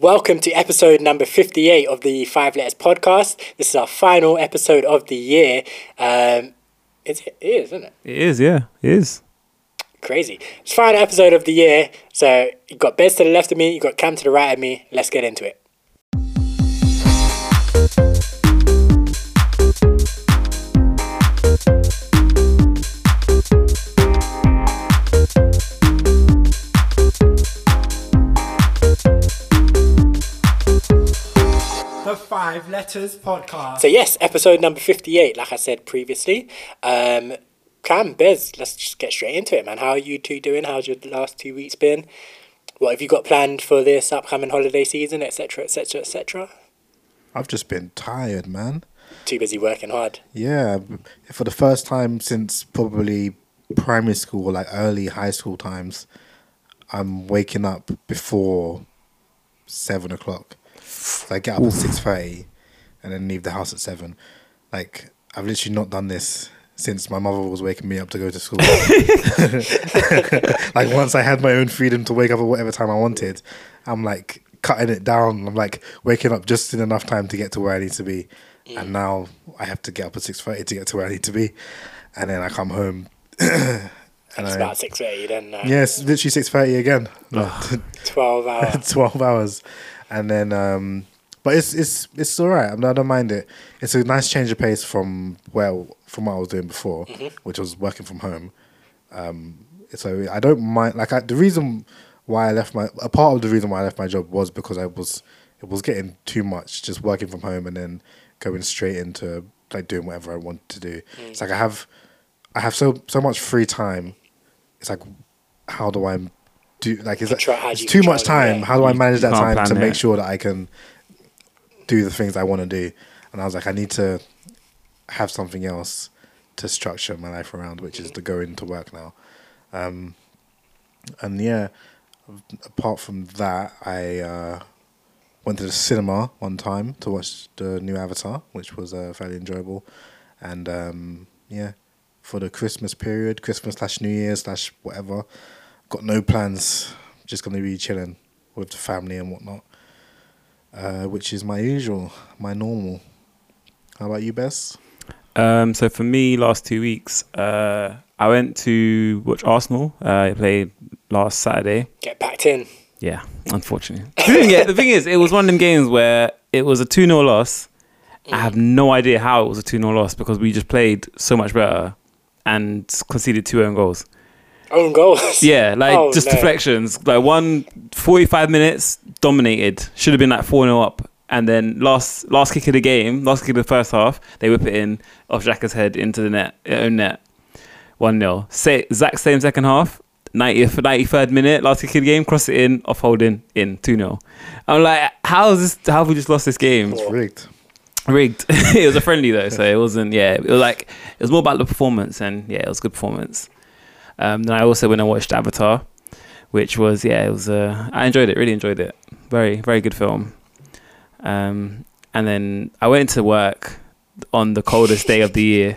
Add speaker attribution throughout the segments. Speaker 1: Welcome to episode number 58 of the Five Letters podcast. This is our final episode of the year. Um, it's, it is, isn't it?
Speaker 2: It is, yeah, it is.
Speaker 1: Crazy. It's final episode of the year. So you've got Bez to the left of me, you've got Cam to the right of me. Let's get into it.
Speaker 3: The Five Letters Podcast.
Speaker 1: So, yes, episode number 58, like I said previously. Um, Cam, Bez, let's just get straight into it, man. How are you two doing? How's your last two weeks been? What have you got planned for this upcoming holiday season, etc., etc., etc.?
Speaker 4: I've just been tired, man.
Speaker 1: Too busy working hard.
Speaker 4: Yeah, for the first time since probably primary school, like early high school times, I'm waking up before seven o'clock. So I get up at six thirty, and then leave the house at seven. Like I've literally not done this since my mother was waking me up to go to school. like once I had my own freedom to wake up at whatever time I wanted, I'm like cutting it down. I'm like waking up just in enough time to get to where I need to be. And now I have to get up at six thirty to get to where I need to be, and then I come home. and
Speaker 1: It's
Speaker 4: I,
Speaker 1: about 6.30 then, uh,
Speaker 4: yes, literally six thirty again.
Speaker 1: 12 hours.
Speaker 4: 12 hours and then um but it's it's it's all right I, mean, I don't mind it it's a nice change of pace from well from what i was doing before which was working from home um so i don't mind like I, the reason why i left my a part of the reason why i left my job was because i was it was getting too much just working from home and then going straight into like doing whatever i wanted to do it's like i have i have so so much free time it's like how do i do like is
Speaker 1: Control- how
Speaker 4: that
Speaker 1: do
Speaker 4: it's
Speaker 1: you
Speaker 4: too much
Speaker 1: control it,
Speaker 4: time
Speaker 1: yeah.
Speaker 4: how do i
Speaker 2: You
Speaker 4: manage that
Speaker 2: can't
Speaker 4: time
Speaker 2: plan
Speaker 4: to
Speaker 2: it.
Speaker 4: make sure that i can do the things i want to do and i was like i need to have something else to structure my life around which is the going to work now um and yeah apart from that i uh went to the cinema one time to watch the new Avatar, which was uh, fairly enjoyable. And um, yeah, for the Christmas period, Christmas slash New Year slash whatever, got no plans. Just gonna be chilling with the family and whatnot, uh, which is my usual, my normal. How about you, Bess?
Speaker 2: Um, so for me, last two weeks, uh, I went to watch Arsenal. Uh, they played last Saturday.
Speaker 1: Get packed in.
Speaker 2: Yeah, unfortunately. the, thing, yeah, the thing is, it was one of them games where it was a 2 0 loss. I have no idea how it was a 2 0 loss because we just played so much better and conceded two own goals.
Speaker 1: Own goals.
Speaker 2: Yeah, like
Speaker 1: Oh,
Speaker 2: just
Speaker 1: no.
Speaker 2: deflections. Like one 45 minutes dominated. Should have been like 4 0 up. And then last last kick of the game, last kick of the first half, they whip it in off Xhaka's head into the net, their own net. 1 0. Exact same second half, 90th, 93rd minute, last kick of the game, cross it in, off holding, in, 2 0. I'm like, how is this? How have we just lost this game?
Speaker 4: It's rigged.
Speaker 2: Rigged. it was a friendly though, so it wasn't. Yeah, it was like it was more about the performance, and yeah, it was a good performance. Um, then I also went and watched Avatar, which was yeah, it was. Uh, I enjoyed it. Really enjoyed it. Very very good film. Um, and then I went to work on the coldest day of the year,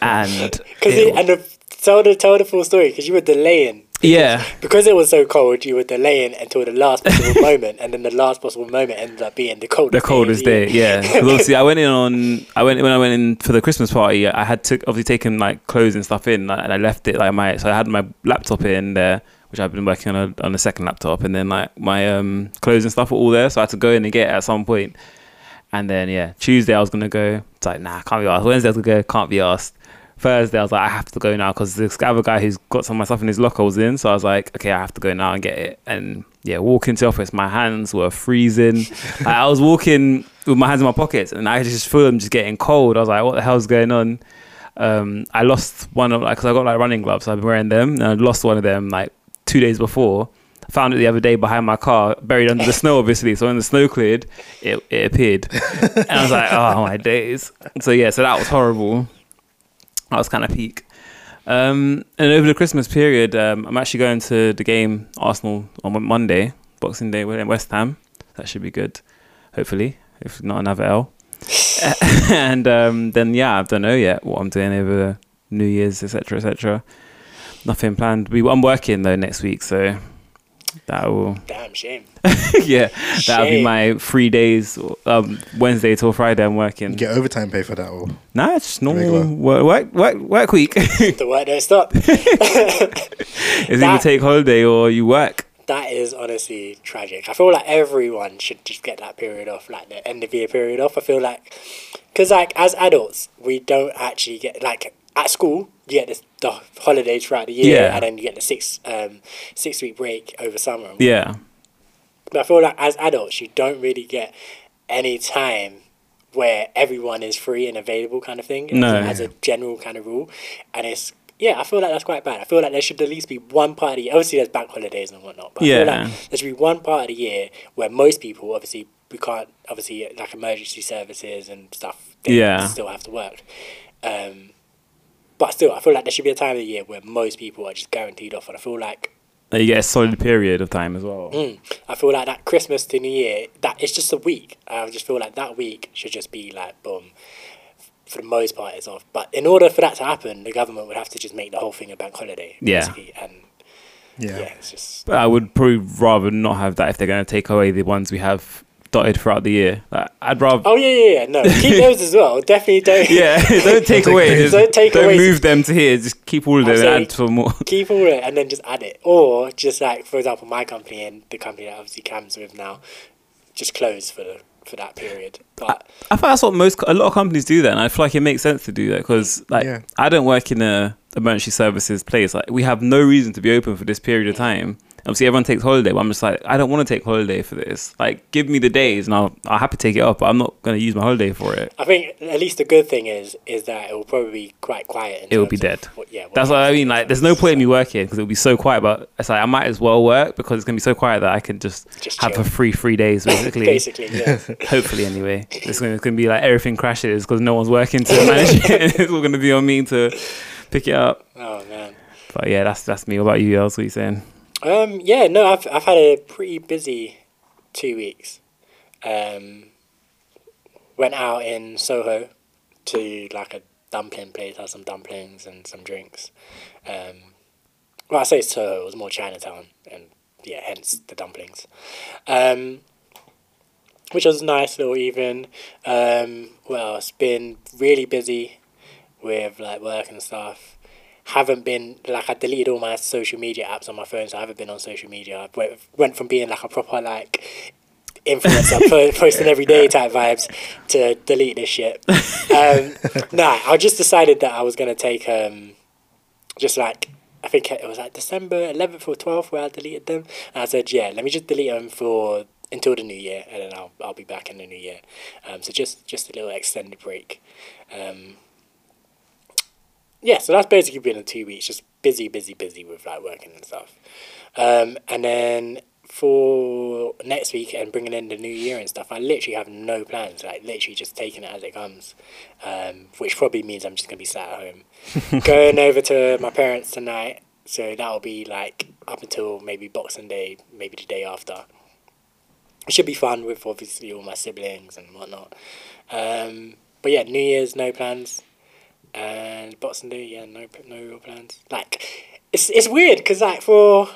Speaker 2: and
Speaker 1: Cause
Speaker 2: it-
Speaker 1: it, and the, tell, the, tell the full story, because you were delaying.
Speaker 2: yeah,
Speaker 1: Because it was so cold, you were delaying until the last possible moment, and then the last possible moment ended up being the coldest.
Speaker 2: the coldest
Speaker 1: day.
Speaker 2: day.
Speaker 1: of the year.
Speaker 2: Yeah, 'Cause obviously I went in on I went when I went in for the Christmas party. I had took obviously taken like clothes and stuff in, like, and I left it like my so I had my laptop in there, which I've been working on a, on the second laptop, and then like my um clothes and stuff were all there, so I had to go in and get it at some point. And then yeah, Tuesday I was gonna go. It's like nah, can't be asked. Wednesday I was gonna go, can't be asked. Thursday I was like I have to go now because this other guy who's got some of my stuff in his locker was in, so I was like okay I have to go now and get it. And yeah, walk into the office, my hands were freezing. Like, I was walking with my hands in my pockets, and I just feel them just getting cold. I was like what the hell's going on? Um, I lost one of like because I got like running gloves. I've been wearing them, and I lost one of them like two days before. Found it the other day behind my car, buried under the snow, obviously. So when the snow cleared, it, it appeared. And I was like, oh my days. So yeah, so that was horrible. That was kind of peak. Um, and over the Christmas period, um, I'm actually going to the game Arsenal on Mon- Monday, Boxing Day, we're in West Ham. That should be good, hopefully, if not another L. and um, then yeah, I don't know yet what I'm doing over New Year's, etc., etc. Nothing planned. We I'm working though next week, so That will,
Speaker 1: Damn shame.
Speaker 2: yeah, that'll be
Speaker 1: Shit.
Speaker 2: my three days, um, Wednesday till Friday. I'm working.
Speaker 4: Get overtime pay for that, or
Speaker 2: Nah, it's normal
Speaker 4: Regular.
Speaker 2: work, work, work, work week. it's
Speaker 1: The work don't stop.
Speaker 2: either
Speaker 1: That-
Speaker 2: take holiday or you work.
Speaker 1: That is honestly tragic. I feel like everyone should just get that period off, like the end of year period off. I feel like, because like as adults, we don't actually get like at school you get this, the holidays throughout the year,
Speaker 2: Yeah.
Speaker 1: and then you get the six um six week break over summer.
Speaker 2: Yeah,
Speaker 1: But I feel like as adults, you don't really get any time where everyone is free and available, kind of thing.
Speaker 2: No.
Speaker 1: As, a general kind of rule, and it's yeah, I feel like that's quite bad. I feel like there should at least be one part of the Obviously, there's bank holidays and whatnot, but I feel
Speaker 2: Yeah.
Speaker 1: like there should be one part of the year where most people, obviously, we can't obviously uh, like emergency services and stuff. They
Speaker 2: Yeah.
Speaker 1: Still have to work. Um, but still, I feel like there should be a time of the year where most people are just guaranteed off, and I feel like
Speaker 2: And you get a solid period of time as well.
Speaker 1: I feel like that Christmas to New Year, that it's just a week. I just feel like that week should just be like boom. For the most part, it's off. But in order for that to happen, the government would have to just make the whole thing a bank holiday.
Speaker 2: Yeah.
Speaker 1: Basically. And
Speaker 4: yeah,
Speaker 1: yeah. it's just
Speaker 2: But I would probably rather not have that if they're going to take away the ones we have dotted throughout the year. Like, I'd rather.
Speaker 1: oh yeah, yeah, yeah. No, keep those as well. Definitely don't.
Speaker 2: Yeah, don't take away.
Speaker 4: away.
Speaker 2: Just,
Speaker 1: Don't
Speaker 2: don't
Speaker 1: take away.
Speaker 2: move them to here. Just keep all of them and
Speaker 1: Absolutely.
Speaker 2: add some more.
Speaker 1: Keep all it and then just add it, or just like for example, my company and the company that obviously Cam's with now, just close for the, for that period. But
Speaker 2: I think that's what most a lot of companies do that, and I feel like it makes sense to do that because like
Speaker 4: Yeah.
Speaker 2: I don't work in a emergency services place. Like we have no reason to be open for this period of time. Obviously, everyone takes holiday, but I'm just like I don't want to take holiday for this. Like, give me the days, and I'll I'll happy take it up. But I'm not going to use my holiday for it.
Speaker 1: I think at least the good thing is is that it will probably be quite quiet. in
Speaker 2: It will
Speaker 1: terms
Speaker 2: be
Speaker 1: of
Speaker 2: dead.
Speaker 1: What, yeah, what
Speaker 2: That's what I
Speaker 1: happens.
Speaker 2: mean. Like, there's no point in me working because it'll be so quiet. But it's like I might as well work because it's gonna be so quiet that I can just,
Speaker 1: Just
Speaker 2: have
Speaker 1: chill.
Speaker 2: a free three days basically.
Speaker 1: Basically, yeah.
Speaker 2: Hopefully, anyway, it's gonna, it's gonna be like everything crashes because no one's working to manage it. it's all gonna be on me to pick it up.
Speaker 1: Oh man.
Speaker 2: But yeah, that's that's me. What about you? Else, what you saying?
Speaker 1: Um. Yeah. No. I've I've had a pretty busy two weeks. Um. Went out in Soho to like a dumpling place, had some dumplings and some drinks. Um. Well, I say Soho. It was more Chinatown, and yeah, hence the dumplings. Um. Which was a nice little evening. Um. Well, it's been really busy with like work and stuff. Haven't been like I deleted all my social media apps on my phone, so I haven't been on social media. I went, went from being like a proper like influencer po- posting every day type vibes to delete this shit. Um, nah, I just decided that I was gonna take um, just like I think it was like December 11th or 12th where I deleted them. And I said, yeah, let me just delete them for until the new year, and then I'll I'll be back in the new year. Um, so just just a little extended break. Um, yeah, so that's basically been a two weeks, just busy, busy, busy with like working and stuff. Um, and then for next week and bringing in the new year and stuff, I literally have no plans. Like literally just taking it as it comes, um, which probably means I'm just gonna be sat at home, going over to my parents tonight. So that'll be like up until maybe Boxing Day, maybe the day after. It should be fun with obviously all my siblings and whatnot. Um, but yeah, New Year's no plans and Boxing Day, yeah, no, no real plans. Like, it's it's weird because like for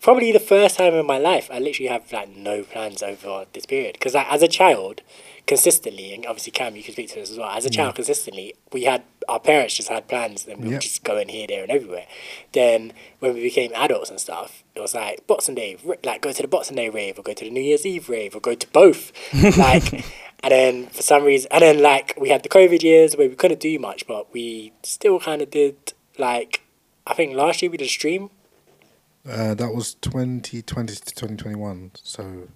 Speaker 1: probably the first time in my life, I literally have like no plans over this period. Because like as a child, consistently, and obviously Cam, you can speak to this as well. As a child, consistently, we had our parents just had plans, and we
Speaker 4: Yeah.
Speaker 1: would just go in here, there, and everywhere. Then when we became adults and stuff, it was like Boxing Day, r- like go to the Boxing Day rave, or go to the New Year's Eve rave, or go to both, like. And then for some reason, and then like we had the COVID years where we couldn't do much, but we still kind of did. Like, I think last year we did a stream.
Speaker 4: Uh, that was 2020 to 2021. So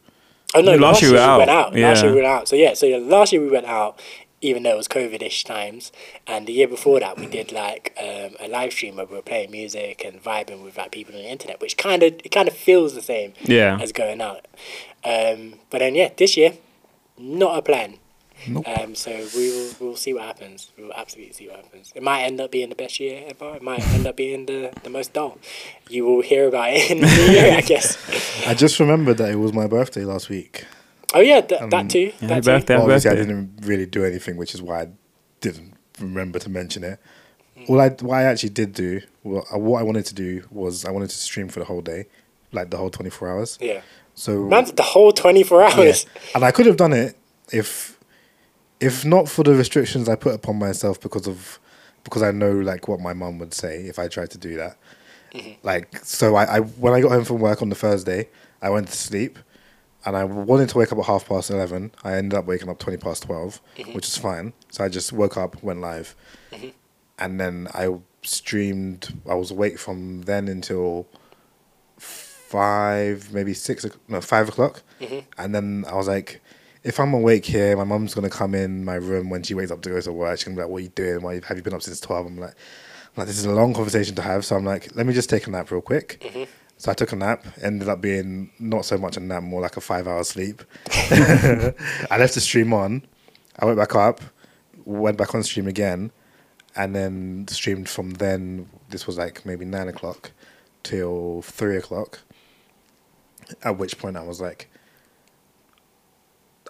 Speaker 1: Oh no,
Speaker 2: No,
Speaker 1: last, year we
Speaker 2: were
Speaker 1: went
Speaker 2: out.
Speaker 1: out. Last year
Speaker 2: Yeah.
Speaker 1: we went out. So yeah, so yeah, last year we went out, even though it was COVID-ish times, and the year before that we did like um, a live stream where we were playing music and vibing with like people on the internet, which kind of it kind of feels the same
Speaker 2: Yeah.
Speaker 1: as going out. Um, but then yeah, this year, not a plan.
Speaker 4: Nope.
Speaker 1: Um, so we will we'll see what happens. We will absolutely see what happens. It might end up being the best year ever. It might end up being the, the most dull. You will hear about it in the new year, I guess.
Speaker 4: I just remembered that it was my birthday last week.
Speaker 1: Oh yeah, th- that too.
Speaker 2: Um, happy
Speaker 1: that
Speaker 2: birthday.
Speaker 1: Too.
Speaker 2: Happy
Speaker 4: Well, obviously, I
Speaker 2: birthday.
Speaker 4: didn't really do anything, which is why I didn't remember to mention it. All I what I actually did do, well, uh, what I wanted to do was I wanted to stream for the whole day, like the whole 24 hours.
Speaker 1: Yeah.
Speaker 4: So
Speaker 1: Man, did the whole 24
Speaker 4: yeah.
Speaker 1: hours.
Speaker 4: and I could have done it if if not for the restrictions I put upon myself because of because I know like what my mum would say if I tried to do that. Like so I, I when I got home from work on the Thursday, I went to sleep and I wanted to wake up at half past eleven. I ended up waking up twenty past 12 which is fine. So I just woke up, went live. And then I streamed I was awake from then until five, maybe six, o'c- no, five o'clock. And then I was like, if I'm awake here, my mum's gonna come in my room when she wakes up to go to work. She's gonna be like, "What are you doing? Why have you been up since 12? I'm like, I'm like, this is a long conversation to have. So I'm like, let me just take a nap real quick. So I took a nap. Ended up being not so much a nap, more like a five-hour sleep. I left the stream on. I went back up, went back on stream again, and then streamed from then. This was like maybe nine o'clock till three o'clock. At which point I was like,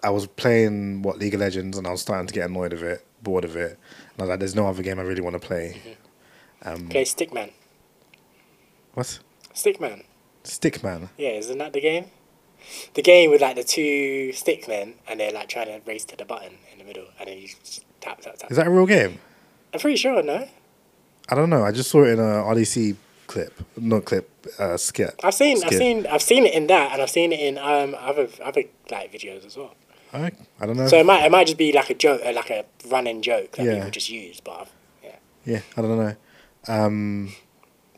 Speaker 4: I was playing what League of Legends, and I was starting to get annoyed of it, bored of it. And I was like, "There's no other game I really want to play."
Speaker 1: Mm-hmm.
Speaker 4: Um,
Speaker 1: Okay, Stickman.
Speaker 4: What?
Speaker 1: Stickman.
Speaker 4: Stickman.
Speaker 1: Yeah, isn't that the game? The game with like the two stickmen and they're like trying to race to the button in the middle and then you just tap, tap, tap.
Speaker 4: Is that a real game?
Speaker 1: I'm pretty sure, no?
Speaker 4: I don't know. I just saw it in a RDC clip, not clip, uh, skit.
Speaker 1: I've seen, I've
Speaker 4: Skit.
Speaker 1: seen, I've seen it in that, and I've seen it in um other other like videos as well.
Speaker 4: I, I don't know.
Speaker 1: So it might, it might just be like a joke, uh, like a running joke that
Speaker 4: Uh-huh. Yeah.
Speaker 1: people just use. But I've, yeah,
Speaker 4: Yeah, I don't know. Um,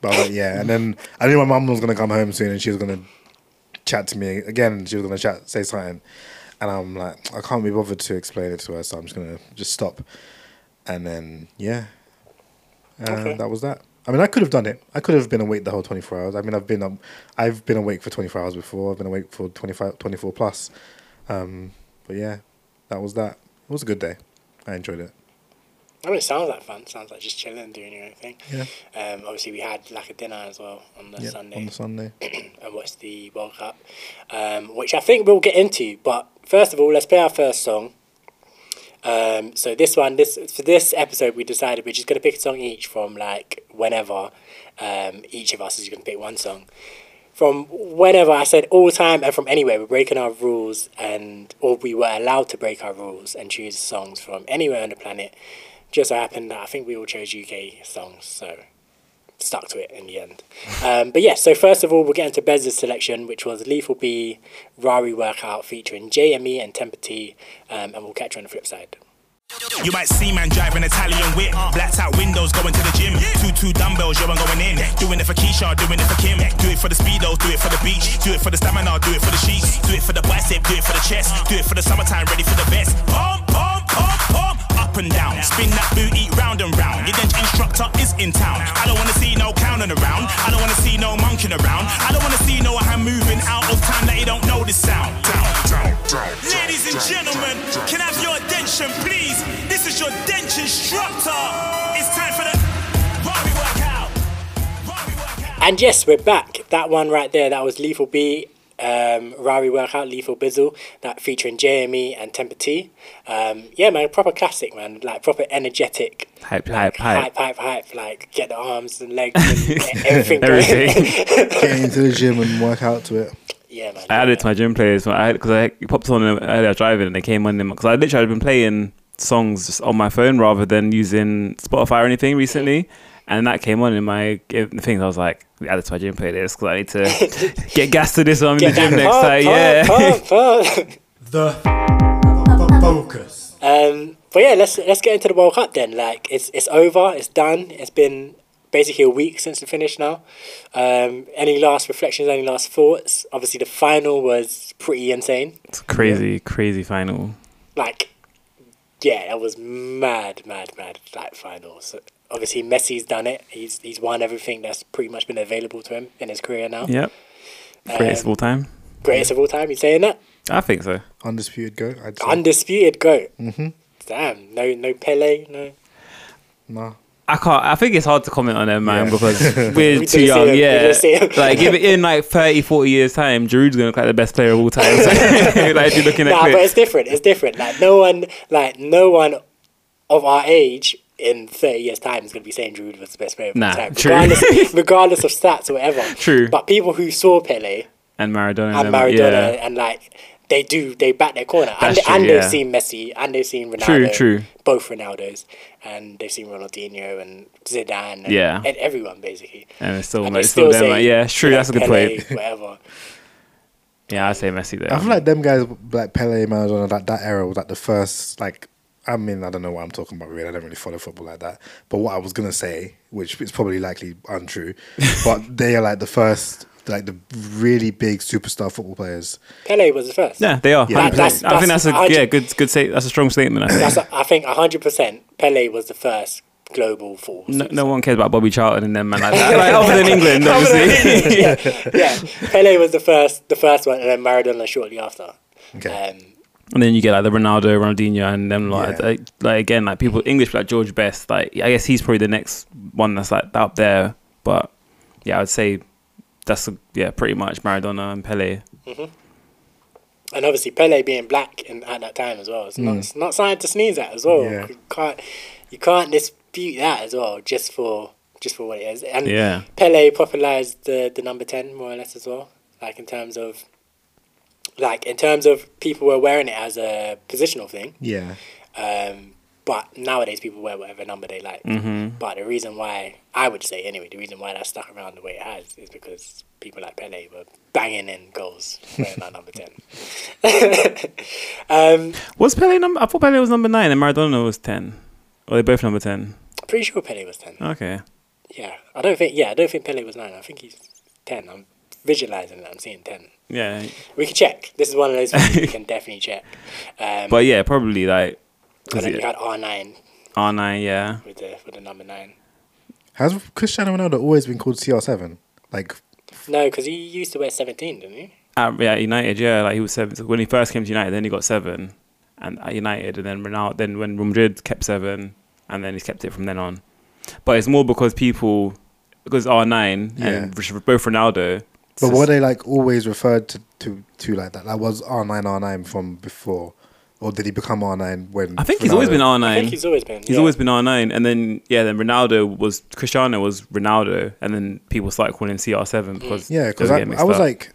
Speaker 4: but I was like, yeah, and then I knew my mum was gonna come home soon, and she was gonna chat to me again. She was gonna chat, say something, and I'm like, I can't be bothered to explain it to her, so I'm just gonna just stop. And then yeah, uh,
Speaker 1: Okay.
Speaker 4: that was that. I mean, I could have done it. I could have been awake the whole 24 hours. I mean, I've been um, I've been awake for 24 hours before. I've been awake for 25, 24 plus. Um, but yeah, that was that. It was a good day. I enjoyed it.
Speaker 1: I mean, it sounds like fun. Sounds like just chilling, doing your own thing.
Speaker 4: Yeah,
Speaker 1: Um, obviously we had like a dinner as well on the
Speaker 4: yeah.
Speaker 1: Sunday.
Speaker 4: On the Sunday.
Speaker 1: and watch the World Cup, um, which I think we'll get into. But first of all, let's play our first song. Um, so this one, this for this episode, we decided we're just gonna pick a song each from like whenever. Um, each of us is gonna pick one song from whenever. I said all time and from anywhere. We're breaking our rules, and or we were allowed to break our rules and choose songs from anywhere on the planet. Just so happened that I think we all chose UK songs, so stuck to it in the end. Um, but yeah, so first of all, we'll get into Bez's selection, which was Lethal B, Rari Workout featuring JME and Temper T, um, and we'll catch you on the flip side.
Speaker 5: You might see man driving Italian whip, blacked out windows going to the gym. Two two dumbbells, yo, I'm going in. Doing it for Keisha, doing it for Kim. Do it for the speedo, do it for the beach, do it for the stamina, do it for the sheets, do it for the bicep, do it for the chest, do it for the summertime, ready for the vest. Pump, pump, pump, pump, up and down. Spin that booty round and round. Your dent instructor is in town. I don't wanna see no counting around. I don't wanna see no monkeying around. I don't wanna see no hand moving out of time that you don't know this sound. Ladies and gentlemen, can I have your attention, please? This is your denture instructor. It's time for the Robbie workout. Robbie workout.
Speaker 1: And yes, we're back. That one right there, that was Lethal B, um, Rari Workout, Lethal Bizzle, that featuring JME and Temper T. Um, yeah, man, proper classic, man. Like, proper energetic.
Speaker 2: Hype,
Speaker 1: like,
Speaker 2: hype, hype.
Speaker 1: hype, hype, hype, Like, get the arms and legs and everything. going.
Speaker 2: Everything.
Speaker 4: get into the gym and work out to it.
Speaker 1: yeah, man.
Speaker 2: I added it to my gym playlist when I because I it popped on earlier driving and they came on them because I literally had been playing songs just on my phone rather than using Spotify or anything recently, and that came on in my in the things I was like, we added to my gym playlist because I need to get gas to this one in the
Speaker 1: Get
Speaker 2: gym
Speaker 1: that
Speaker 2: next
Speaker 1: pump,
Speaker 2: time.
Speaker 1: pump,
Speaker 2: Yeah.
Speaker 1: pump, pump.
Speaker 3: The b- focus.
Speaker 1: Um, but yeah, let's let's get into the World Cup then. Like it's it's over, it's done. It's been basically a week since the finish now. Um, any last reflections? Any last thoughts? Obviously, the final was pretty insane.
Speaker 2: It's crazy, crazy final.
Speaker 1: Like, yeah, that was mad, mad, mad. Like finals. Obviously, Messi's done it. He's he's won everything that's pretty much been available to him in his career now.
Speaker 2: Yep.
Speaker 1: Um,
Speaker 2: Greatest of all time.
Speaker 1: Greatest of all time. You saying that?
Speaker 2: I think so.
Speaker 4: Undisputed goat. I'd say.
Speaker 1: Undisputed goat. Mm-hmm. Damn. No, no Pele. No.
Speaker 4: nah.
Speaker 2: I can't. I think it's hard to comment on them, man,
Speaker 4: Yeah.
Speaker 2: because we're
Speaker 1: We do
Speaker 2: too
Speaker 1: see
Speaker 2: young.
Speaker 1: them, we
Speaker 2: Yeah,
Speaker 1: do see them.
Speaker 2: like give it in like 30, 40 years time, Giroud's gonna look like the best player of all time. So, like if you're looking at
Speaker 1: nah, but
Speaker 2: clips.
Speaker 1: it's different. It's different. Like no one, like no one of our age in 30 years' time is going to be saying Giroud was the best player of
Speaker 2: Nah,
Speaker 1: all time,
Speaker 2: true.
Speaker 1: regardless, regardless of stats or whatever.
Speaker 2: True.
Speaker 1: But people who saw Pele
Speaker 2: and Maradona.
Speaker 1: and
Speaker 2: them,
Speaker 1: Maradona
Speaker 2: Yeah.
Speaker 1: and like they do they back their corner and,
Speaker 2: That's true,
Speaker 1: and they've
Speaker 2: yeah.
Speaker 1: seen Messi and they've seen Ronaldo
Speaker 2: True, true.
Speaker 1: both Ronaldos and they've seen Ronaldinho and Zidane and,
Speaker 2: Yeah.
Speaker 1: and everyone basically
Speaker 2: And it's still,
Speaker 1: And
Speaker 2: like,
Speaker 1: they
Speaker 2: it's still,
Speaker 1: still
Speaker 2: them.
Speaker 1: say,
Speaker 2: Like, yeah, it's true.
Speaker 1: Like
Speaker 2: that's a good
Speaker 1: Pele,
Speaker 2: point.
Speaker 1: whatever
Speaker 2: Yeah, I say Messi though.
Speaker 4: I feel like them guys, like Pele, Maradona, that that era was like the first. Like, I mean, I don't know what I'm talking about. Really, I don't really follow football like that. But what I was gonna say, which is probably likely untrue, but they are like the first, like the really big superstar football players.
Speaker 1: Pele was the first
Speaker 2: yeah, they are.
Speaker 4: Yeah,
Speaker 2: I think
Speaker 4: that's-
Speaker 2: that's- I think that's
Speaker 1: that's
Speaker 2: a
Speaker 1: a
Speaker 2: yeah
Speaker 1: hundred-
Speaker 2: good good say. That's a strong statement. I think.
Speaker 1: That's, I think 100% Pele was the first global force
Speaker 2: No, no one cares about Bobby Charlton and them man like that. Like, other than England, obviously.
Speaker 1: yeah Pele was the first the first one and then Maradona shortly after
Speaker 4: Okay.
Speaker 1: um,
Speaker 2: and then you get like the Ronaldo, Ronaldinho, and them like,
Speaker 4: Yeah.
Speaker 2: like, like, again like people English like George Best. Like I guess he's probably the next one that's like up there. But yeah, I would say that's yeah pretty much Maradona and Pele.
Speaker 1: and obviously Pele being black in, at that time as well. It's not, it's not something to sneeze at as well.
Speaker 4: Mm. Yeah.
Speaker 1: You can't you can't dispute that as well. Just for just for what it is, and
Speaker 2: Yeah.
Speaker 1: Pele popularized the the number ten more or less as well. Like in terms of like in terms of people were wearing it as a positional thing.
Speaker 4: Yeah,
Speaker 1: Um, but nowadays people wear whatever number they like.
Speaker 2: Mm-hmm.
Speaker 1: But the reason why I would say anyway, the reason why that stuck around the way it has is because people like Pele were banging in goals wearing that number ten. um,
Speaker 2: Was Pele number? I thought Pele was number nine and Maradona was ten. Or they both number ten.
Speaker 1: pretty sure Pele was ten.
Speaker 2: Okay.
Speaker 1: Yeah, I don't think. Yeah, I don't think Pele was nine. I think he's ten. I'm visualizing that. I'm seeing ten.
Speaker 2: Yeah.
Speaker 1: We can check. This is one of those things we can definitely check. Um,
Speaker 2: But yeah, probably like
Speaker 1: and
Speaker 2: because
Speaker 1: then you had R nine
Speaker 2: R nine. Yeah.
Speaker 1: with the with the number nine.
Speaker 4: has Cristiano Ronaldo always been called CR7? Like,
Speaker 1: No, because he used to wear seventeen, didn't he?
Speaker 2: At, yeah, United, yeah, like he was seven so when he first came to United. Then he got seven, and at United, and then Ronaldo. Then when Real Madrid kept seven, and then he's kept it from then on. But it's more because people, because R nine
Speaker 4: Yeah.
Speaker 2: and Rich- both Ronaldo.
Speaker 4: but were they like always referred to to, to like that? Like, was R9 R9 from before, or did he become R9 when?
Speaker 2: I think he's always
Speaker 4: Ronaldo-
Speaker 2: been R
Speaker 1: I
Speaker 2: nine.
Speaker 1: think he's
Speaker 2: He's
Speaker 1: always been. yeah.
Speaker 2: always been R nine, and then yeah, then Ronaldo was Cristiano was Ronaldo, and then people started calling him CR
Speaker 1: Mm.
Speaker 2: seven because
Speaker 4: Yeah, because
Speaker 2: they
Speaker 4: I,
Speaker 2: get mixed
Speaker 4: I was
Speaker 2: up.
Speaker 4: like,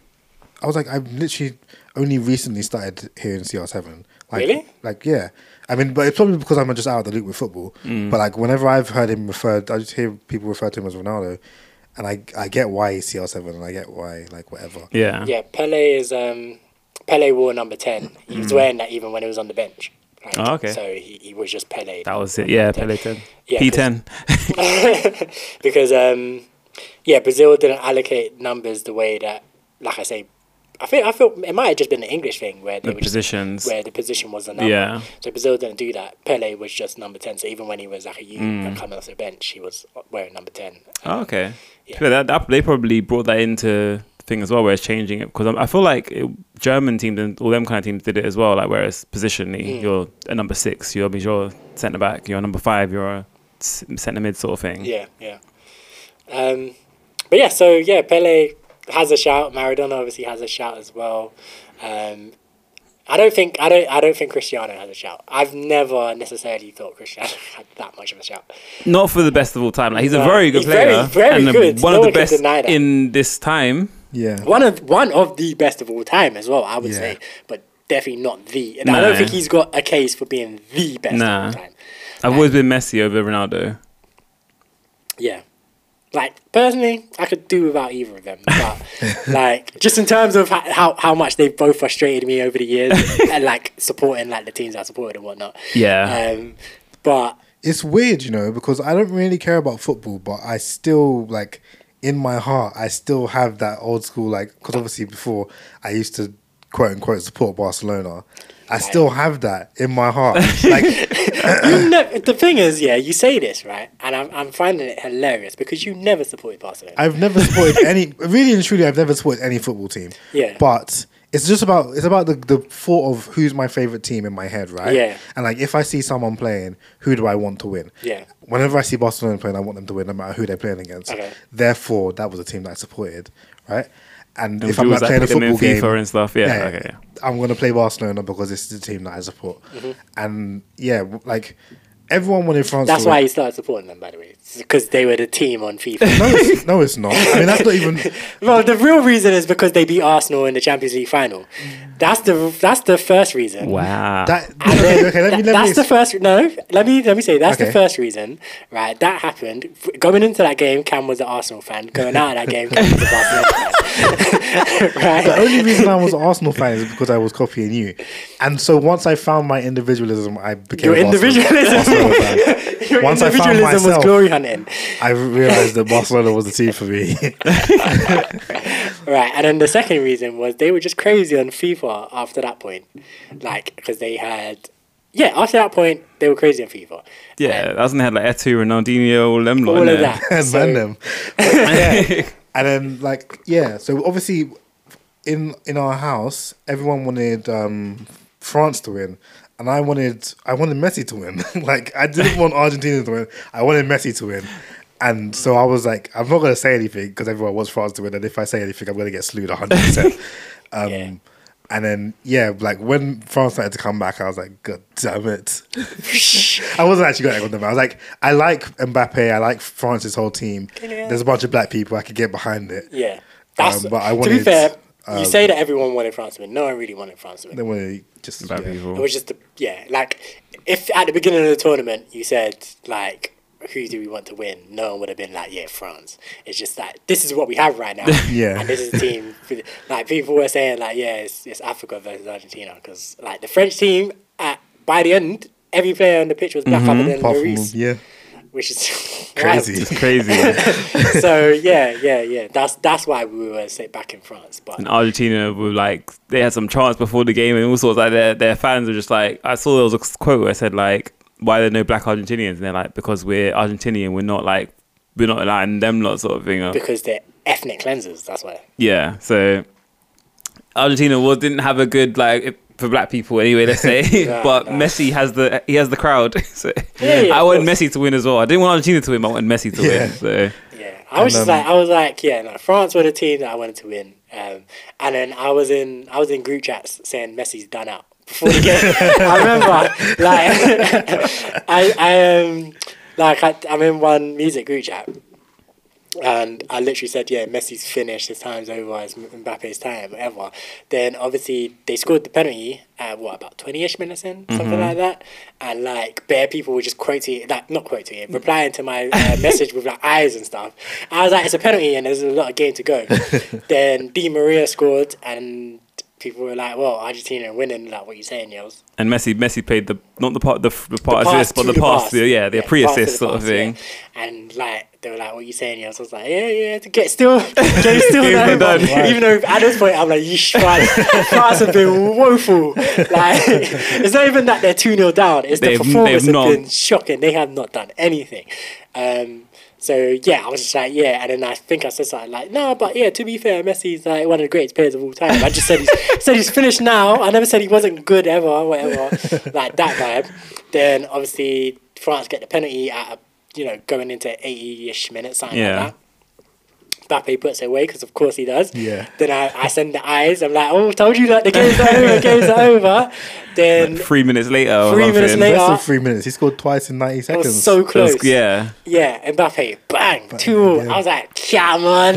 Speaker 4: I was like, I've literally only recently started hearing CR7. Like,
Speaker 1: Really?
Speaker 4: Like, yeah. I mean, but it's probably because I'm just out of the loop with football. But like, whenever I've heard him referred, I just hear people refer to him as Ronaldo, and I I get why he's CR7, and I get why like whatever.
Speaker 2: yeah,
Speaker 1: Yeah, Pele is um, Pele wore number ten. He was wearing that even when he was on the bench. Like,
Speaker 2: Hmm. Oh, okay.
Speaker 1: So he, he was just Pele.
Speaker 2: that was it. Yeah, Pele ten,
Speaker 1: Yeah,
Speaker 2: P ten.
Speaker 1: because um, yeah, Brazil didn't allocate numbers the way that, like I say, I think I feel it might have just been the English thing where they
Speaker 2: The
Speaker 1: were just-
Speaker 2: positions.
Speaker 1: where the position was the number.
Speaker 2: Yeah.
Speaker 1: So Brazil didn't do that. Pele was just number ten. So even when he was like a youth
Speaker 2: Hmm.
Speaker 1: and coming off the bench, he was wearing number ten.
Speaker 2: Oh, okay.
Speaker 1: Yeah.
Speaker 2: So that, that- they probably brought that into the thing as well, where it's changing it because I, I feel like it, German teams and all them kind of teams did it as well. Like where it's positionally, you're a number six, you're you're centre back, you're a number five, you're a s- centre mid sort of thing.
Speaker 1: Yeah, yeah. Um, but yeah, so yeah, Pele has a shout. Maradona obviously has a shout as well. Um, I don't think I don't I don't think Cristiano has a shout. I've never necessarily thought Cristiano had that much of a shout.
Speaker 2: Not for the best of all time. Like he's a
Speaker 1: No,
Speaker 2: very good
Speaker 1: he's very,
Speaker 2: player
Speaker 1: very
Speaker 2: and a-
Speaker 1: good.
Speaker 2: one
Speaker 1: No
Speaker 2: of the
Speaker 1: one can
Speaker 2: best
Speaker 1: deny that.
Speaker 2: in this time.
Speaker 4: Yeah.
Speaker 1: One of one of the best of all time as well, I would
Speaker 4: Yeah.
Speaker 1: say, but definitely not the. And I
Speaker 2: No.
Speaker 1: don't think he's got a case for being the best
Speaker 2: Nah.
Speaker 1: of all time.
Speaker 2: I've always been Messi over Ronaldo.
Speaker 1: Yeah. Like personally, I could do without either of them, but like just in terms of ho- how how much they've both frustrated me over the years, and like supporting like the teams I supported and whatnot.
Speaker 2: Yeah,
Speaker 1: Um, but
Speaker 4: it's weird, you know, because I don't really care about football, but I still like in my heart, I still have that old school like because obviously before I used to quote unquote support Barcelona. I still have that in my heart. Like,
Speaker 1: you never. The thing is, yeah, you say this right, and I'm I'm finding it hilarious because you never supported Barcelona.
Speaker 4: I've never supported any really and truly I've never supported any football team.
Speaker 1: Yeah.
Speaker 4: But it's just about it's about the, the thought of who's my favorite team in my head, right?
Speaker 1: Yeah.
Speaker 4: And like if I see someone playing, who do I want to win?
Speaker 1: Yeah.
Speaker 4: Whenever I see Barcelona playing, I want them to win no matter who they're playing against.
Speaker 1: Okay.
Speaker 4: Therefore, that was a team that I supported, right? And,
Speaker 2: And
Speaker 4: if I'm
Speaker 2: we was,
Speaker 4: not
Speaker 2: like,
Speaker 4: playing a
Speaker 2: put them in
Speaker 4: football game,
Speaker 2: FIFA and stuff, yeah, okay, yeah.
Speaker 1: Mm-hmm.
Speaker 4: I'm gonna play Barcelona because this is the team that I support. And yeah, w- like everyone wanted France.
Speaker 1: That's
Speaker 4: to
Speaker 1: why
Speaker 4: win.
Speaker 1: he started supporting them, by the way, because they were the team on FIFA.
Speaker 4: No, it's, no, it's not. I mean, that's not even.
Speaker 1: well, the real reason is because they beat Arsenal in the Champions League final. That's the that's the first reason.
Speaker 2: Wow.
Speaker 4: That, okay, okay, let me, let me
Speaker 1: that's the first no. Let me let me say that's the
Speaker 4: Okay.
Speaker 1: first reason, right? That happened. F- Going into that game, Cam was an Arsenal fan. Going out of that game, Cam was a Barcelona fan. right?
Speaker 4: The only reason I was an Arsenal fan is because I was copying you. And so once I found my individualism, I became
Speaker 1: Your
Speaker 4: an Arsenal-
Speaker 1: individualism.
Speaker 4: Arsenal fan.
Speaker 1: Your
Speaker 4: Once I found
Speaker 1: individualism
Speaker 4: myself-
Speaker 1: was glory hunting,
Speaker 4: I realized that Barcelona was the team for me.
Speaker 1: right? And then the second reason was they were just crazy on FIFA after that point, like because they had. Yeah, after that point, they were crazy on FIFA.
Speaker 2: yeah, that's when they had like Etu, Ronaldinho, all them lot,
Speaker 1: All of
Speaker 2: innit?
Speaker 1: that.
Speaker 4: and
Speaker 1: So-
Speaker 4: ban them. But, yeah. And then like yeah, so obviously in in our house, everyone wanted um France to win. And I wanted I wanted Messi to win. like I didn't want Argentina to win. I wanted Messi to win. And so I was like, I'm not gonna say anything because everyone wants France to win, and if I say anything, I'm gonna get slewed 100. percent Um
Speaker 1: Yeah.
Speaker 4: And then yeah, like when France started to come back, I was like, God damn it! I wasn't actually going with them. I was like, I like Mbappe. I like France's whole team. There's a bunch of black people. I could get behind it.
Speaker 1: Yeah, that's.
Speaker 4: Um, but I
Speaker 1: to be
Speaker 4: wanted,
Speaker 1: fair, you
Speaker 4: um,
Speaker 1: say that everyone wanted France to win. No one really wanted France to win.
Speaker 4: They want to just
Speaker 2: Bad
Speaker 4: yeah.
Speaker 2: people.
Speaker 1: It was just the yeah, like if at the beginning of the tournament you said like who do we want to win? No one would have been like, yeah, France. It's just like this is what we have right now.
Speaker 4: Yeah.
Speaker 1: And this is the team. Like people were saying like, yeah, it's, it's Africa versus Argentina because like the French team at, by the end, every player on the pitch was black other than
Speaker 4: Apart from
Speaker 1: Lloris,
Speaker 4: Mm-hmm. yeah,
Speaker 1: which is
Speaker 4: crazy.
Speaker 2: It's crazy. and
Speaker 1: wild. so yeah, yeah, yeah. That's that's why we were say back in France, but
Speaker 2: Argentina were like, they had some chance before the game and all sorts. Like their their fans were just like, I saw there was a quote where it said like, why are there no black Argentinians? And they're like, because we're Argentinian, we're not like, we're not allowing them lot sort of thing. Or,
Speaker 1: because they're ethnic cleansers. That's why.
Speaker 2: Yeah, so Argentina was didn't have a good like for black people anyway. Let's say, but Messi has the he has the crowd. So
Speaker 1: Yeah, yeah,
Speaker 2: I
Speaker 1: of
Speaker 2: wanted
Speaker 1: course.
Speaker 2: Messi to win as well. I didn't want Argentina to win, but I wanted Messi to
Speaker 4: Yeah.
Speaker 2: win. So
Speaker 1: Yeah, I was
Speaker 4: And,
Speaker 1: just
Speaker 4: um,
Speaker 1: like, I was like, yeah, no, France were the team that I wanted to win, um, and then I was in, I was in group chats saying Messi's done out before the game. I remember, like, I, I um, like, I, I'm in one music group chat, and I literally said, yeah, Messi's finished, his time's over, it's M- Mbappe's time, whatever. Then obviously they scored the penalty at what, about 20 ish minutes in, something like that. And like, bare people were just quoting, like, not quoting it, replying to my uh, message with like eyes and stuff. I was like, it's a penalty and there's a lot of game to go. then Di Maria scored, and people were like, well, Argentina are winning, like, what you saying, Yels?
Speaker 2: and Messi Messi played the not the part the, f- the part
Speaker 1: pass
Speaker 2: assist, but
Speaker 1: to
Speaker 2: the pass. yeah, yeah, the pre
Speaker 1: pass to
Speaker 2: assist
Speaker 1: the
Speaker 2: sort of
Speaker 1: pass,
Speaker 2: thing.
Speaker 1: yeah. And like they were like, "What you saying?" Yeah, so I was like, "Yeah, yeah." To get still, get still
Speaker 2: Game's
Speaker 1: no,
Speaker 2: not done.
Speaker 1: but Even though at this point I'm like, "Yeesh, man, France have been woeful." Like it's not even that they're two 0 down. It's
Speaker 2: They've-
Speaker 1: the performance
Speaker 2: they've
Speaker 1: has
Speaker 2: not-
Speaker 1: been shocking. They have not done anything. Um, so yeah, I was just like, yeah, and then I think I said something like, no, but yeah, to be fair, Messi's like one of the greatest players of all time. I just said he's said he's finished now. I never said he wasn't good ever, whatever, like that vibe. Then obviously France get the penalty at you know going into eighty-ish minutes, something
Speaker 2: Yeah.
Speaker 1: like that. Mbappe puts it away because of course he does.
Speaker 4: Yeah.
Speaker 1: Then I, I send the eyes. I'm like, oh, told you that the game's not over. The game's not over. Then
Speaker 2: Three minutes later, or
Speaker 1: Three minutes
Speaker 2: something.
Speaker 1: later,
Speaker 4: Less
Speaker 1: are-
Speaker 4: than three minutes. He scored twice in 90
Speaker 1: it
Speaker 4: seconds.
Speaker 1: was so
Speaker 2: It was-
Speaker 1: close.
Speaker 2: yeah,
Speaker 1: Yeah, Mbappe, bang, two. I was like, come on,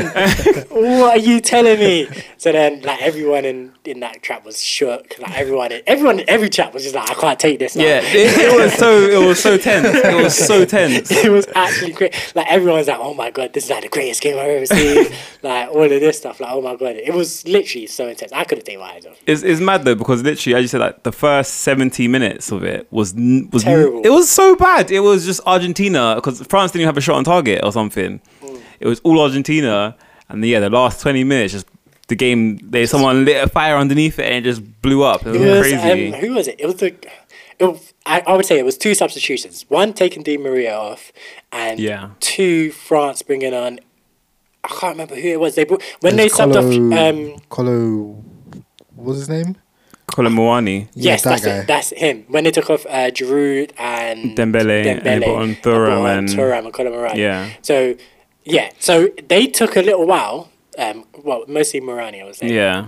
Speaker 1: what are you telling me? So then, like everyone in in that trap was shook. Like everyone, in, everyone, in every chat was just like, I can't take this. Now.
Speaker 2: yeah. It, it was so it was so tense. It was so tense.
Speaker 1: it was actually great. Like everyone's like, oh my god, this is like the greatest game I've ever seen. like all of this stuff. Like oh my god, it was literally so intense. I couldn't take my eyes off.
Speaker 2: It's, it's mad though because literally, as you said, like the first seventy minutes of it was n- was n-
Speaker 1: Terrible.
Speaker 2: it was so bad. It was just Argentina because France didn't even have a shot on target or something.
Speaker 1: Mm.
Speaker 2: It was all Argentina, and then, yeah, the last twenty minutes just the game. They someone lit a fire underneath it and it just blew up. It was
Speaker 1: It was,
Speaker 2: crazy.
Speaker 1: Um, who was it? It was the. It, was- I, I would say it was two substitutions. One taking Di Maria off, and
Speaker 2: Yeah.
Speaker 1: two France bringing on. I can't remember who it was. They brought, when they subbed off. Um,
Speaker 4: Colo, what's his name?
Speaker 2: Colin Moani.
Speaker 4: Yeah,
Speaker 1: yes,
Speaker 4: that
Speaker 1: that's
Speaker 4: guy.
Speaker 1: it. That's him. When they took off uh, Giroud and
Speaker 2: Dembele, and they brought on
Speaker 1: they
Speaker 2: Thuram
Speaker 1: brought on
Speaker 2: and-
Speaker 1: Thuram and Colin Moran.
Speaker 2: Yeah.
Speaker 1: So, yeah. So they took a little while. Um, well, mostly Morani, I would say.
Speaker 2: Yeah,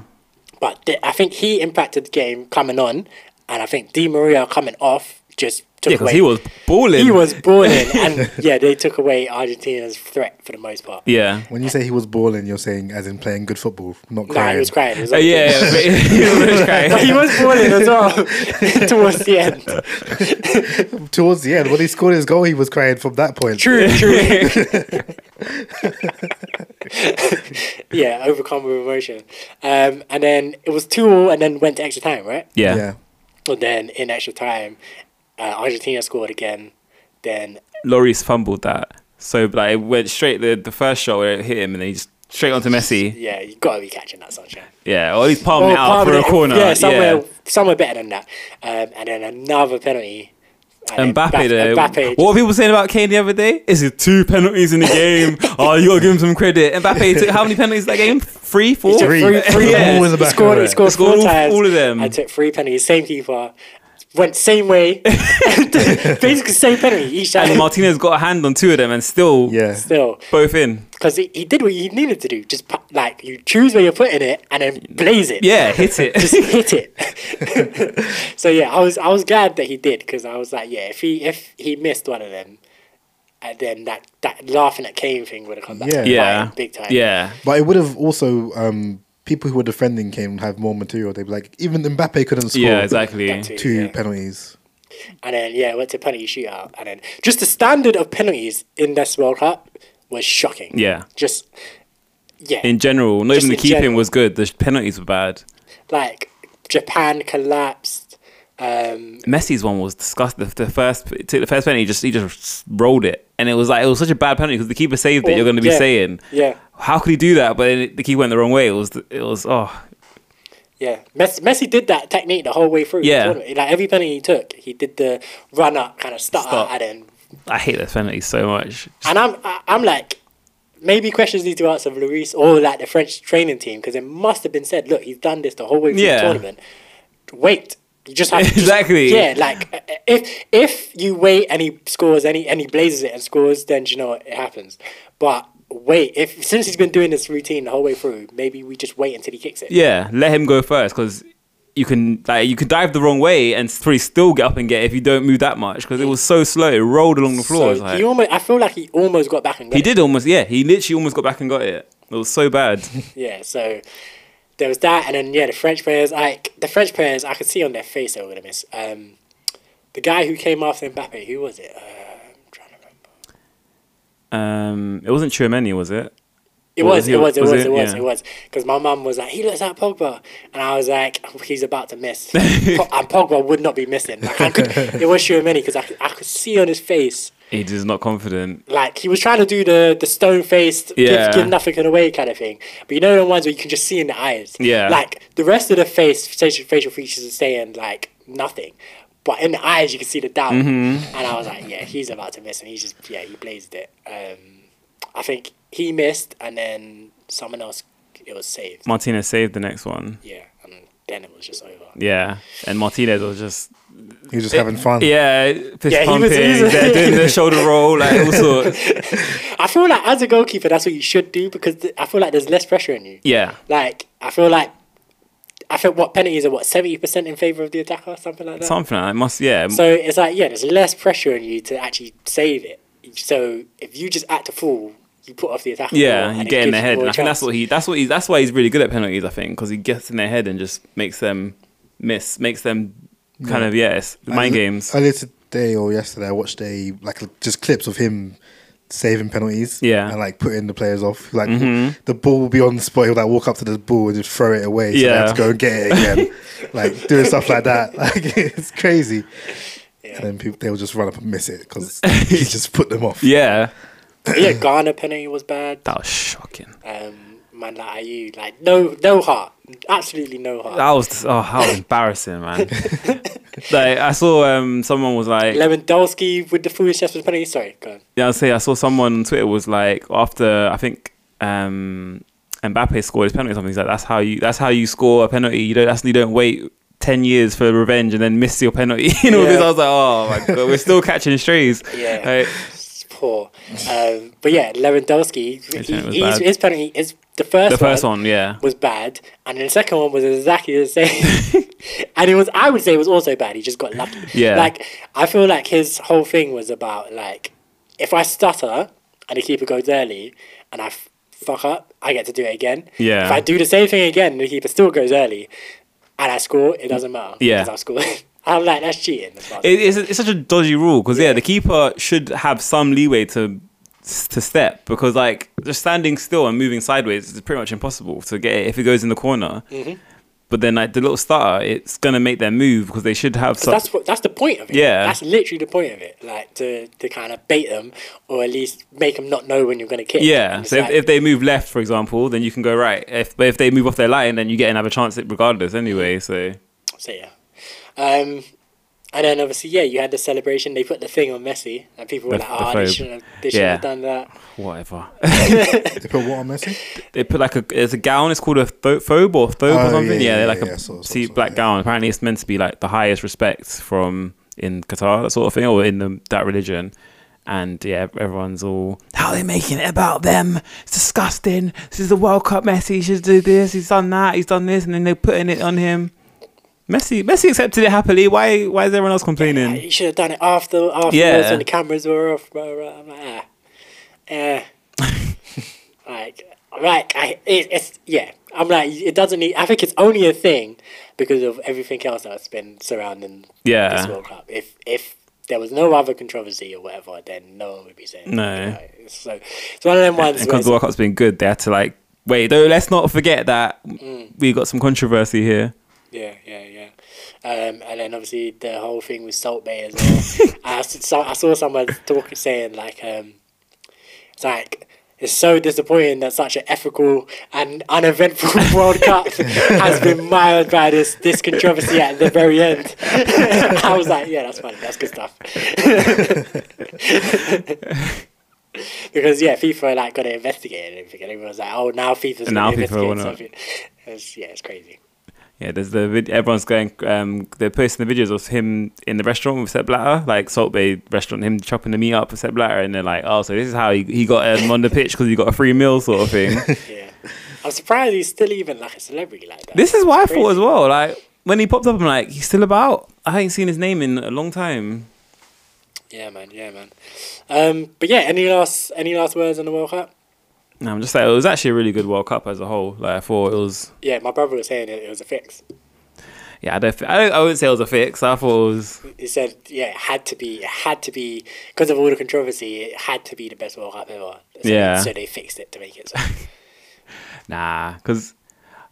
Speaker 1: But th- I think he impacted the game coming on, and I think Di Maria coming off just took
Speaker 2: because
Speaker 1: away.
Speaker 2: he was balling.
Speaker 1: he was balling, and yeah, they took away Argentina's threat for the most part.
Speaker 2: Yeah.
Speaker 4: When you say he was balling, you're saying as in playing good football, not
Speaker 1: Nah,
Speaker 4: crying.
Speaker 1: he was crying. He was
Speaker 2: Uh,
Speaker 1: on the
Speaker 2: yeah,
Speaker 1: bench.
Speaker 2: but he was
Speaker 1: But
Speaker 2: crying.
Speaker 1: he was balling as well towards the end.
Speaker 4: Towards the end, when he scored his goal, he was crying from that point.
Speaker 1: True, true. yeah, overcome with emotion. Um, and then it was 2 all and then went to extra time, right?
Speaker 2: Yeah.
Speaker 4: Yeah.
Speaker 1: And then in extra time, uh, Argentina scored again. Then,
Speaker 2: Lloris fumbled that. So like it went straight the the first shot where it hit him and then he just straight onto Messi.
Speaker 1: yeah, you got to be catching that sunshine.
Speaker 2: Yeah. Or he's palming it out
Speaker 1: palm
Speaker 2: for a
Speaker 1: it-
Speaker 2: corner.
Speaker 1: Yeah, somewhere,
Speaker 2: yeah.
Speaker 1: somewhere better than that. Um, and then another penalty. And then
Speaker 2: Mbappe,
Speaker 1: Baf-
Speaker 2: though.
Speaker 1: Mbappe
Speaker 2: what were people saying about Kane the other day? Is it two penalties in the game? oh, you gotta give him some credit. Mbappe took how many penalties that game? Three, four.
Speaker 1: took
Speaker 4: Three.
Speaker 1: three
Speaker 4: Yeah.
Speaker 1: times.
Speaker 4: in
Speaker 1: He
Speaker 4: the back
Speaker 1: scored,
Speaker 4: of
Speaker 1: he
Speaker 4: it.
Speaker 1: scored
Speaker 2: Scored
Speaker 1: four
Speaker 2: all-
Speaker 1: times.
Speaker 2: all of them.
Speaker 1: I took three penalties. Same keeper. Went same way. Basically same penalty each
Speaker 2: And
Speaker 1: time.
Speaker 2: Martinez got a hand on two of them and still
Speaker 4: Yeah.
Speaker 1: Still,
Speaker 2: both in.
Speaker 1: because he, he did what he needed to do. Just pu- like you choose where you're putting it and then blaze it.
Speaker 2: Yeah, hit
Speaker 1: Just
Speaker 2: it.
Speaker 1: hit it. so yeah, I was I was glad that he did because I was like, yeah, if he if he missed one of them, and then that that laughing at Kane thing would have come back.
Speaker 4: Yeah.
Speaker 1: to
Speaker 2: yeah.
Speaker 1: bite big time.
Speaker 2: Yeah.
Speaker 4: But it would have also um, people who were defending Kane have more material. They'd be like, even Mbappe couldn't score
Speaker 2: Yeah, exactly.
Speaker 1: That too,
Speaker 4: two
Speaker 1: yeah.
Speaker 4: penalties.
Speaker 1: And then yeah, went to penalty shootout, and then just the standard of penalties in this World Cup was shocking.
Speaker 2: Yeah.
Speaker 1: just yeah,
Speaker 2: In general, not
Speaker 1: Just
Speaker 2: even the
Speaker 1: in
Speaker 2: keeping
Speaker 1: general.
Speaker 2: was good. The sh- penalties were bad.
Speaker 1: like Japan collapsed. Um,
Speaker 2: Messi's one was disgusting. The, the first, he took the first penalty, he just he just rolled it, and it was like it was such a bad penalty because the keeper saved it.
Speaker 1: Oh,
Speaker 2: You're going to be
Speaker 1: yeah.
Speaker 2: saying,
Speaker 1: Yeah.
Speaker 2: how could he do that? But then it, the keeper went the wrong way. It was, it was, oh,
Speaker 1: yeah, Messi, Messi did that technique the whole way through. the
Speaker 2: Yeah.
Speaker 1: tournament. like every penalty he took, he did the run up kind of stutter,
Speaker 2: Stop.
Speaker 1: and then
Speaker 2: I hate those penalties so much.
Speaker 1: and I'm I- I'm like. Maybe questions need to be asked of Luis or like the French training team because it must have been said. Look, he's done this the whole way through
Speaker 2: Yeah.
Speaker 1: the tournament. Wait, you just have to just-
Speaker 2: Exactly.
Speaker 1: yeah, like uh, uh, if if you wait and he scores and he, and he blazes it and scores, then you know what, it happens. But wait, if since he's been doing this routine the whole way through, maybe we just wait until he kicks it.
Speaker 2: Yeah, let him go first because you can like you can dive the wrong way and s- probably still get up and get it if you don't move that much because it was so slow. It rolled along the floor. It was
Speaker 1: So
Speaker 2: like-
Speaker 1: he almost, I feel like he almost got back and got
Speaker 2: he
Speaker 1: it.
Speaker 2: did almost, yeah, he literally almost got back and got it. It was so bad.
Speaker 1: Yeah, so there was that, and then yeah, the French players. Like the French players, I could see on their face they were gonna miss. Um, the guy who came after Mbappe, who was it? Uh, I'm trying to remember.
Speaker 2: Um, it wasn't Chouameni, was it?
Speaker 1: It
Speaker 2: What
Speaker 1: was,
Speaker 2: was he-
Speaker 1: it was, it
Speaker 2: was
Speaker 1: was,
Speaker 2: it?
Speaker 1: it was,
Speaker 2: Yeah.
Speaker 1: it was. Because my mum was like, he looks like Pogba. And I was like, "Oh, he's about to miss. Po- and Pogba would not be missing. Like, I could, it was Schumann because I, could- I could see on his face,
Speaker 2: He just not confident.
Speaker 1: like, he was trying to do the, the stone faced,
Speaker 2: Yeah.
Speaker 1: give, give nothing away kind of thing. But you know, the ones where you can just see in the eyes.
Speaker 2: Yeah.
Speaker 1: Like, the rest of the face, facial, facial features are saying, like, nothing. But in the eyes, you can see the doubt.
Speaker 2: Mm-hmm.
Speaker 1: And I was like, yeah, he's about to miss. And he just, yeah, he blazed it. Um, I think he missed, and then someone else it was saved.
Speaker 2: Martinez saved the next one.
Speaker 1: Yeah, and then it was just over.
Speaker 2: Yeah, and Martinez was just
Speaker 4: He was just having fun.
Speaker 2: yeah, fist
Speaker 1: Yeah, he was-
Speaker 2: pumping,
Speaker 1: he was-
Speaker 2: they're doing the shoulder roll, like all sorts.
Speaker 1: I feel like as a goalkeeper, that's what you should do because th- I feel like there's less pressure on you.
Speaker 2: Yeah,
Speaker 1: Like I feel like I think what penalties are what seventy percent in favor of the attacker, something like that.
Speaker 2: something like that. Must yeah,
Speaker 1: so it's like yeah, there's less pressure on you to actually save it. So if you just act a fool, you put off the attacker. more,
Speaker 2: yeah. You
Speaker 1: and it
Speaker 2: get in
Speaker 1: gives
Speaker 2: their
Speaker 1: you
Speaker 2: head.
Speaker 1: more
Speaker 2: And I think
Speaker 1: chance.
Speaker 2: that's what he. That's what he. That's why he's really good at penalties. I think because he gets in their head and just makes them miss, makes them kind of yes, mind games.
Speaker 4: Earlier today or yesterday, I watched a like just clips of him saving penalties.
Speaker 2: Yeah. Mm-hmm.
Speaker 4: and like putting the players off. Like the ball will be on the spot. He'll like walk up to the ball and just throw it away. So they
Speaker 2: Yeah.
Speaker 4: have to go and get it again. like doing stuff like that. Like it's crazy. And then people they'll just run up and miss it because he just put them off.
Speaker 2: yeah,
Speaker 1: yeah, Ghana penalty was bad.
Speaker 2: that was shocking.
Speaker 1: Um, man, like you, like no, no heart, absolutely no heart.
Speaker 2: That was oh, how embarrassing, man. like I saw um someone was like
Speaker 1: Lewandowski with the foolishness with penalty. Sorry, go on.
Speaker 2: Yeah, I'll say I saw someone on Twitter was like after I think um, Mbappe scored his penalty or something. He's like, "That's how you. That's how you score a penalty. You don't. That's you don't wait ten years for revenge and then miss your penalty." you know,
Speaker 1: Yeah.
Speaker 2: because I was like, "Oh my god, we're still catching strays."
Speaker 1: Yeah.
Speaker 2: Like,
Speaker 1: It's poor. Um, but yeah, Lewandowski,
Speaker 2: His
Speaker 1: he,
Speaker 2: penalty was
Speaker 1: his,
Speaker 2: bad.
Speaker 1: his penalty is the first.
Speaker 2: The first one, yeah.
Speaker 1: was bad, and then the second one was exactly the same. and it was, I would say, it was also bad. He just got lucky.
Speaker 2: Yeah.
Speaker 1: Like I feel like his whole thing was about like, if I stutter and the keeper goes early, and I f- fuck up, I get to do it again.
Speaker 2: Yeah.
Speaker 1: If I do the same thing again, and the keeper still goes early, and I score, it doesn't matter.
Speaker 2: Yeah.
Speaker 1: Because I scored. I'm like that's cheating. That's what I
Speaker 2: It, it's, it's such a dodgy rule because yeah. the keeper should have some leeway to to step because like just standing still and moving sideways is pretty much impossible to get it if it goes in the corner. But then like the little starter, it's gonna make their move because they should have
Speaker 1: But
Speaker 2: some.
Speaker 1: that's what that's the point of it.
Speaker 2: Yeah.
Speaker 1: that's literally the point of it. Like to to kind of bait them, or at least make them not know when you're going to kick.
Speaker 2: Yeah.
Speaker 1: And it's
Speaker 2: So if,
Speaker 1: like-
Speaker 2: if they move left, for example, then you can go right. If but if they move off their line, then you get another chance at- regardless anyway. So
Speaker 1: So yeah, um, and then obviously yeah, you had the celebration. They put the thing on Messi, and people were
Speaker 2: The-
Speaker 1: like,
Speaker 2: the
Speaker 1: "Ah, they
Speaker 2: phobe.
Speaker 1: shouldn't have, they shouldn't
Speaker 2: Yeah.
Speaker 1: have done that."
Speaker 2: whatever.
Speaker 4: They put what on Messi?
Speaker 2: they put like a it's a gown. It's called a tho- thobe or thobe
Speaker 4: Oh,
Speaker 2: or something.
Speaker 4: yeah,
Speaker 2: Yeah,
Speaker 4: yeah,
Speaker 2: they're like
Speaker 4: yeah,
Speaker 2: a
Speaker 4: sort of,
Speaker 2: sea
Speaker 4: sort of,
Speaker 2: black
Speaker 4: yeah.
Speaker 2: gown. Apparently, it's meant to be like the highest respect from in Qatar, that sort of thing, or in the, that religion. And yeah, everyone's all how are they making it about them? It's disgusting. This is the World Cup. Messi should do this. He's done that. He's done this, and then they're putting it on him. Messi, Messi accepted it happily. Why? Why is everyone else
Speaker 1: Like,
Speaker 2: complaining?
Speaker 1: you should have done it after afterwards
Speaker 2: Yeah.
Speaker 1: when the cameras were off. Blah, blah. I'm like, ah, eh. like, like I, it, it's yeah. I'm like, it doesn't need. I think it's only a thing because of everything else that's been surrounding this
Speaker 2: Yeah,
Speaker 1: World Cup. If if there was no other controversy or whatever, then no one would be saying
Speaker 2: No.
Speaker 1: anything about it. So it's one of them ones. where
Speaker 2: because the World Cup's been good, they had to like wait. Though, let's not forget that we got some controversy here.
Speaker 1: Yeah, yeah, yeah. Um, and then obviously the whole thing with Salt Bay as well. I, s- saw, I saw someone talking saying like, um, it's like it's so disappointing that such an ethical and uneventful World Cup has been mired by this this controversy at the very end. I was like, yeah, that's funny. That's good stuff. because yeah, FIFA like got to investigate it and everything, and everyone's like, oh, now FIFA's
Speaker 2: And now
Speaker 1: going
Speaker 2: FIFA
Speaker 1: to investigate
Speaker 2: wanna-
Speaker 1: something. It's, yeah, it's crazy.
Speaker 2: Yeah, there's the vid- everyone's going. Um, they're posting the videos of him in the restaurant with Sepp Blatter, like Salt Bay restaurant, him chopping the meat up with Sepp Blatter, and they're like, "Oh, so this is how he, he got um, on the pitch because he got a free meal, sort of thing."
Speaker 1: Yeah. I'm surprised he's still even like a celebrity like that.
Speaker 2: this is what I thought as well. Like when he popped up, I'm like, "He's still about." I ain't seen his name in a long time.
Speaker 1: Yeah, man. Yeah, man. Um, but yeah, any last any last words on the World Cup?
Speaker 2: And I'm just like, it was actually a really good World Cup as a whole. Like I thought it was.
Speaker 1: Yeah, my brother was saying it, it was a fix.
Speaker 2: Yeah, I don't. thi- I, don't, I wouldn't say it was a fix. I thought it was.
Speaker 1: He said, yeah, it had to be, it had to be, because of all the controversy, it had to be the best World Cup ever. So,
Speaker 2: Yeah.
Speaker 1: So they fixed it to make it so.
Speaker 2: Nah, because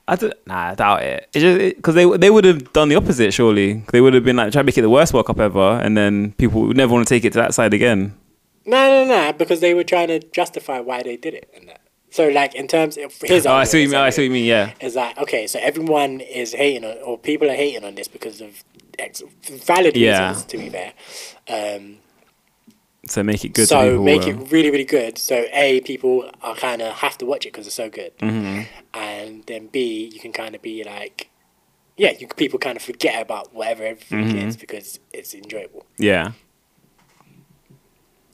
Speaker 2: I don't. Nah, I doubt it. It's just because they they would have done the opposite. Surely they would have been like trying to make it the worst World Cup ever, and then people would never want to take it to that side again.
Speaker 1: no, no, no, because they were trying to justify why they did it and that. So like in terms of his.
Speaker 2: Oh, I
Speaker 1: argument
Speaker 2: see what you
Speaker 1: is
Speaker 2: mean. I
Speaker 1: like-
Speaker 2: see what you mean. Yeah,
Speaker 1: is like okay, so everyone is hating on, or people are hating on this because of ex- valid
Speaker 2: Yeah.
Speaker 1: reasons. To be fair, um,
Speaker 2: so make it good.
Speaker 1: so
Speaker 2: to people,
Speaker 1: make
Speaker 2: uh,
Speaker 1: it really really good so a people are kind of have to watch it because it's so good
Speaker 2: Mm-hmm.
Speaker 1: and then b you can kind of be like yeah you people kind of forget about whatever everything
Speaker 2: Mm-hmm.
Speaker 1: is because it's enjoyable
Speaker 2: Yeah,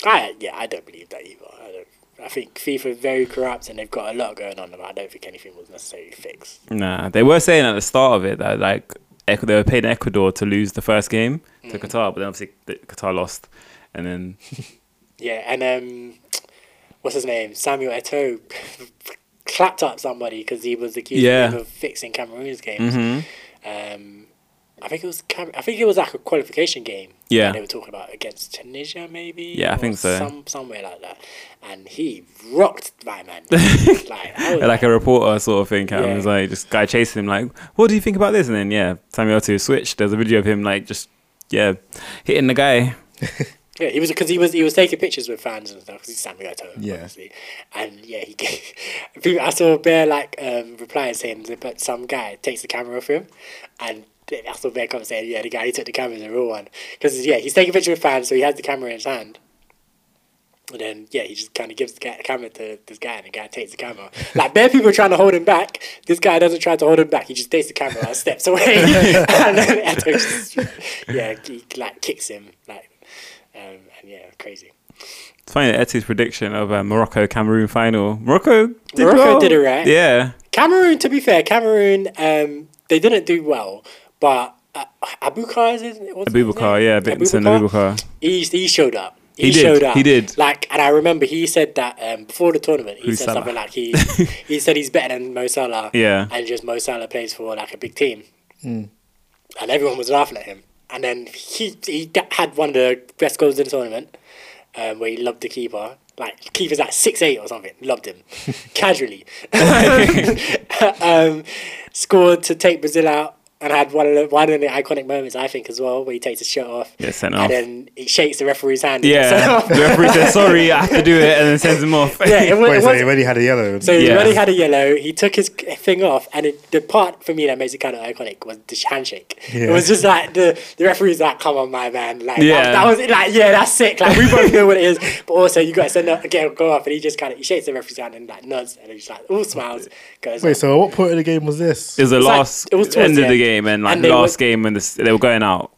Speaker 1: i yeah i don't believe that either i don't I think FIFA is very corrupt and they've got a lot going on, but I don't think anything was necessarily fixed.
Speaker 2: nah. They were saying at the start of it that like Ecuador, they were paying Ecuador to lose the first game
Speaker 1: Mm.
Speaker 2: to Qatar, but then obviously the- Qatar lost, and then
Speaker 1: Yeah, and um, what's his name? Samuel Eto'o clapped up somebody because he was accused
Speaker 2: Yeah. Mm-hmm.
Speaker 1: of him of fixing Cameroon's games. Um, I think it was Cam- I think it was like a qualification game. that
Speaker 2: Yeah.
Speaker 1: they were talking about against Tunisia, maybe.
Speaker 2: Yeah, I
Speaker 1: or
Speaker 2: think so.
Speaker 1: Some somewhere like that, and he rocked my man. like, I was
Speaker 2: like a reporter sort of thing. Cam
Speaker 1: Oh, Yeah.
Speaker 2: was like, just guy chasing him, like, what do you think about this? And then yeah, Samuel to switch. There's a video of him like just yeah hitting the guy.
Speaker 1: Yeah, he was because he was he was taking pictures with fans and stuff because he's Samuel Eto'o,
Speaker 4: Yeah.
Speaker 1: obviously. And yeah, he gave, people- I saw Bear like um, replying saying that but some guy takes the camera off him, and I saw Bear come saying yeah the guy who took the camera is a real one because yeah he's taking a picture with fans so he has the camera in his hand. And then yeah, he just kind of gives the ca- camera to this guy, and the guy takes the camera. Like bare people are trying to hold him back. This guy doesn't try to hold him back. He just takes the camera and steps away. and then Eto just, yeah, he like kicks him like, um, and yeah, crazy.
Speaker 2: It's funny that Etsy's prediction of uh, Morocco Cameroon final. Morocco did
Speaker 1: Morocco
Speaker 2: well.
Speaker 1: did alright.
Speaker 2: Yeah.
Speaker 1: Cameroon, to be fair, Cameroon, um, they didn't do well, but uh, Abubakar is it? What's his
Speaker 2: Abubakar,
Speaker 1: name?
Speaker 2: yeah, Bittenson Abubakar.
Speaker 1: He, he showed up. He,
Speaker 2: He did,
Speaker 1: showed up.
Speaker 2: he did.
Speaker 1: Like, and I remember he said that um, before the tournament. He
Speaker 2: Who's
Speaker 1: said
Speaker 2: Salah?
Speaker 1: something like he he said he's better than Mo Salah.
Speaker 2: Yeah.
Speaker 1: and just Mo Salah plays for like a big team, and everyone was laughing at him. And then he he d- had one of the best goals in the tournament, um, where he loved the keeper. Like keeper's like six eight or something. Loved him, casually. um, scored to take Brazil out and had one of the, one of the iconic moments I think as well where he takes his shirt off.
Speaker 2: Yeah, sent
Speaker 1: and
Speaker 2: off.
Speaker 1: then he shakes the referee's hand. and gets sent
Speaker 2: Yeah.
Speaker 1: off.
Speaker 2: the referee said, sorry, I have to do it, and then sends him off.
Speaker 1: yeah. It, was,
Speaker 4: Wait,
Speaker 1: it
Speaker 4: so he
Speaker 1: was,
Speaker 4: already had a yellow.
Speaker 1: so he
Speaker 2: Yeah.
Speaker 1: already had a yellow. He took his thing off, and it, the part for me that makes it kind of iconic was the handshake. It
Speaker 4: Yeah.
Speaker 1: was just like the the referee's like, "Come on, my man!" Like
Speaker 2: Yeah.
Speaker 1: that, that was like, "Yeah, that's sick." Like we both know what it is, but also you got to send up, get go off, and he just kind of he shakes the referee's hand and like nods, and he's like all smiles. Goes
Speaker 4: Wait,
Speaker 1: on.
Speaker 4: so at what point of the game was this?
Speaker 2: It was the
Speaker 1: was like-
Speaker 2: last
Speaker 1: it was towards
Speaker 2: end
Speaker 1: the
Speaker 2: of the
Speaker 1: end.
Speaker 2: game, and like
Speaker 1: And they
Speaker 2: last
Speaker 1: were-
Speaker 2: game when this, they were going out.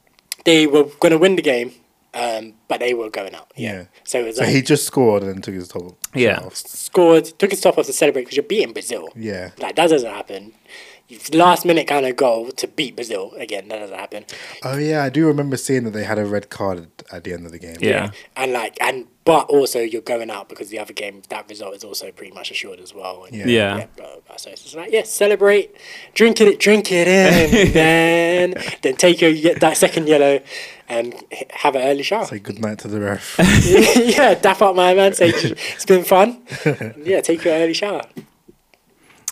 Speaker 1: they were going to win the game, um, but they were going out. Yeah.
Speaker 4: Yeah.
Speaker 1: So it was
Speaker 4: So
Speaker 1: like,
Speaker 4: he just scored and then took his top.
Speaker 2: Yeah.
Speaker 4: off.
Speaker 1: scored, took his top off to celebrate because you're beating Brazil.
Speaker 4: Yeah.
Speaker 1: Like that doesn't happen. Last minute kind of goal to beat Brazil again. That doesn't happen.
Speaker 4: Oh yeah, I do remember seeing that they had a red card at, at the end of the game.
Speaker 2: Yeah.
Speaker 1: And like and but also you're going out because the other game that result is also pretty much assured as well. And
Speaker 4: Yeah.
Speaker 2: Yeah.
Speaker 1: blah, blah, blah. So it's just like yeah, celebrate, drink it, drink it in, then then take your get that second yellow, and h- have an early shower.
Speaker 4: Say good night to the ref.
Speaker 1: yeah, dap up my man. Say it's been fun. Yeah, take your early shower.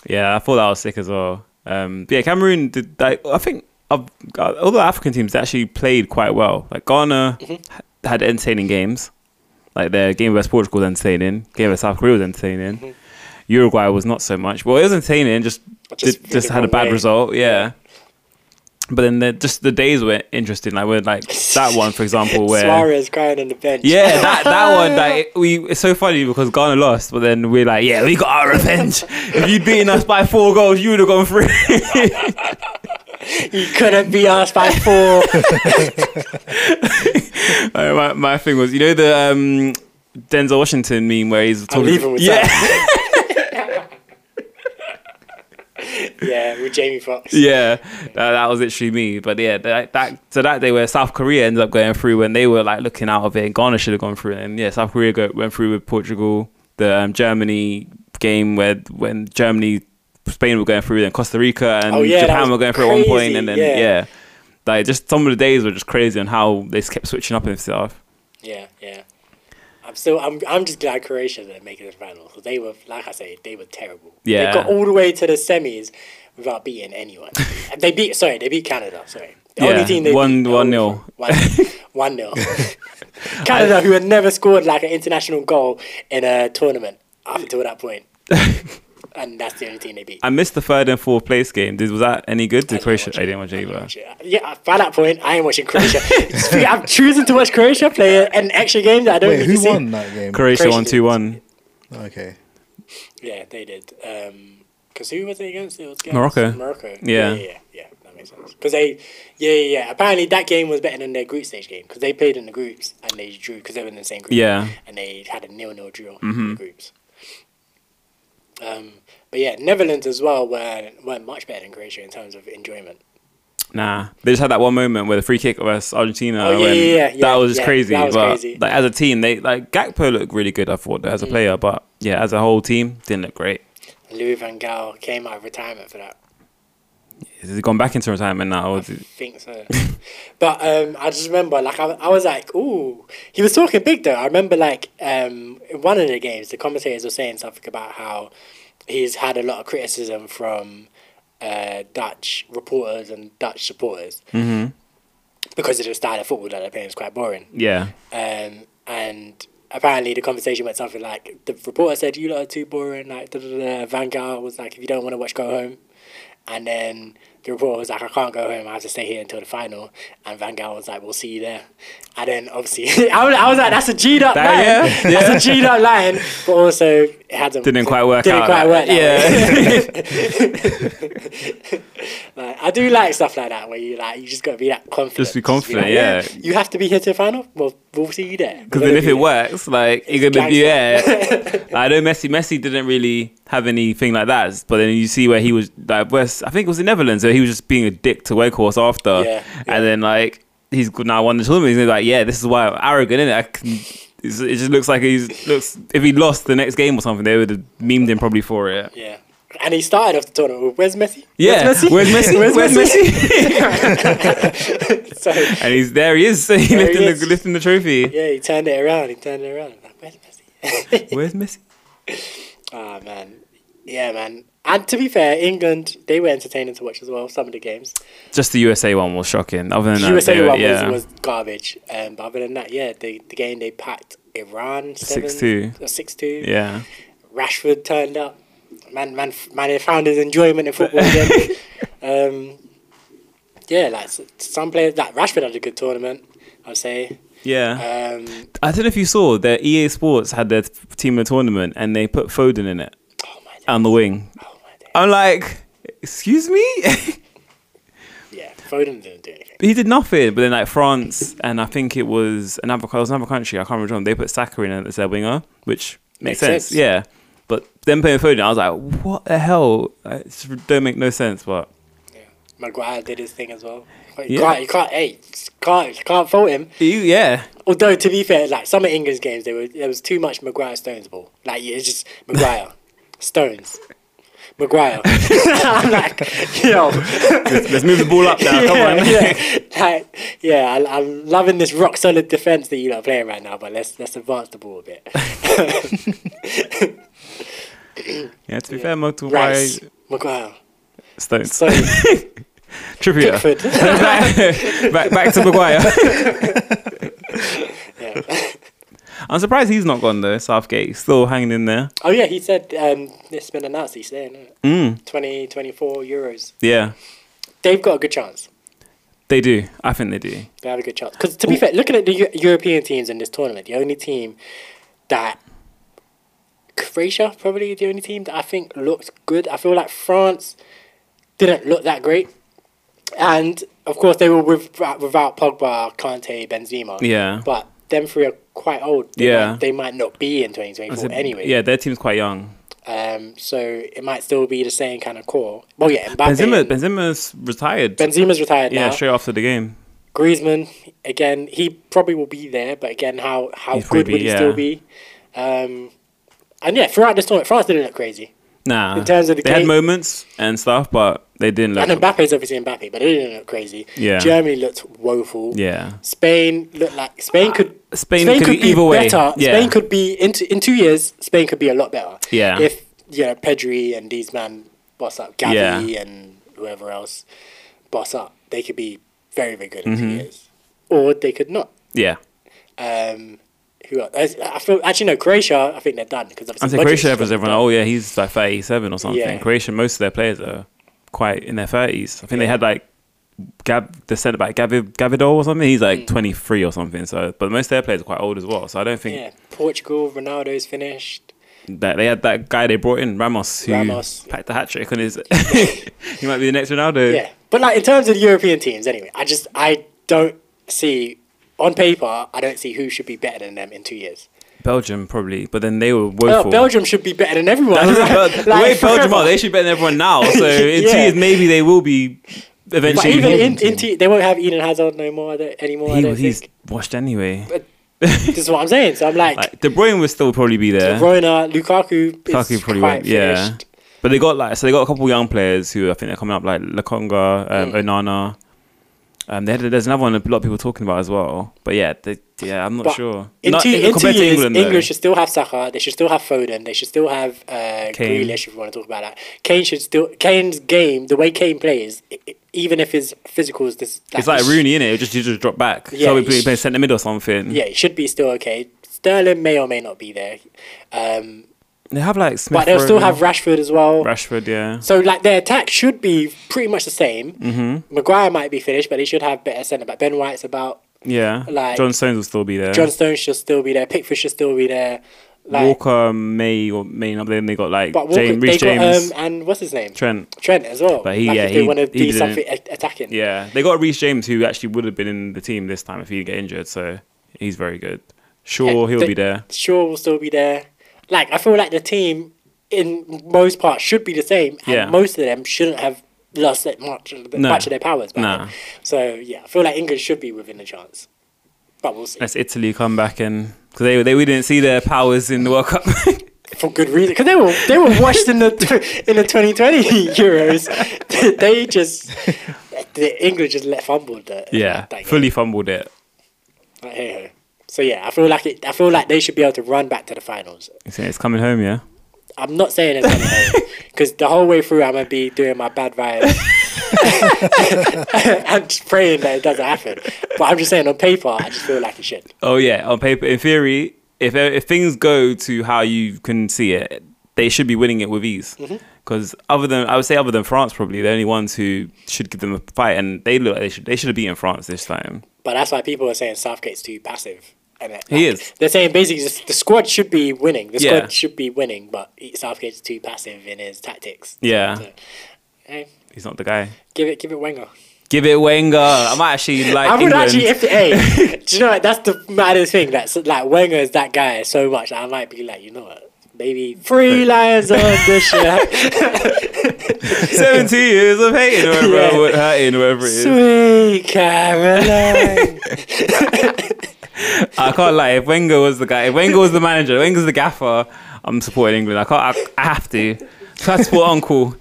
Speaker 2: Yeah, I thought that was sick as well. Um, but yeah, Cameroon did. Like, I think of, uh, all the African teams actually played quite well. Like Ghana h-
Speaker 1: Mm-hmm.
Speaker 2: had entertaining games. Like their game versus Portugal was entertaining. Game versus South Korea was entertaining.
Speaker 1: Mm-hmm.
Speaker 2: Uruguay was not so much. Well, it was entertaining. Just
Speaker 1: Just
Speaker 2: just,
Speaker 1: in
Speaker 2: just
Speaker 1: the
Speaker 2: had a
Speaker 1: wrong
Speaker 2: bad
Speaker 1: way.
Speaker 2: result. Yeah. But then the, just the days were interesting. Like we're like that one, for example, where
Speaker 1: Suarez crying on the bench.
Speaker 2: yeah, that that one, like we, it's so funny because Ghana lost, but then we're like, yeah, we got our revenge. if you'd beaten us by four goals, you would have gone through.
Speaker 1: You couldn't be asked by four.
Speaker 2: Uh, my, my thing was, you know, the um, Denzel Washington meme where he's talking.
Speaker 1: leaving with
Speaker 2: yeah,
Speaker 1: yeah, with Jamie Foxx.
Speaker 2: yeah, that, that was literally me. But yeah, that, that so that day where South Korea ended up going through when they were like looking out of it, and Ghana should have gone through. And yeah, South Korea go, went through with Portugal. The um, Germany game where when Germany, Spain were going through, then Costa Rica and
Speaker 1: Oh, yeah, that
Speaker 2: Japan
Speaker 1: was
Speaker 2: were going through at one point,
Speaker 1: crazy,
Speaker 2: and then
Speaker 1: yeah.
Speaker 2: yeah. like just some of the days were just crazy on how they kept switching up and stuff.
Speaker 1: Yeah, yeah. I'm still. I'm. I'm just glad Croatia didn't make it to the final 'cause they were, like I say, they were terrible.
Speaker 2: Yeah.
Speaker 1: They got all the way to the semis without beating anyone. they beat. Sorry, they beat Canada. Sorry. The
Speaker 2: Yeah, one-
Speaker 1: beat-
Speaker 2: one
Speaker 1: oh,
Speaker 2: nil.
Speaker 1: One, one nil. Canada, who had never scored like an international goal in a tournament up until that point, and that's the only team they beat.
Speaker 2: I missed the third and fourth place game. Did was that any good? Did
Speaker 1: didn't
Speaker 2: Croatia?
Speaker 1: watch
Speaker 2: I
Speaker 1: it.
Speaker 2: didn't watch it either.
Speaker 1: Yeah, yeah, by that point, I ain't watching Croatia. Speak- I'm choosing to watch Croatia play an extra game that I don't
Speaker 4: Wait,
Speaker 1: need
Speaker 4: who
Speaker 1: to see.
Speaker 4: won that game?
Speaker 2: Croatia
Speaker 1: Croatia
Speaker 2: one
Speaker 1: did.
Speaker 2: two one.
Speaker 4: Okay.
Speaker 1: Yeah, they did. Because who was it against? It was against
Speaker 2: Morocco.
Speaker 1: Morocco.
Speaker 2: Yeah.
Speaker 1: Yeah, yeah, yeah. yeah, that makes sense. Because they, yeah, yeah, yeah. Apparently, that game was better than their group stage game because they played in the groups and they drew because they were in the same group.
Speaker 2: Yeah. Mm-hmm.
Speaker 1: And they had a nil-nil draw in the groups. Um, but yeah, Netherlands as well were were much better than Croatia in terms of enjoyment.
Speaker 2: Nah, they just had that one moment where the free kick versus Argentina.
Speaker 1: Oh, yeah,
Speaker 2: when-
Speaker 1: yeah, yeah, yeah,
Speaker 2: that was just
Speaker 1: yeah,
Speaker 2: crazy.
Speaker 1: that was
Speaker 2: but
Speaker 1: crazy. Mm.
Speaker 2: like as a team, they like Gakpo looked really good. I thought as a player, but yeah, as a whole team, didn't look great.
Speaker 1: Louis van Gaal came out of retirement for that.
Speaker 2: Has he gone back into retirement now? Or is it-
Speaker 1: think so. but um, I just remember, like, I, I was like, ooh. He was talking big, though. I remember, like, um, in one of the games, the commentators were saying something about how he's had a lot of criticism from uh, Dutch reporters and Dutch supporters because of the style of football that they're playing is quite boring.
Speaker 2: yeah,
Speaker 1: Um, and apparently the conversation went something like the reporter said, "You lot are too boring." Like da, da, da. Van Gaal was like, "If you don't want to watch, go home." And then the reporter was like, "I can't go home. I have to stay here until the final." And Van Gaal was like, "We'll see you there." And then obviously, I was, I was like, "That's a G'd up
Speaker 2: That-
Speaker 1: line.
Speaker 2: yeah,
Speaker 1: That's a G'd up line." But also, it hasn't
Speaker 2: didn't quite work
Speaker 1: didn't
Speaker 2: out.
Speaker 1: quite work. That way.
Speaker 2: yeah,
Speaker 1: Like, I do like stuff like that where you like you just gotta be that confident.
Speaker 2: Just be
Speaker 1: like,
Speaker 2: confident, yeah.
Speaker 1: You have to be here to the final. Well, we'll see you there.
Speaker 2: Because then if it works, like you're
Speaker 1: It's
Speaker 2: gonna be yeah. I know Messi. Messi didn't really have anything like that, but then you see where he was like West. I think it was the Netherlands where he was just being a dick to Wakehorse after,
Speaker 1: Yeah, yeah.
Speaker 2: and then like he's now won the tournament. He's like, yeah, this is why I'm arrogant. Innit? I can, it's- it just looks like he's looks. If he lost the next game or something, they would have memed him probably for it.
Speaker 1: Yeah. And he started off the tournament with, where's Messi?
Speaker 2: Yeah,
Speaker 1: Where's Messi?
Speaker 2: where's Messi? Where's, Messi?
Speaker 1: so,
Speaker 2: and he's there. He is.
Speaker 1: There
Speaker 2: He
Speaker 1: he
Speaker 2: lifting the
Speaker 1: is.
Speaker 2: lifting the trophy.
Speaker 1: yeah, he turned it around. He turned it around. Like, where's Messi?
Speaker 2: Where's Messi?
Speaker 1: Ah, man. Yeah, man. And to be fair, England, they were entertaining to watch as well, some of the games.
Speaker 2: Just the USA one was shocking. Other than that, they
Speaker 1: USA
Speaker 2: were-
Speaker 1: one
Speaker 2: yeah.
Speaker 1: was, was garbage. Um, but other than that, yeah, they, the game they packed Iran 7
Speaker 2: 6-2.
Speaker 1: 6 2.
Speaker 2: yeah.
Speaker 1: Rashford turned up. Man, man, man, he found his enjoyment in football again. um, yeah, like s- some players, like Rashford had a good tournament, I'd say.
Speaker 2: Yeah.
Speaker 1: Um,
Speaker 2: I don't know if you saw that EA Sports had their t- team of the tournament and they put Foden in it
Speaker 1: oh my
Speaker 2: on the wing.
Speaker 1: Oh my days.
Speaker 2: I'm like, excuse me?
Speaker 1: Yeah, Foden didn't do anything.
Speaker 2: he did nothing. But then like France and I think it was another it was another country, I can't remember, which one, they put Saka in as their winger, which
Speaker 1: Makes
Speaker 2: makes, sense.
Speaker 1: sense.
Speaker 2: Yeah. But then playing Foden, I was like, what the hell? Like, It just don't make no sense, but
Speaker 1: Yeah. Maguire did his thing as well. But you
Speaker 2: Yeah.
Speaker 1: can't, you can't, hey, s- can't, you can't fault him.
Speaker 2: you, yeah.
Speaker 1: Although to be fair, like some of England's games, there were there was too much Maguire Stones ball. Like it's just Maguire Stones. Maguire, I'm like, yo,
Speaker 2: Let's move the ball up now. Come on.
Speaker 1: yeah, yeah. Like, yeah I, I'm loving this rock solid defense that you lot are playing right now, but let's let's advance the ball a bit.
Speaker 2: Yeah, to be fair, Motor
Speaker 1: Rice, Maguire,
Speaker 2: Stones.
Speaker 1: Stones,
Speaker 2: Trippier.
Speaker 1: Pickford.
Speaker 2: back, back- back to Maguire.
Speaker 1: yeah.
Speaker 2: I'm surprised he's not gone though. Southgate He's still hanging in there.
Speaker 1: Oh yeah, he said um, it's been announced he's there. isn't it?
Speaker 2: Mm.
Speaker 1: 20, 24 euros.
Speaker 2: Yeah,
Speaker 1: They've got a good chance.
Speaker 2: they do. I think they do.
Speaker 1: They have a good chance. Because to be fair, looking at the Eu- European teams in this tournament, the only team that Croatia probably the only team that I think looked good. I feel like France didn't look that great, and of course they were with, without Pogba, Kante, Benzema.
Speaker 2: Yeah.
Speaker 1: but them three are quite old. They
Speaker 2: Yeah.
Speaker 1: might, they might not be in twenty twenty
Speaker 2: I
Speaker 1: four
Speaker 2: said-
Speaker 1: anyway.
Speaker 2: Yeah, their team's quite young.
Speaker 1: Um. So it might still be the same kind of core. Well, yeah. Mbappe
Speaker 2: Benzema,
Speaker 1: and-
Speaker 2: Benzema's retired.
Speaker 1: Benzema's retired
Speaker 2: yeah,
Speaker 1: now.
Speaker 2: straight after the game.
Speaker 1: Griezmann again, he probably will be there, but again, how how
Speaker 2: He's
Speaker 1: good
Speaker 2: probably,
Speaker 1: would he
Speaker 2: yeah.
Speaker 1: still be? Um, and yeah, throughout this tournament, France didn't look crazy,
Speaker 2: Nah,
Speaker 1: In terms of the
Speaker 2: they
Speaker 1: game-
Speaker 2: had moments and stuff, but they didn't look.
Speaker 1: and Mbappe's obviously Mbappe, but they didn't look crazy.
Speaker 2: Yeah.
Speaker 1: Germany looked woeful.
Speaker 2: yeah, Uh,
Speaker 1: Spain looked like Spain could
Speaker 2: Spain could be either way.
Speaker 1: better.
Speaker 2: Yeah.
Speaker 1: Spain could be in t- in two years. Spain could be a lot better.
Speaker 2: Yeah.
Speaker 1: If you know Pedri and these man boss up, Gavi
Speaker 2: Yeah.
Speaker 1: and whoever else boss up, they could be very very good in
Speaker 2: Mm-hmm.
Speaker 1: two years, or they could not.
Speaker 2: yeah.
Speaker 1: Um, who else? I- I feel actually no Croatia. I think they're done because
Speaker 2: I'm
Speaker 1: obviously
Speaker 2: saying
Speaker 1: Modric
Speaker 2: Croatia
Speaker 1: is
Speaker 2: was everyone.
Speaker 1: done.
Speaker 2: Oh yeah, he's like 37 or something.
Speaker 1: Yeah.
Speaker 2: Croatia, most of their players are quite in their 30s. I think they had like Gab, the centre back Gavi, Gavidol or something. He's
Speaker 1: Mm.
Speaker 2: like 23 or something. So, but most of their players are quite old as well. So I don't think
Speaker 1: Yeah, Portugal. Ronaldo's finished.
Speaker 2: that they had that guy they brought in Ramos who
Speaker 1: Ramos.
Speaker 2: packed the hat trick on his. he might be the next Ronaldo.
Speaker 1: Yeah, but like in terms of the European teams, anyway, I just I don't see on paper. I don't see who should be better than them in two years.
Speaker 2: Belgium probably, but then they were
Speaker 1: Well,
Speaker 2: woeful.
Speaker 1: Oh, Belgium should be better than everyone.
Speaker 2: That was about- the
Speaker 1: Like,
Speaker 2: way Belgium are,
Speaker 1: forever.
Speaker 2: they should be better than everyone now. So in
Speaker 1: Yeah.
Speaker 2: two years, maybe they will be
Speaker 1: But
Speaker 2: eventually.
Speaker 1: even in, in te- they won't have Eden Hazard no more I don't- anymore. I
Speaker 2: he,
Speaker 1: don't
Speaker 2: he's
Speaker 1: think.
Speaker 2: washed anyway.
Speaker 1: This is what I'm saying. So I'm like,
Speaker 2: Like De Bruyne would still probably be there.
Speaker 1: Rona, Lukaku,
Speaker 2: Lukaku
Speaker 1: is
Speaker 2: probably
Speaker 1: quite
Speaker 2: won't. Yeah,
Speaker 1: finished.
Speaker 2: but they got like so they got a couple young players who I think they're coming up like Lakonga, um,
Speaker 1: Mm.
Speaker 2: Onana. Um, they had, there's another one a lot of people talking about as well. But yeah, they, yeah, I'm not
Speaker 1: But
Speaker 2: sure.
Speaker 1: In
Speaker 2: Not
Speaker 1: two, in two
Speaker 2: compared to
Speaker 1: years,
Speaker 2: England,
Speaker 1: England,
Speaker 2: though.
Speaker 1: should still have Saka. They should still have Foden. They should still have uh,
Speaker 2: Kane.
Speaker 1: Grealish. If we want to talk about that, Kane should still Kane's game. The way Kane plays, i- i- even if his physical is this,
Speaker 2: it's like Rooney in it. Just you just drop back.
Speaker 1: Yeah,
Speaker 2: Yeah, so
Speaker 1: he
Speaker 2: we
Speaker 1: sh-
Speaker 2: play centre mid or something.
Speaker 1: Yeah, he should be still okay. Sterling may or may not be there, um,
Speaker 2: they have like Smith.
Speaker 1: but they'll still
Speaker 2: Rowe,
Speaker 1: have Rashford as well.
Speaker 2: Rashford. Yeah,
Speaker 1: So like their attack should be pretty much the same. Mm-hmm. Maguire might be finished, but they should have better centre back. Ben White's about.
Speaker 2: yeah.
Speaker 1: like-
Speaker 2: John Stones will still be there.
Speaker 1: John Stones should still be there. Pickford should still be there. Like,
Speaker 2: Walker may or may not. Then they got like
Speaker 1: but Walker,
Speaker 2: James,
Speaker 1: they
Speaker 2: Reece
Speaker 1: got
Speaker 2: James,
Speaker 1: um, and what's his name?
Speaker 2: Trent.
Speaker 1: Trent as well.
Speaker 2: But he-
Speaker 1: like
Speaker 2: yeah,
Speaker 1: if they
Speaker 2: he-
Speaker 1: want to
Speaker 2: he
Speaker 1: do
Speaker 2: didn't-
Speaker 1: something a- attacking.
Speaker 2: Yeah, they got Reece James, who actually would have been in the team this time if he didn't get injured. So He's very good. Sure, he'll
Speaker 1: the-
Speaker 2: be there.
Speaker 1: Shaw will still be there. Like I feel like the team in most part should be the same, and
Speaker 2: Yeah.
Speaker 1: most of them shouldn't have lost that much of the-
Speaker 2: No.
Speaker 1: much of their powers. By
Speaker 2: Nah.
Speaker 1: then. So yeah, I feel like England should be within a chance, but we'll see
Speaker 2: Unless Italy come back and because they, they we didn't see their powers in the World Cup.
Speaker 1: for good reason because they were they were washed in the in the 2020 Euros. they just the England just let fumbled that.
Speaker 2: yeah,
Speaker 1: that game.
Speaker 2: fully fumbled it.
Speaker 1: Like, hey-ho. So yeah, I feel like it, I feel like they should be able to run back to the finals.
Speaker 2: He's saying It's coming home, yeah.
Speaker 1: I'm not saying it's anything because the whole way through I'm gonna be doing my bad vibes and just praying that it doesn't happen. But I'm just saying on paper, I just feel like it should.
Speaker 2: Oh yeah, on paper, in theory, if if things go to how you can see it, they should be winning it with ease. Because other than I would say, other than France, probably the only ones who should give them a fight, and they look like they should they should have beaten France this time.
Speaker 1: But that's why people are saying Southgate's too passive. And that,
Speaker 2: He
Speaker 1: like,
Speaker 2: is.
Speaker 1: They're saying basically just the squad should be winning. The squad
Speaker 2: Yeah.
Speaker 1: should be winning, but Southgate's too passive in his tactics.
Speaker 2: Yeah,
Speaker 1: So, hey,
Speaker 2: he's not the guy.
Speaker 1: give it, give it Wenger.
Speaker 2: Give it Wenger. I might actually like
Speaker 1: I would
Speaker 2: England.
Speaker 1: actually, if hey, do you know what? That's the maddest thing. That's like Wenger is that guy so much. That I might be like, you know what? Maybe three lions on this shit.
Speaker 2: Seventy years of hating, or
Speaker 1: Yeah.
Speaker 2: whatever, or hurting, or whatever it is.
Speaker 1: Sweet Caroline.
Speaker 2: I can't lie. If Wenger was the guy, if Wenger was the manager, if Wenger's the gaffer, I'm supporting England. I can't. I, I have to. So I support Uncle.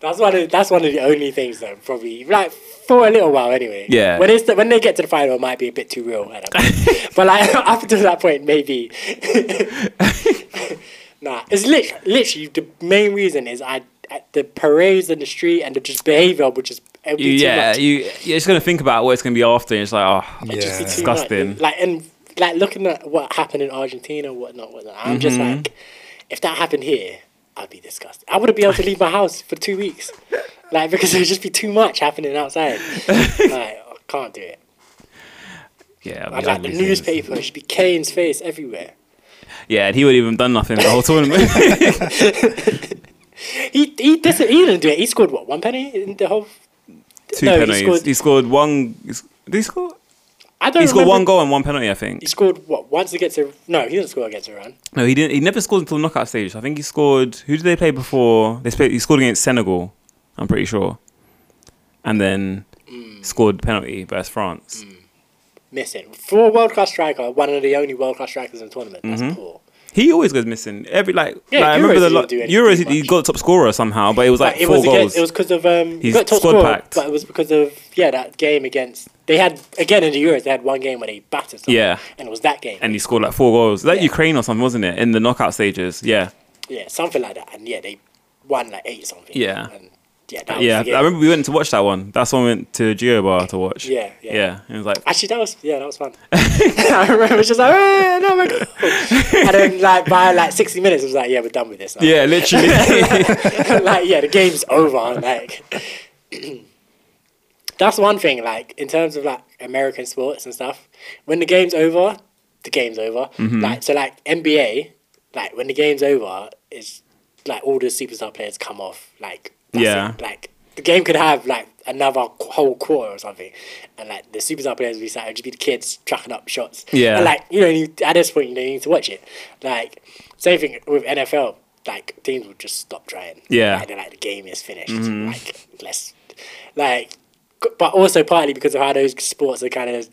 Speaker 1: that's one. Of, that's one of the only things that probably like for a little while anyway.
Speaker 2: Yeah.
Speaker 1: When it's the, when they get to the final, it might be a bit too real. At that point. but like up to that point, maybe. nah, it's lit, literally the main reason is I. at The parades in the street and the just behavior, which is it would be too
Speaker 2: yeah,
Speaker 1: much.
Speaker 2: you you're just gonna think about what it's gonna be after. And it's like, oh,
Speaker 1: just be
Speaker 4: Yeah.
Speaker 1: too much.
Speaker 2: Disgusting.
Speaker 1: Like and like looking at what happened in Argentina, whatnot, whatnot. I'm just
Speaker 2: Mm-hmm.
Speaker 1: like, if that happened here, I'd be disgusted. I wouldn't be able to leave my house for two weeks, like because it would just be too much happening outside. like I can't do it.
Speaker 2: yeah. it'd be
Speaker 1: I'd like the
Speaker 2: ugly scenes.
Speaker 1: newspaper it should be Kane's face everywhere.
Speaker 2: Yeah, and he would even done nothing for the whole tournament.
Speaker 1: He he dis- he didn't do it. He scored what one penny in the whole.
Speaker 2: Two
Speaker 1: No, he
Speaker 2: penalties. He
Speaker 1: scored-
Speaker 2: scored, one. Did he score?
Speaker 1: I don't.
Speaker 2: He scored
Speaker 1: remember-
Speaker 2: one goal and one penalty, I
Speaker 1: He
Speaker 2: think.
Speaker 1: scored what once against a no. He didn't score against Iran.
Speaker 2: No, he didn't. He never scored until knockout stage. I think he scored. Who did they play before? They played, he scored against Senegal. I'm pretty sure, and then
Speaker 1: Mm.
Speaker 2: scored penalty versus France.
Speaker 1: Missing for a world class striker, one of the only world class strikers in the tournament. That's
Speaker 2: Mm-hmm.
Speaker 1: poor.
Speaker 2: He always goes missing. Every like,
Speaker 1: Yeah,
Speaker 2: like, I
Speaker 1: Euros
Speaker 2: remember the
Speaker 1: he
Speaker 2: lo-
Speaker 1: didn't do anything
Speaker 2: Euros. He, he
Speaker 1: much.
Speaker 2: got top scorer somehow, but it was like
Speaker 1: But it
Speaker 2: four
Speaker 1: was
Speaker 2: goals.
Speaker 1: against, it was because of um
Speaker 2: He's
Speaker 1: he got top
Speaker 2: squad
Speaker 1: scorer,
Speaker 2: packed.
Speaker 1: but it was because of yeah that game against they had again in the Euros they had one game where they battered someone,
Speaker 2: Yeah.
Speaker 1: and it was that game
Speaker 2: and he scored like four goals. That
Speaker 1: Yeah.
Speaker 2: Ukraine or something, wasn't it? In the knockout stages. Yeah.
Speaker 1: yeah something like that and yeah they won like eight something
Speaker 2: Yeah.
Speaker 1: and yeah that
Speaker 2: yeah.
Speaker 1: was the game.
Speaker 2: I remember we went to watch that one. That's when we went to Geobar to watch.
Speaker 1: Yeah, yeah.
Speaker 2: Yeah. It was like
Speaker 1: Actually, that was yeah, that was fun. I remember it was just like, "Ah, no, my God. and then like by like sixty minutes, it was like, yeah, we're done with this. Now.
Speaker 2: Yeah, literally.
Speaker 1: like yeah, the game's over. Like that's one thing. Like in terms of like American sports and stuff, when the game's over, the game's over.
Speaker 2: Mm-hmm.
Speaker 1: Like so, like NBA, like when the game's over, it's like all the superstar players come off. Like that's
Speaker 2: Yeah.
Speaker 1: it. like the game could have like another qu- whole quarter or something, and like the superstar players would be sat, it'd just be the kids chucking up shots.
Speaker 2: Yeah.
Speaker 1: and, like you know, you, at this point, you don't need to watch it. Like same thing with NFL. Like teams would just stop trying.
Speaker 2: Yeah. Mm-hmm.
Speaker 1: Like, they're like the game is finished. Like let's like, g- but also partly because of how those sports are kind of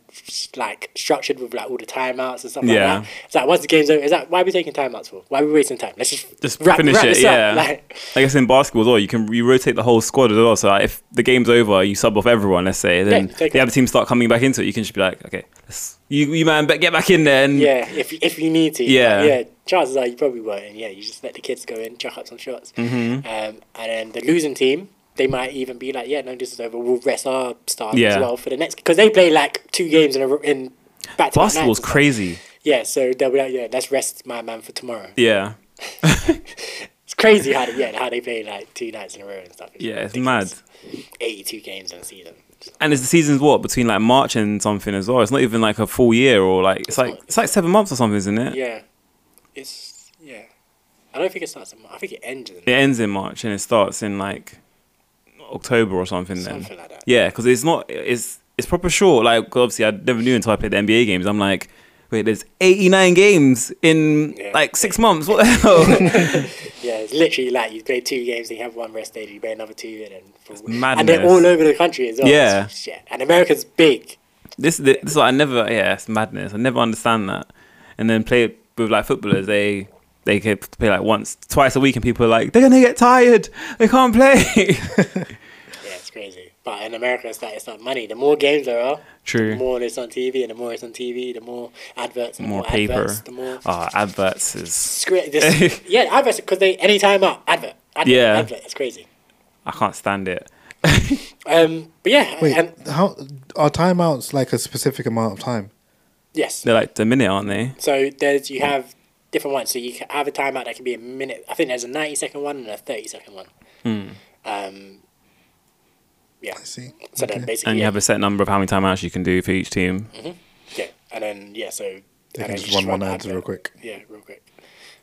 Speaker 1: like structured with like all the timeouts and stuff like
Speaker 2: Yeah.
Speaker 1: that. It's like once the game's over, it's like why are we taking timeouts for? Why are we wasting time? Let's just
Speaker 2: just
Speaker 1: wrap-
Speaker 2: finish
Speaker 1: wrap
Speaker 2: it.
Speaker 1: this up.
Speaker 2: Yeah.
Speaker 1: Like,
Speaker 2: I guess in basketball as well, you can you rotate the whole squad as well. So like, if the game's over, you sub off everyone. Let's say then
Speaker 1: Yeah, take
Speaker 2: the
Speaker 1: it.
Speaker 2: other team start coming back into it. You can just be like, okay, let's, you you man, be- get back in there and
Speaker 1: yeah, if if you need to,
Speaker 2: Yeah.
Speaker 1: yeah. Chances are you probably won't, and yeah, you just let the kids go in, chuck up some shots,
Speaker 2: Mm-hmm.
Speaker 1: um, and then the losing team. They might even be like, yeah, no, this is over. We'll rest our stars
Speaker 2: Yeah.
Speaker 1: as well for the next because they play like two games in a, r- in back to
Speaker 2: basketball's crazy.
Speaker 1: Yeah, so they'll be like, yeah, let's rest my man for tomorrow.
Speaker 2: Yeah.
Speaker 1: It's crazy how they, yeah how they play like two nights in a row and stuff.
Speaker 2: Yeah, it's mad.
Speaker 1: ridiculous. Eighty-two games in a season.
Speaker 2: And it's the season's what between like March and something as well. It's not even like a full year or like it's like
Speaker 1: not.
Speaker 2: it's like seven months or something, isn't it?
Speaker 1: Yeah, it's yeah. I don't think it starts. In, Mar- I think it ends in
Speaker 2: It ends in March and it starts in like October or something. Then
Speaker 1: something like that.
Speaker 2: yeah, because it's not it's it's proper short. Like 'cause obviously I never knew until I played the NBA games. I'm like, wait, there's 89 games in
Speaker 1: Yeah.
Speaker 2: like six months. What the hell?
Speaker 1: Yeah, it's literally like you play two games, and you have one rest day, you play another two, and then and
Speaker 2: madness.
Speaker 1: they're all over the country as well.
Speaker 2: Yeah.
Speaker 1: Shit. and America's big.
Speaker 2: this this is what I never yeah it's madness I never understand that and then play with like footballers they they could play like once twice a week and people are like they're gonna get tired they can't play
Speaker 1: Yeah, it's crazy. But in America, it's like it's not money. The more games there are, the
Speaker 2: true
Speaker 1: more it's on TV, and the more it's on TV, the more adverts, and the
Speaker 2: more
Speaker 1: more,
Speaker 2: paper
Speaker 1: adverts, the more
Speaker 2: ah adverts is
Speaker 1: Screw- this- yeah, adverts because they anytime up advert, advert,
Speaker 2: Yeah.
Speaker 1: advert. It's crazy.
Speaker 2: I can't stand it
Speaker 1: Um, but yeah,
Speaker 4: Wait,
Speaker 1: and
Speaker 4: how are timeouts like a specific amount of time?
Speaker 1: yes.
Speaker 2: they're like a minute aren't they
Speaker 1: So there's you have different ones. So you can have a timeout that can be a minute. I think there's a ninety second one and a thirty second one.
Speaker 2: Hmm.
Speaker 1: Um, yeah.
Speaker 4: I see.
Speaker 1: So then
Speaker 4: Okay.
Speaker 1: basically,
Speaker 2: and you
Speaker 1: yeah,
Speaker 2: have a set number of how many timeouts you can do for each team
Speaker 1: yeah, and then yeah, so
Speaker 4: They
Speaker 1: and
Speaker 4: can
Speaker 1: then
Speaker 4: just
Speaker 1: you
Speaker 4: run one
Speaker 1: the
Speaker 4: ad real
Speaker 1: advert.
Speaker 4: quick.
Speaker 1: Yeah, real quick.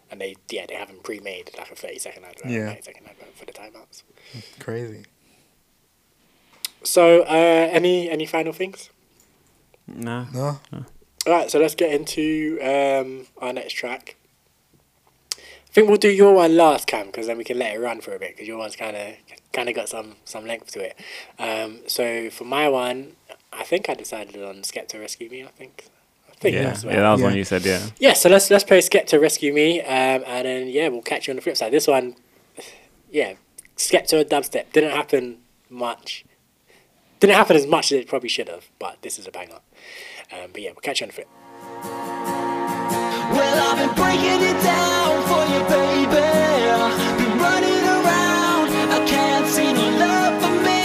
Speaker 1: And they yeah they haven't pre-made like a thirty second advert,
Speaker 4: Yeah.
Speaker 1: yeah, ninety second advert for the timeouts.
Speaker 4: Crazy.
Speaker 1: So uh, any any final things?
Speaker 2: nah
Speaker 4: No,
Speaker 1: All right, so let's get into um, our next track. I think we'll do your one last, Cam, because then we can let it run for a bit. Because your one's kind of kind of got some some length to it. Um, so for my one, I think I decided on Skepta Rescue Me. I think. I think
Speaker 2: yeah yeah
Speaker 1: that's
Speaker 2: that
Speaker 1: what-
Speaker 2: was
Speaker 4: Yeah.
Speaker 2: one you said yeah
Speaker 1: yeah, so let's let's play Skepta Rescue Me, um, and then yeah, we'll catch you on the flip side. This one, yeah, Skepta and dubstep didn't happen much, didn't happen as much as it probably should have, but this is a banger. Um, but yeah, we'll catch you on the flip.
Speaker 6: Well, I've been breaking it down for you, baby. Been running around, I can't see no love for me.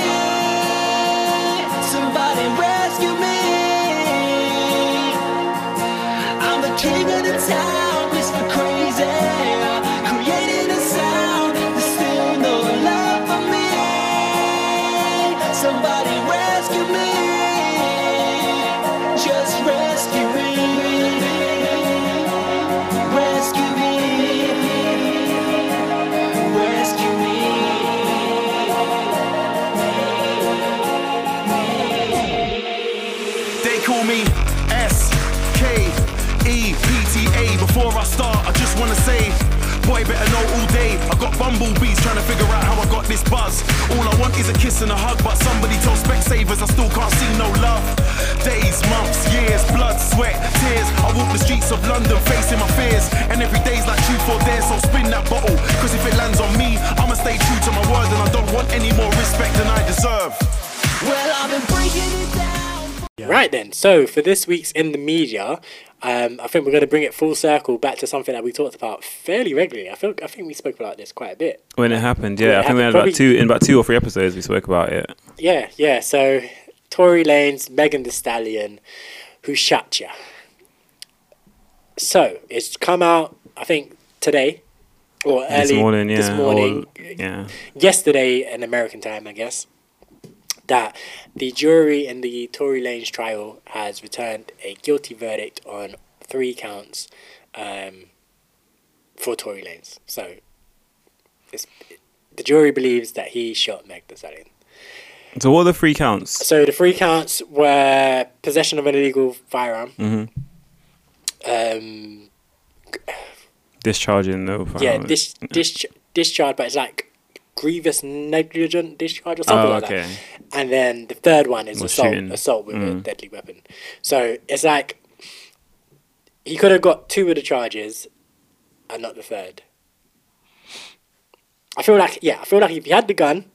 Speaker 6: Somebody rescue me. I'm the king of the town, Mr. Crazy. Creating a sound, there's still no love for me. Somebody rescue me. Just rescue me. Rescue me. Rescue me.
Speaker 5: They call me S K E P T A. Before I start, I just wanna say, boy, better know all day. I got bumblebees trying to figure out how I got this buzz. All I want is a kiss and a hug, but somebody told Specsavers I still can't see no love. Days, months, years, blood, sweat, tears. I walk the streets of London facing my fears, and every day's like truth or dare. So spin that bottle, cause if it lands on me, I'ma stay true to my word, and I don't want any more respect than I deserve.
Speaker 6: Well, I've been breaking it down.
Speaker 1: Right then, so for this week's in the media, um, I think we're going to bring it full circle back to something that we talked about fairly regularly. I feel I think we spoke about this quite a bit.
Speaker 2: when it happened yeah
Speaker 1: it
Speaker 2: I think we had
Speaker 1: happened,
Speaker 2: about
Speaker 1: probably-
Speaker 2: two in about two or three episodes we spoke about it
Speaker 1: Yeah, yeah. So Tory Lane's Megan the Stallion, who shot ya. So it's come out, I think today or early
Speaker 2: this morning yeah
Speaker 1: this
Speaker 2: or-
Speaker 1: morning,
Speaker 2: yeah
Speaker 1: yesterday in American time, I guess, that the jury in the Tory Lanez trial has returned a guilty verdict on three counts um, for Tory Lanez. So it's, the jury believes that he shot Meg Thee Stallion.
Speaker 2: so what are the three counts
Speaker 1: So the three counts were possession of an illegal firearm.
Speaker 2: Mm-hmm.
Speaker 1: Um,
Speaker 2: discharging the
Speaker 1: yeah, dis- dis- discharge, but it's like grievous negligent discharge or something
Speaker 2: Oh,
Speaker 1: like
Speaker 2: okay.
Speaker 1: that. And then the third one is
Speaker 2: Or
Speaker 1: assault,
Speaker 2: shooting.
Speaker 1: assault with a deadly weapon. So it's like he could have got two of the charges, and not the third. I feel like yeah, I feel like if he had the gun,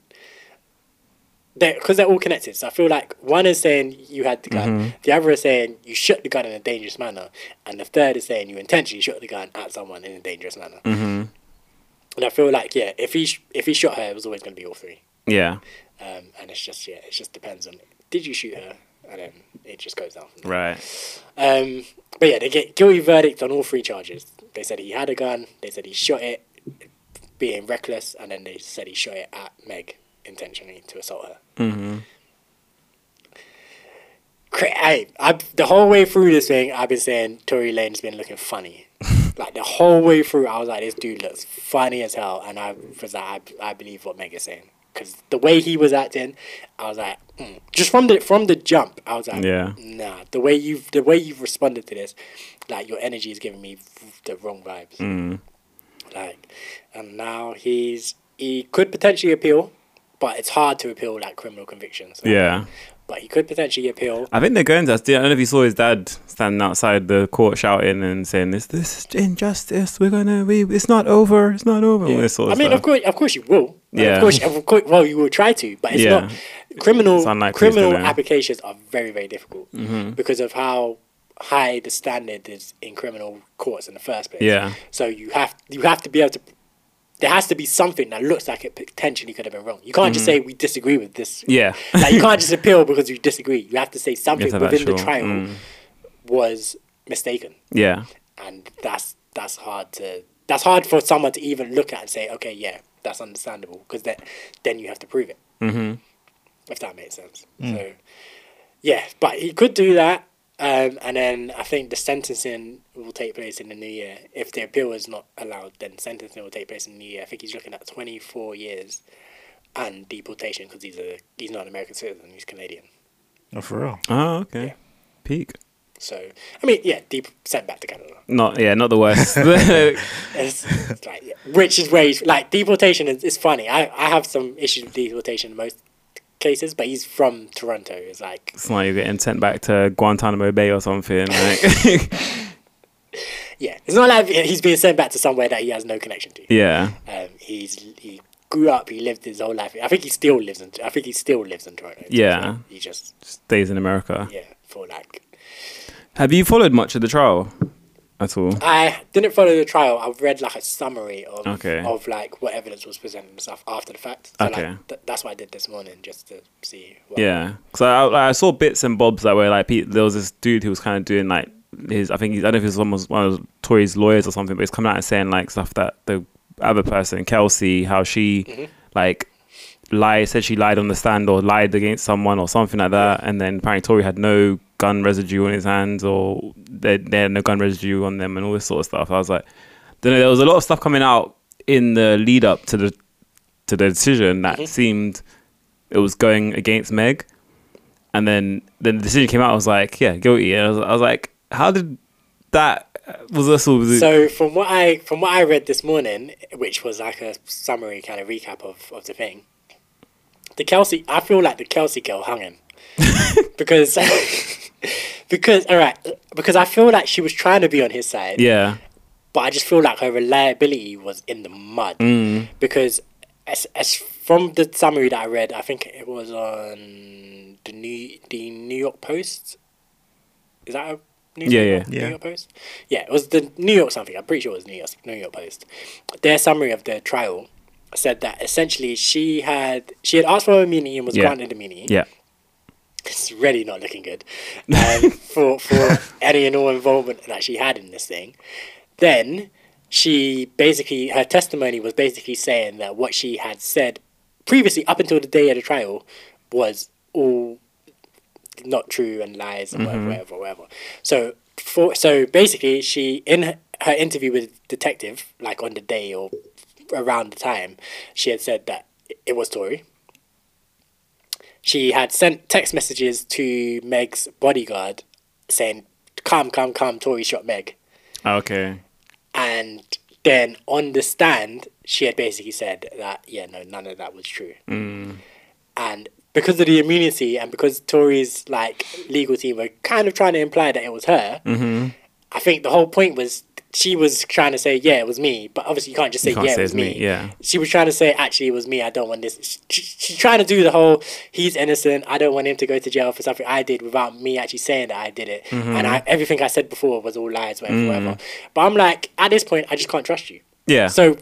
Speaker 1: because they're, all connected. So I feel like one is saying you had the gun, the other is saying you shot the gun in a dangerous manner, and the third is saying you intentionally shot the gun at someone in a dangerous manner. And I feel like yeah, if he sh- if he shot her, it was always going to be all three.
Speaker 2: yeah
Speaker 1: Um, and it's just yeah, it just depends on did you shoot her, and then it just goes down from there.
Speaker 2: right
Speaker 1: Um, but yeah, they get guilty verdict on all three charges. They said he had a gun. They said he shot it, being reckless, and then they said he shot it at Meg intentionally to assault her. Cra- I, I, the whole way through this thing, I've been saying Tory Lane's been looking funny. like the whole way through, I was like, this dude looks funny as hell, and I was like, I, I believe what Meg is saying. because the way he was acting, I was like, mm. just from the from the jump, I was like,
Speaker 2: Yeah.
Speaker 1: nah. The way you've the way you've responded to this, like your energy is giving me the wrong vibes. Like, and now he's he could potentially appeal, but it's hard to appeal like criminal convictions. So,
Speaker 2: Yeah.
Speaker 1: but he could potentially appeal.
Speaker 2: I think they're going to. I don't know if you saw his dad standing outside the court shouting and saying, "This, this is injustice. We're gonna. We. It's not over. It's not over." all this sort
Speaker 1: I
Speaker 2: of
Speaker 1: mean,
Speaker 2: stuff.
Speaker 1: of course, of course, you will. Like,
Speaker 2: Yeah.
Speaker 1: Of course, of course, well, you will try to, but it's
Speaker 2: Yeah.
Speaker 1: not criminal.
Speaker 2: It's unlikely, Mm-hmm.
Speaker 1: criminal
Speaker 2: isn't it?
Speaker 1: applications are very, very difficult because of how high the standard is in criminal courts in the first place.
Speaker 2: Yeah.
Speaker 1: So you have you have to be able to. There has to be something that looks like it potentially could have been wrong. You can't just say we disagree with this.
Speaker 2: Mm-hmm. Yeah.
Speaker 1: like you can't just appeal because you disagree. You have to say something
Speaker 2: have
Speaker 1: within the
Speaker 2: actual-
Speaker 1: trial
Speaker 2: mm.
Speaker 1: was mistaken
Speaker 2: yeah.
Speaker 1: and that's that's hard to that's hard for someone to even look at and say okay yeah that's understandable because then then you have to prove it mm-hmm. if that makes sense so yeah but he could do that um, and then I think the sentencing will take place in the new year if the appeal is not allowed then sentencing will take place in the new year I think he's looking at 24 years and deportation because he's a he's not an American citizen he's Canadian
Speaker 4: Oh, for real.
Speaker 2: Oh, okay.
Speaker 1: Yeah.
Speaker 2: Peak.
Speaker 1: so I mean yeah deep sent back to Canada
Speaker 2: Not. Yeah. Not the worst. yeah.
Speaker 1: It's, it's like, yeah, which is where he's like deportation is, is funny. I, I have some issues with deportation in most cases, but he's from Toronto. It's like
Speaker 2: It's like you're getting sent back to Guantanamo Bay or something. Like.
Speaker 1: yeah, it's not like he's being sent back to somewhere that he has no connection to.
Speaker 2: yeah.
Speaker 1: Um, he's he grew up, he lived his whole life. I think he still lives in. I think he still lives in Toronto.
Speaker 2: Yeah.
Speaker 1: he just
Speaker 2: Stays in America.
Speaker 1: yeah for like.
Speaker 2: Have you followed much of the trial at all?
Speaker 1: I didn't follow the trial. I've read like a summary of
Speaker 2: Okay.
Speaker 1: of like what evidence was presented and stuff after the fact. So,
Speaker 2: Okay.
Speaker 1: like, th- that's what I did this morning just to see. What
Speaker 2: Yeah, because I, I saw bits and bobs that were like pe- there was this dude who was kind of doing like his I think he's, I don't know if he's almost one of Tory's lawyers or something, but he's coming out and saying like stuff that the other person Kelsey how she like lied said she lied on the stand or lied against someone or something like that, and then apparently Tory had no gun residue on his hands or they, they had no gun residue on them and all this sort of stuff. I was like, don't know, there was a lot of stuff coming out in the lead up to the to the decision
Speaker 1: Mm-hmm.
Speaker 2: that seemed it was going against Meg, and then then the decision came out. I was like, yeah, guilty. And I was, I was like, how did that was this all? Was it-
Speaker 1: So from what I from what I read this morning, which was like a summary kind of recap of, of the thing, the Kelsey I feel like the Kelsey girl hung him. because because all right because I feel like she was trying to be on his side
Speaker 2: yeah,
Speaker 1: but I just feel like her reliability was in the mud
Speaker 2: Mm.
Speaker 1: because as, as from the summary that I read, I think it was on the new the New York Post. Is that a New
Speaker 2: Yeah, yeah.
Speaker 1: New
Speaker 4: Yeah.
Speaker 1: York Post? Yeah, it was the New York something. I'm pretty sure it was New York New York Post. Their summary of the trial said that essentially she had she had asked for immunity and was
Speaker 2: Yeah.
Speaker 1: granted immunity
Speaker 2: yeah,
Speaker 1: it's really not looking good um, for for any and all involvement that she had in this thing. Then she basically her testimony was basically saying that what she had said previously up until the day of the trial was all not true and lies and whatever, whatever, whatever. So for so basically, she in her- her interview with detective, like on the day or around the time, she had said that it was Tory. She had sent text messages to Meg's bodyguard saying, "Come, come, come! Tory shot Meg."
Speaker 2: Oh, okay,
Speaker 1: And then on the stand, she had basically said that, yeah, no, none of that was true. And because of the immunity and because Tory's like legal team were kind of trying to imply that it was her,
Speaker 2: Mm-hmm.
Speaker 1: I think the whole point was she was trying to say, yeah, it was me. But obviously, you can't just say,
Speaker 2: You can't
Speaker 1: yeah,
Speaker 2: say
Speaker 1: it
Speaker 2: it's
Speaker 1: was me.
Speaker 2: me, yeah.
Speaker 1: She was trying to say, actually, it was me. I don't want this. She, she, she's trying to do the whole, he's innocent. I don't want him to go to jail for something I did without me actually saying that I did it.
Speaker 2: Mm-hmm.
Speaker 1: And I, everything I said before was all lies, whatever, whatever. But I'm like, at this point, I just can't trust you.
Speaker 2: yeah,
Speaker 1: So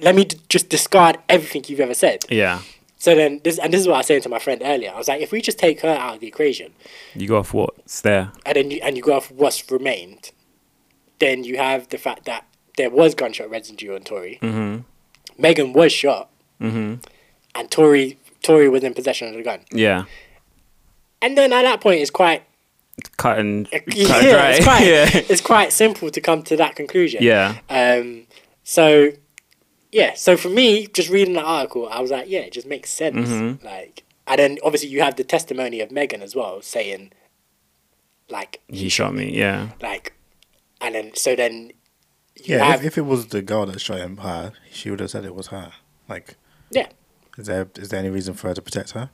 Speaker 1: let me d- just discard everything you've ever said.
Speaker 2: yeah.
Speaker 1: So then, this and this is what I was saying to my friend earlier. I was like, if we just take her out of the equation,
Speaker 2: You go off what's there.
Speaker 1: and then you, and you go off what's remained, then you have the fact that there was gunshot residue on Tory. Mm-hmm. Megan was shot, mm-hmm. and Tory Tory was in possession of the gun.
Speaker 2: Yeah,
Speaker 1: And then at that point, it's quite
Speaker 2: cut and, cut and
Speaker 1: yeah,
Speaker 2: dry.
Speaker 1: it's quite
Speaker 2: yeah,
Speaker 1: Uh, it's quite simple to come to that conclusion.
Speaker 2: yeah,
Speaker 1: Um, so yeah, so for me, just reading that article, I was like, yeah, it just makes sense.
Speaker 2: Mm-hmm.
Speaker 1: Like, and then obviously you have the testimony of Megan as well saying, like,
Speaker 2: He shot me. Yeah.
Speaker 1: like, and then so then you
Speaker 4: Yeah, if,
Speaker 1: have
Speaker 4: if it was the girl that shot him, her, she would have said it was her. Like,
Speaker 1: yeah,
Speaker 4: is there is there any reason for her to protect her?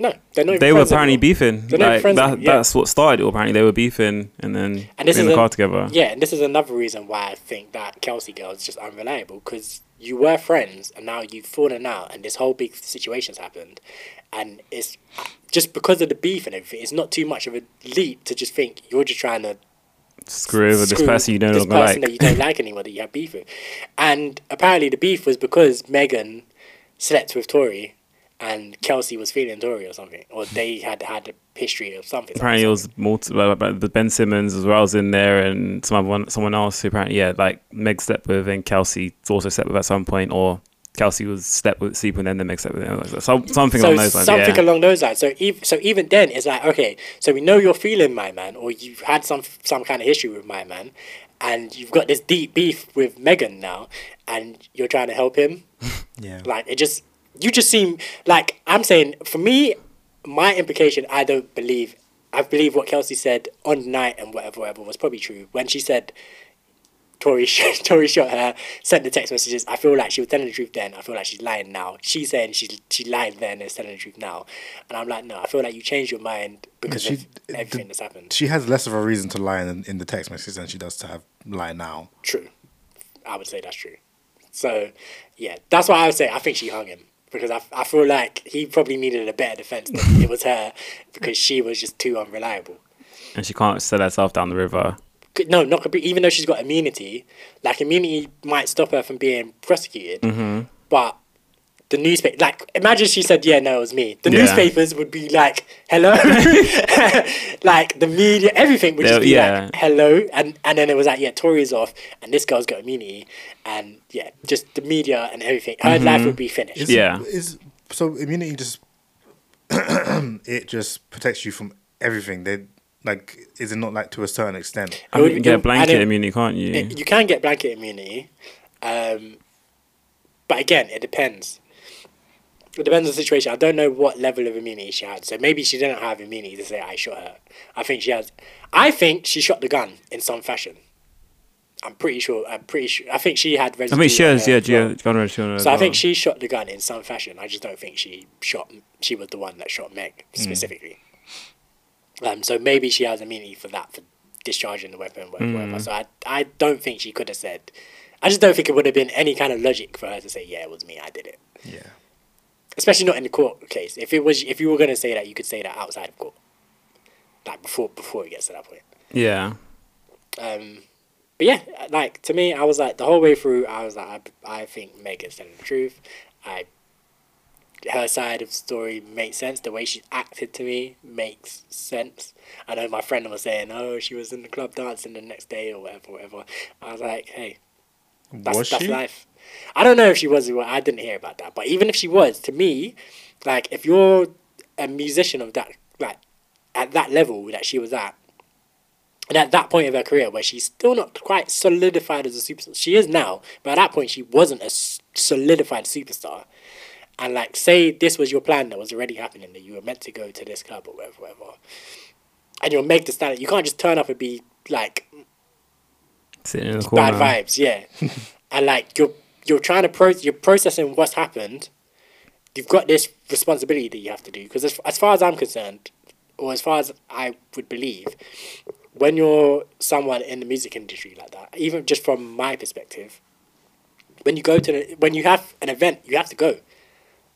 Speaker 1: no, they're not. even
Speaker 2: They were
Speaker 1: friends
Speaker 2: apparently
Speaker 1: anymore.
Speaker 2: beefing.
Speaker 1: They're not
Speaker 2: Like
Speaker 1: friends
Speaker 2: that,
Speaker 1: anymore, yeah.
Speaker 2: that's what started. it. Apparently they were beefing and then
Speaker 1: And this
Speaker 2: in
Speaker 1: is
Speaker 2: the
Speaker 1: a-
Speaker 2: car together.
Speaker 1: Yeah, and this is another reason why I think that Kelsey girl is just unreliable because you were friends and now you've fallen out, and this whole big situation's happened, and it's just because of the beef and everything. It's not too much of a leap to just think you're just trying to
Speaker 2: Screw over this
Speaker 1: screw
Speaker 2: person you don't
Speaker 1: this
Speaker 2: longer like.
Speaker 1: person that you don't like anymore that you have beef with. And apparently the beef was because Megan slept with Tori and Kelsey was feeling Tori or something, or they had had a history of something.
Speaker 2: apparently it
Speaker 1: something,
Speaker 2: was multi- like, like, the Ben Simmons as well was in there, and some other one, someone else who apparently yeah, like Meg slept with, and Kelsey also slept with at some point, or Kelsey was slept with sleeping, and then Meg slept with him. Like, so, something along those lines.
Speaker 1: Something
Speaker 2: yeah.
Speaker 1: along those lines. So even so, even then, it's like okay. So we know you're feeling my man, or you've had some some kind of issue with my man, and you've got this deep beef with Megan now, and you're trying to help him.
Speaker 4: Yeah.
Speaker 1: Like it just you just seem like I'm saying for me, my implication I don't believe I believe what Kelsey said on the night and whatever whatever was probably true when she said Tori sh- Tori shot her sent the text messages I feel like she was telling the truth then I feel like she's lying now she's saying she's she lied then and is telling the truth now and I'm like no I feel like you changed your mind because
Speaker 4: she-
Speaker 1: of everything
Speaker 4: the-
Speaker 1: that's happened
Speaker 4: She has less of a reason to lie in, in the text message than she does to have lie now.
Speaker 1: true I would say that's true so yeah that's why I would say I think she hung him because I, I feel like he probably needed a better defense than it was her because she was just too unreliable
Speaker 2: and she can't sell herself down the river.
Speaker 1: C- no, not complete. Even though she's got immunity, like immunity might stop her from being prosecuted.
Speaker 2: Mm-hmm.
Speaker 1: But the newspaper, like, imagine she said, "Yeah, no, it was me." The
Speaker 2: Yeah.
Speaker 1: newspapers would be like, "Hello," like the media, everything would just
Speaker 2: They'll-
Speaker 1: be
Speaker 2: yeah.
Speaker 1: like, "Hello," and and then it was like, "Yeah, Tory's off, and this girl's got immunity," and yeah, just the media and everything. Her
Speaker 2: Mm-hmm.
Speaker 1: life would be finished.
Speaker 4: Is,
Speaker 2: Yeah.
Speaker 4: Is so immunity just it just protects you from everything. They like is it not like to a certain extent?
Speaker 2: I mean, you
Speaker 1: would-
Speaker 2: can
Speaker 1: it
Speaker 2: get a
Speaker 1: would-
Speaker 2: blanket
Speaker 1: and it-
Speaker 2: immunity, can't you?
Speaker 1: It- you can get blanket immunity, um, but again, it depends. It depends on the situation. I don't know what level of immunity she had. So maybe she didn't have immunity to say I shot her. I think she has. I think she shot the gun in some fashion. I'm pretty sure. I'm pretty sure. I think she had.
Speaker 2: I
Speaker 1: Residue
Speaker 2: mean, she
Speaker 1: on
Speaker 2: has,
Speaker 1: her
Speaker 2: yeah,
Speaker 1: as well.
Speaker 2: yeah, gone around, she on her as
Speaker 1: So I think
Speaker 2: well.
Speaker 1: she shot the gun in some fashion. I just don't think she shot. She was the one that shot Meg specifically. Um, so maybe she has immunity for that for discharging the weapon, whatever. whatever. So I, I don't think she could have said. I just don't think it would have been any kind of logic for her to say, "Yeah, it was me. I did it."
Speaker 4: Yeah.
Speaker 1: Especially not in the court case. If it was, if you were going to say that, you could say that outside of court, like before before it gets to that point.
Speaker 2: Yeah.
Speaker 1: Um, but yeah, like to me, I was like the whole way through. I was like, I, I think Meg is telling the truth. I her side of the story makes sense. The way she acted to me makes sense. I know my friend was saying, "Oh, she was in the club dancing the next day or whatever, whatever." I was like, "Hey, that's
Speaker 4: was
Speaker 1: that's
Speaker 4: she?
Speaker 1: life." I don't know if she was. or- I didn't hear about that. But even if she was, to me, like if you're a musician of that, like at that level that she was at, and at that point of her career, where she's still not quite solidified as a superstar, she is now, but at that point, she wasn't a s- solidified superstar. And like, say this was your plan that was already happening, that you were meant to go to this club or whatever, whatever. And you'll make the standard. You can't just turn up and be like
Speaker 2: Sitting in the corner.
Speaker 1: bad vibes, yeah. and like you're you're trying to pro you're processing what's happened. You've got this responsibility that you have to do because as, as far as I'm concerned, or as far as I would believe, when you're someone in the music industry like that, even just from my perspective, when you go to the, when you have an event, you have to go.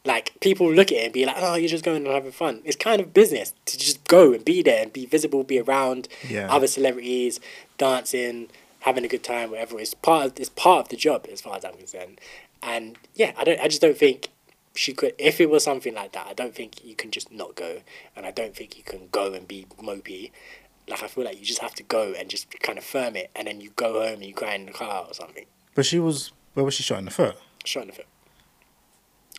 Speaker 1: Like people look at it and be like, "Oh, you're just going and having fun." It's kind of business to just go and be there and be visible, be around
Speaker 4: Yeah.
Speaker 1: other celebrities, dancing, having a good time, whatever. It's part of it's part of the job as far as I'm concerned. And yeah, I don't I just don't think she could if it was something like that, I don't think you can just not go. And I don't think you can go and be mopey. Like I feel like you just have to go and just kind of firm it and then you go home and you cry in the car or something.
Speaker 4: But she was where was she shot in the foot?
Speaker 1: Shot in the foot.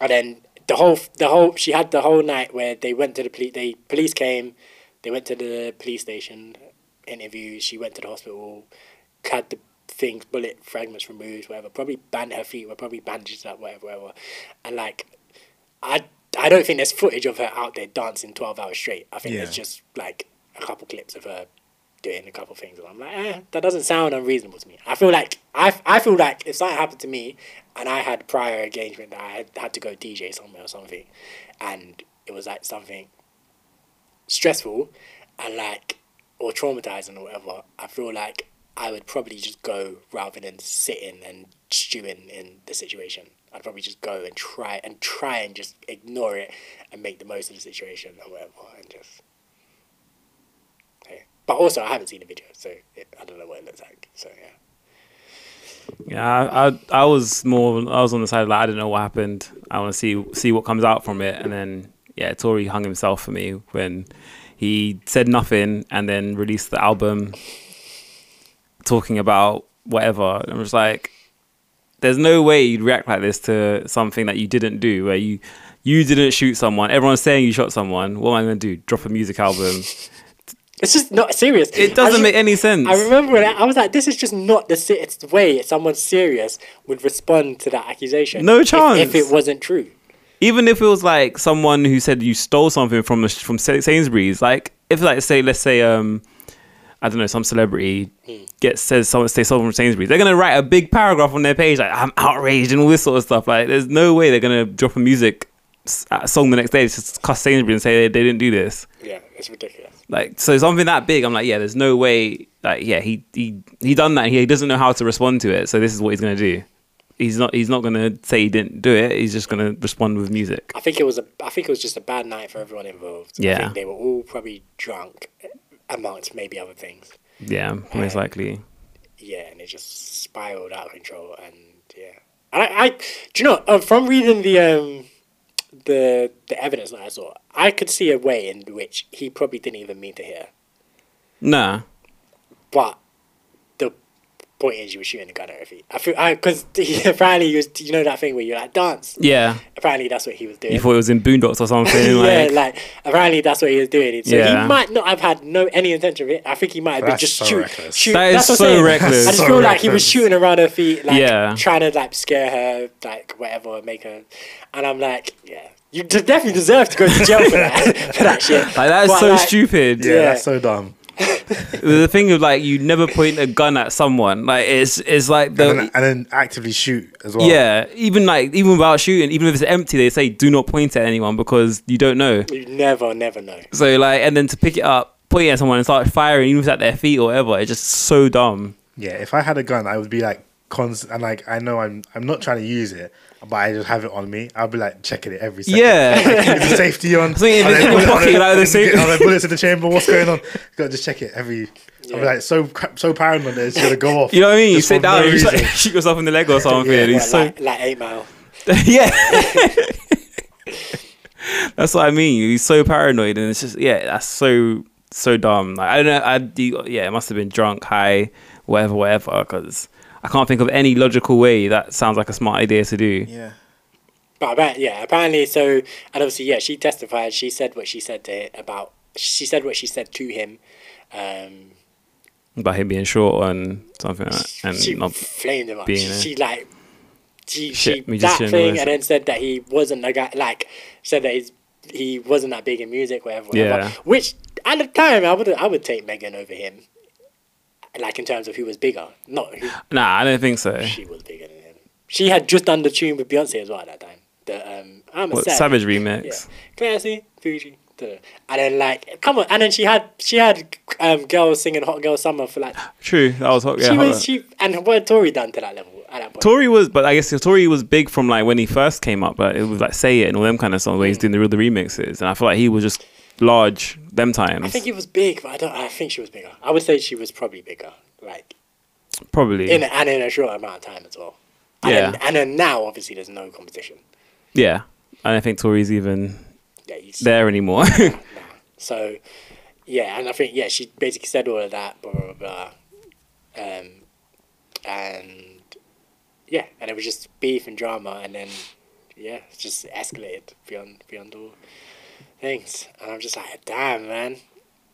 Speaker 1: And then the whole the whole she had the whole night where they went to the police they police came, they went to the police station, interviews, she went to the hospital, had the things, bullet fragments removed, whatever. Probably band her feet were probably bandaged up, whatever, whatever. And like, I I don't think there's footage of her out there dancing twelve hours straight. I think
Speaker 4: Yeah.
Speaker 1: there's just like a couple clips of her doing a couple things, and I'm like, eh, that doesn't sound unreasonable to me. I feel like I I feel like if something happened to me, and I had prior engagement that I had, had to go DJ somewhere or something, and it was like something stressful and like or traumatizing or whatever, I feel like I would probably just go rather than sitting and stewing in the situation. I'd probably just go and try and try and just ignore it and make the most of the situation or whatever and just hey. But also I haven't seen the video, so it, I don't know what it looks like. So yeah.
Speaker 2: Yeah, I, I I was more I was on the side of like I don't know what happened. I want to see see what comes out from it, and then yeah, Tory hung himself for me when he said nothing and then released the album talking about whatever. And I was like, there's no way you'd react like this to something that you didn't do, where you you didn't shoot someone. Everyone's saying you shot someone. What am I going to do? Drop a music album?
Speaker 1: It's just not serious.
Speaker 2: It doesn't make any sense.
Speaker 1: I remember when I, I was like, this is just not the, se- it's the way someone serious would respond to that accusation.
Speaker 2: No
Speaker 1: if-
Speaker 2: chance.
Speaker 1: if it wasn't true.
Speaker 2: even if it was like someone who said you stole something from the, from Sa- Sainsbury's, like if like say let's say um I don't know some celebrity gets says someone say something from Sainsbury's, they're gonna write a big paragraph on their page like I'm outraged and all this sort of stuff. Like there's no way they're gonna drop a music s- uh, song the next day to just cuss Sainsbury's and say they, they didn't do this.
Speaker 1: Yeah, it's ridiculous.
Speaker 2: Like so something that big, I'm like yeah, there's no way. Like yeah, he he he done that. He doesn't know how to respond to it, so this is what he's gonna do. He's not. He's not gonna say he didn't do it. He's just gonna respond with music.
Speaker 1: I think it was a. I think it was just a bad night for everyone involved. I
Speaker 2: Yeah.
Speaker 1: think they were all probably drunk, eh, amongst maybe other things.
Speaker 2: Yeah, most likely.
Speaker 1: Yeah, and it just spiraled out of control. And yeah, and I, I do you know uh, from reading the um the the evidence that I saw, I could see a way in which he probably didn't even mean to hear.
Speaker 2: Nah.
Speaker 1: But the point is, you were shooting a gun at her feet. I feel because apparently you was you know that thing where you like dance.
Speaker 2: Yeah.
Speaker 1: Apparently that's what he was doing.
Speaker 2: You thought it was in Boondocks or something.
Speaker 1: yeah,
Speaker 2: like,
Speaker 1: like apparently that's what he was doing. So
Speaker 2: Yeah.
Speaker 1: he might not have had no any intention of it. I think he might have been
Speaker 4: That's
Speaker 1: just
Speaker 4: so
Speaker 1: shoot,
Speaker 4: reckless.
Speaker 1: shoot.
Speaker 2: That is
Speaker 1: that's what I'm
Speaker 2: so
Speaker 1: saying.
Speaker 2: reckless.
Speaker 1: I just
Speaker 4: So
Speaker 1: feel like he was
Speaker 4: reckless.
Speaker 1: shooting around her feet, like
Speaker 2: Yeah.
Speaker 1: trying to like scare her, like whatever, make her. And I'm like, yeah, you de- definitely deserve to go to jail for that for that shit.
Speaker 2: like, that is
Speaker 1: But,
Speaker 2: so
Speaker 1: like,
Speaker 2: stupid.
Speaker 4: Yeah,
Speaker 1: Yeah.
Speaker 4: that's so dumb.
Speaker 2: The thing of like you never point a gun at someone. Like it's it's like
Speaker 4: And then,
Speaker 2: the
Speaker 4: and then actively shoot as well.
Speaker 2: yeah. Even like even without shooting, even if it's empty, they say do not point at anyone because you don't know.
Speaker 1: You never, never know.
Speaker 2: So like and then to pick it up, point it at someone and start firing, even if it's at their feet or whatever. It's just so dumb.
Speaker 4: Yeah, if I had a gun, I would be like cons and like I know I'm I'm not trying to use it, but I just have it on me. I'll be like checking it every second.
Speaker 2: Yeah.
Speaker 4: Is the safety on?
Speaker 2: So if
Speaker 4: Are
Speaker 2: it's in your
Speaker 4: there bullet- are
Speaker 2: pocket,
Speaker 4: there-
Speaker 2: like, the safety-
Speaker 4: Are there bullets in the chamber? What's going on? Gotta just check it every. I'm like so cra- so paranoid that it's gonna go off.
Speaker 2: you know what I mean? You
Speaker 4: Just
Speaker 2: sit
Speaker 4: for
Speaker 2: down,
Speaker 4: no
Speaker 2: you just, like,
Speaker 4: reason.
Speaker 2: shoot yourself in the leg or something.
Speaker 1: Yeah,
Speaker 2: it's so
Speaker 1: like, like eight mile.
Speaker 2: yeah. that's what I mean. He's so paranoid, and it's just yeah, that's so so dumb. Like I don't know. I do, yeah, it must have been drunk, high, whatever, whatever. Because I can't think of any logical way that sounds like a smart idea to do.
Speaker 4: Yeah.
Speaker 1: But apparently, yeah, apparently, so and obviously, yeah, she testified. She said what she said to him about. She said what she said to him. Um,
Speaker 2: About him being short and something like that, and
Speaker 1: she
Speaker 2: not
Speaker 1: flamed him up.
Speaker 2: being
Speaker 1: She,
Speaker 2: a-
Speaker 1: she like she,
Speaker 2: Shit,
Speaker 1: she that
Speaker 2: musician or
Speaker 1: thing
Speaker 2: is-
Speaker 1: and then said that he wasn't a guy like said that he's he wasn't that big in music whatever, whatever.
Speaker 2: Yeah.
Speaker 1: which at the time I would I would take Megan over him like in terms of who was bigger not who
Speaker 2: nah. I don't think so.
Speaker 1: she was bigger than him she had just done the tune with Beyonce as well at that time the um I'm a
Speaker 2: What
Speaker 1: savage,
Speaker 2: Savage
Speaker 1: yeah
Speaker 2: remix?
Speaker 1: classy Fuji duh. and then like come on and then she had she had um girls singing Hot Girl Summer for like
Speaker 2: True, that was hot. Yeah,
Speaker 1: she
Speaker 2: hot
Speaker 1: was
Speaker 2: dog.
Speaker 1: she and what had Tory done to that level at that point
Speaker 2: Tory was, but I guess Tory was big from like when he first came up, but it was like Say It and all them kind of songs where he's
Speaker 1: Hmm.
Speaker 2: doing the real the remixes, and I feel like he was just large them times,
Speaker 1: I think he was big, but I don't. I think she was bigger. I would say she was probably bigger, like
Speaker 2: probably.
Speaker 1: in a, and in a short amount of time as well. And
Speaker 2: Yeah.
Speaker 1: then, and then now, obviously, there's no competition.
Speaker 2: yeah, I don't think Tory's even
Speaker 1: Yeah, he's,
Speaker 2: there anymore.
Speaker 1: so yeah, and I think yeah, she basically said all of that, blah blah blah, um, and yeah, and it was just beef and drama, and then yeah, it just escalated beyond beyond all things, and I'm just like, damn, man.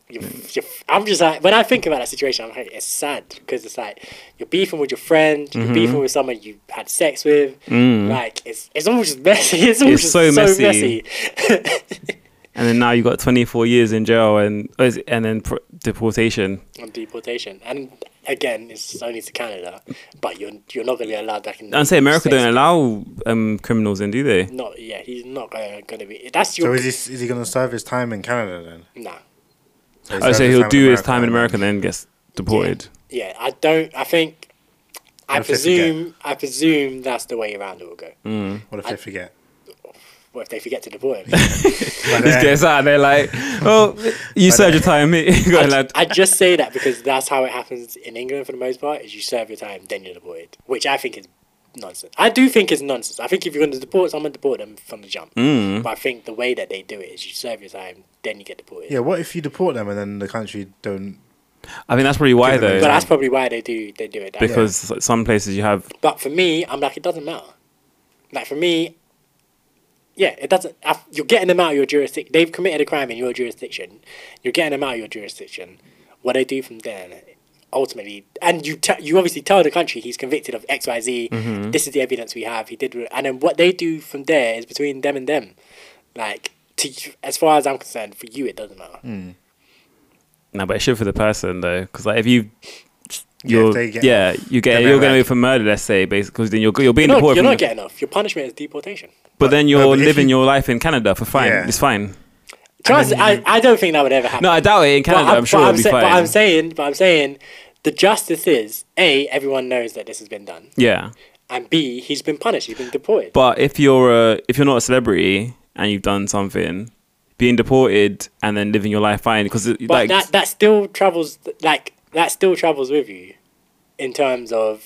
Speaker 1: you you I'm just like when I think about that situation, I'm like it's sad because it's like you're beefing with your friend,
Speaker 2: Mm-hmm.
Speaker 1: you're beefing with someone you had sex with. Like it's it's all just messy. It's all
Speaker 2: Mm. It's
Speaker 1: just
Speaker 2: so
Speaker 1: so
Speaker 2: messy.
Speaker 1: messy.
Speaker 2: and then now you got 24 years in jail and oh, is it- and then pr- deportation.
Speaker 1: on deportation, and again, it's only to Canada, but you're you're not going to be allowed back in.
Speaker 2: I'd say America
Speaker 1: States.
Speaker 2: don't allow um, criminals in, do they?
Speaker 1: Not yeah, he's not going to be. That's
Speaker 4: So
Speaker 1: your
Speaker 4: is he, is he going to serve his time in Canada then?
Speaker 1: nah.
Speaker 4: So
Speaker 2: Oh,
Speaker 4: served
Speaker 2: so he'll do his time in
Speaker 4: and
Speaker 2: America and then gets deported.
Speaker 1: Yeah, I don't. I think. I
Speaker 4: What if they forget?
Speaker 1: presume. I presume that's the way around it will go.
Speaker 2: Hmm.
Speaker 4: What if they forget?
Speaker 1: What if they forget to deport him?
Speaker 4: But uh,
Speaker 2: Just
Speaker 4: then-
Speaker 2: gets out and they're like, oh, you served your time, mate. you got allowed.
Speaker 1: uh, I just say that because that's how it happens in England for the most part. Is you serve your time, then you're deported, which I think is nonsense. I do think it's nonsense. I think if you're going to deport someone, deport them from the jump.
Speaker 2: Hmm.
Speaker 1: But I think the way that they do it is you serve your time, then you get deported.
Speaker 4: yeah, what if you deport them and then the country don't?
Speaker 2: I mean, that's probably why,
Speaker 4: Given
Speaker 2: though.
Speaker 4: the-
Speaker 1: but that's probably why they do they do it. That way.
Speaker 2: because some places you have
Speaker 1: But for me, I'm like, it doesn't matter. Like for me, yeah, it doesn't. I, you're getting them out of your jurisdiction. They've committed a crime in your jurisdiction. You're getting them out of your jurisdiction. What they do from then, ultimately, and you te- you obviously tell the country he's convicted of X Y Z.
Speaker 2: Mm-hmm.
Speaker 1: This is the evidence we have. He did, and then what they do from there is between them and them. Like to you- as far as I'm concerned, for you it doesn't matter.
Speaker 2: Mm. No, but it should for the person though, because like if you,
Speaker 4: Yeah,
Speaker 2: you're,
Speaker 4: if they get-
Speaker 2: yeah, you get
Speaker 4: they're
Speaker 2: you're going to be
Speaker 4: arrested.
Speaker 2: for murder, let's say, basically, 'cause then you're you're being
Speaker 1: You're not,
Speaker 2: deported.
Speaker 1: you're
Speaker 2: from
Speaker 1: not
Speaker 2: the-
Speaker 1: getting off. Your punishment is deportation.
Speaker 2: but then you're
Speaker 4: No, but if
Speaker 2: living
Speaker 4: you-
Speaker 2: your life in Canada for fine.
Speaker 4: Yeah.
Speaker 2: It's fine.
Speaker 1: Trust, I, I don't think that would ever happen.
Speaker 2: No, I doubt it in Canada.
Speaker 1: But
Speaker 2: I'm, sure
Speaker 1: but
Speaker 2: it'll be
Speaker 1: sa-
Speaker 2: fine.
Speaker 1: But I'm saying, but I'm saying, the justice is a everyone knows that this has been done,
Speaker 2: yeah,
Speaker 1: and b he's been punished, he's been deported.
Speaker 2: but if you're a, if you're not a celebrity and you've done something, being deported and then living your life fine because
Speaker 1: But
Speaker 2: like
Speaker 1: that that still travels like that still travels with you, in terms of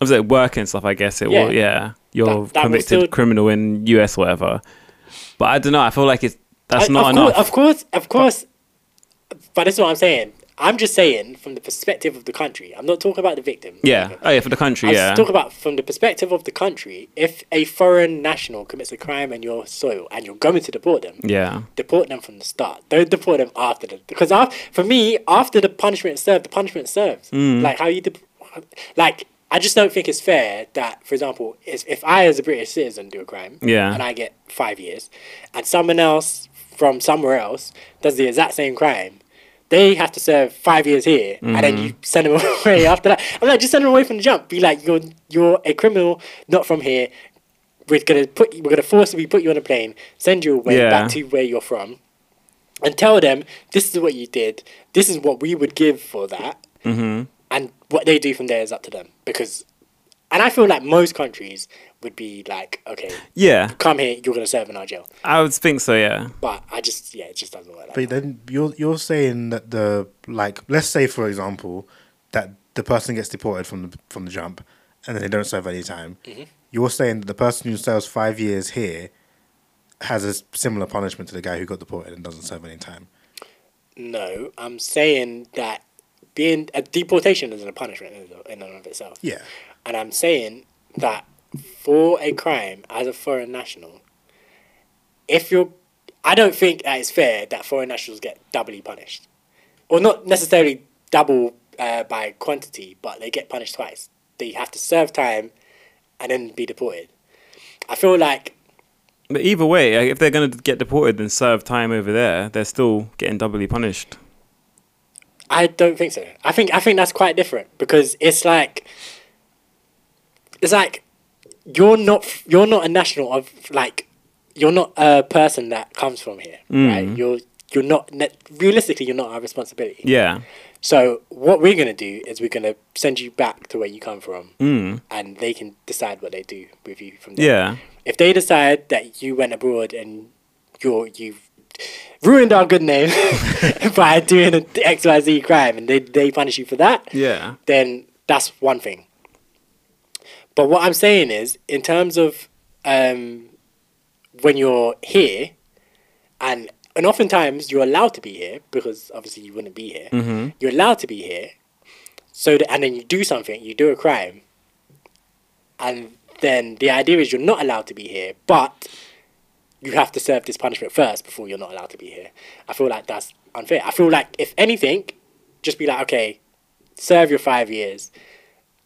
Speaker 2: I was at work and stuff. I guess it
Speaker 1: Yeah.
Speaker 2: will. Yeah, you're
Speaker 1: That- that will
Speaker 2: convicted
Speaker 1: still-
Speaker 2: criminal in US whatever. But I don't know. I feel like it's that's
Speaker 1: I-
Speaker 2: not
Speaker 1: of
Speaker 2: enough.
Speaker 1: Course, of course, of course. But that's what I'm saying. I'm just saying from the perspective of the country. I'm not talking about the victim.
Speaker 2: yeah. Oh yeah, for the country.
Speaker 1: I
Speaker 2: yeah.
Speaker 1: talk about from the perspective of the country. If a foreign national commits a crime on your soil and you're going to deport them,
Speaker 2: yeah.
Speaker 1: deport them from the start. Don't deport them after the because af- for me after the punishment is served, the punishment serves. Like how you dep- like I just don't think it's fair that, for example, is if I as a British citizen do a crime,
Speaker 2: Yeah.
Speaker 1: and I get five years, and someone else from somewhere else does the exact same crime. They have to serve five years here, and then you send them away after that. I'm like, just send them away from the jump. Be like, you're you're a criminal, not from here we're gonna put you- we're gonna forcibly put you on a plane, send you away
Speaker 2: Yeah.
Speaker 1: back to where you're from, and tell them this is what you did, this is what we would give for that, and what they do from there is up to them because, and I feel like most countries would be like, okay,
Speaker 2: Yeah,
Speaker 1: come here, you're gonna serve in our jail,
Speaker 2: I would think so. Yeah,
Speaker 1: but I just yeah, it just doesn't work. Like
Speaker 4: But then you're you're saying that the like let's say for example that the person gets deported from the from the jump and then they don't serve any time. You're saying that the person who serves five years here has a s- similar punishment to the guy who got deported and doesn't serve any time.
Speaker 1: No, I'm saying that being a deportation is a punishment in in and of itself.
Speaker 4: Yeah.
Speaker 1: And I'm saying that for a crime as a foreign national, if you're, I don't think that it's fair that foreign nationals get doubly punished, or not necessarily double uh, by quantity, but they get punished twice. They have to serve time, and then be deported. I feel like
Speaker 2: but either way, like, if they're gonna get deported and serve time over there, they're still getting doubly punished.
Speaker 1: I don't think so. I think I think that's quite different because it's like it's like you're not you're not a national of like you're not a person that comes from here, right? You're you're not ne- realistically you're not our responsibility.
Speaker 2: Yeah,
Speaker 1: So what we're gonna do is we're gonna send you back to where you come from, and they can decide what they do with you from there.
Speaker 2: yeah,
Speaker 1: If they decide that you went abroad and you're you've ruined our good name by doing an XYZ crime and they, they punish you for that,
Speaker 2: yeah.
Speaker 1: then that's one thing. But what I'm saying is, in terms of um, when you're here, and and oftentimes you're allowed to be here because obviously you wouldn't be here. You're allowed to be here, so that, and then you do something, you do a crime, and then the idea is you're not allowed to be here, but you have to serve this punishment first before you're not allowed to be here. I feel like that's unfair. I feel like if anything, just be like, okay, serve your five years,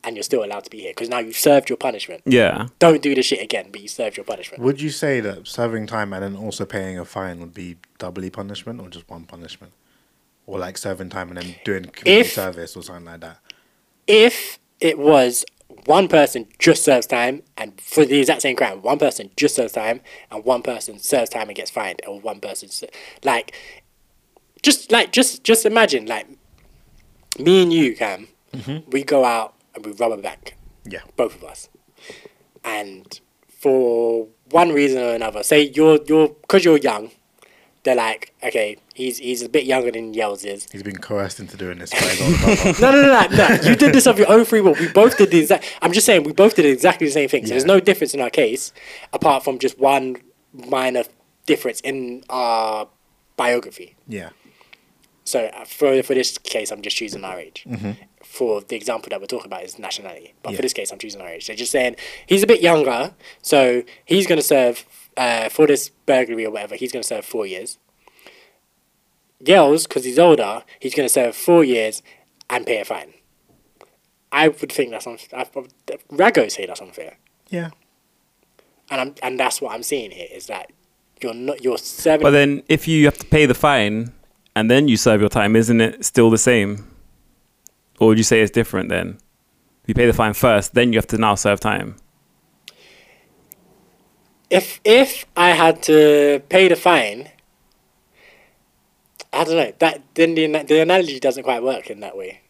Speaker 1: and you're still allowed to be here because now you've served your punishment.
Speaker 2: Yeah.
Speaker 1: Don't do the shit again, but you served your punishment.
Speaker 4: Would you say that serving time and then also paying a fine would be doubly punishment or just one punishment? Or like serving time and then doing community
Speaker 1: If-
Speaker 4: service or something like that?
Speaker 1: If it was one person just serves time and for the exact same crime, one person just serves time and one person serves time and gets fined, or one person ser- like just like just just imagine like me and you, Cam, we go out and we rob a bank.
Speaker 4: Yeah.
Speaker 1: both of us. And for one reason or another, say you're you're because you're young, they're like, okay, he's he's a bit younger than Yells is.
Speaker 4: He's been coerced into doing this. by his older brother.
Speaker 1: No, no, no, no, no. You did this of your own free will. We both did the exact. I'm just saying we both did exactly the same thing. So there's no difference in our case, apart from just one minor difference in our biography.
Speaker 4: yeah.
Speaker 1: So uh, for for this case, I'm just choosing our age. For the example that we're talking about is nationality, but
Speaker 4: Yeah.
Speaker 1: for this case, I'm choosing our age. They're just saying he's a bit younger, so he's going to serve uh, for this burglary or whatever. He's going to serve four years. Yells because he's older. He's going to serve four years and pay a fine. I would think that's unfair. Rago say that's unfair,
Speaker 4: Yeah.
Speaker 1: and I'm and that's what I'm seeing here is that you're not you're serving.
Speaker 2: But then if you have to pay the fine and then you serve your time, isn't it still the same? Or would you say it's different then? You pay the fine first, then you have to now serve time.
Speaker 1: if if I had to pay the fine, I don't know. That then the ana- the analogy doesn't quite work in that way.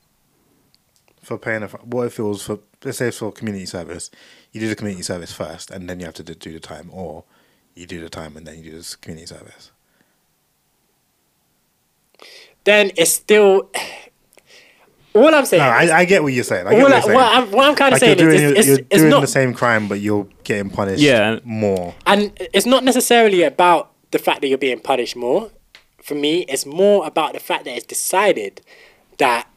Speaker 4: For paying a fi- what if it was for let's say it's for community service, you do the community service first and then you have to d- do the time, or you do the time and then you do this community service.
Speaker 1: Then it's still. All I'm saying.
Speaker 4: No,
Speaker 1: is-
Speaker 4: I, I get what you're saying. I get
Speaker 1: all
Speaker 4: what
Speaker 1: I,
Speaker 4: you're saying.
Speaker 1: what I'm, what I'm kind of
Speaker 4: like you're
Speaker 1: saying
Speaker 4: doing,
Speaker 1: is it's,
Speaker 4: you're
Speaker 1: it's, it's
Speaker 4: doing
Speaker 1: not
Speaker 4: the same crime, but you're getting punished
Speaker 2: Yeah.
Speaker 4: more.
Speaker 1: and it's not necessarily about the fact that you're being punished more. For me, it's more about the fact that it's decided that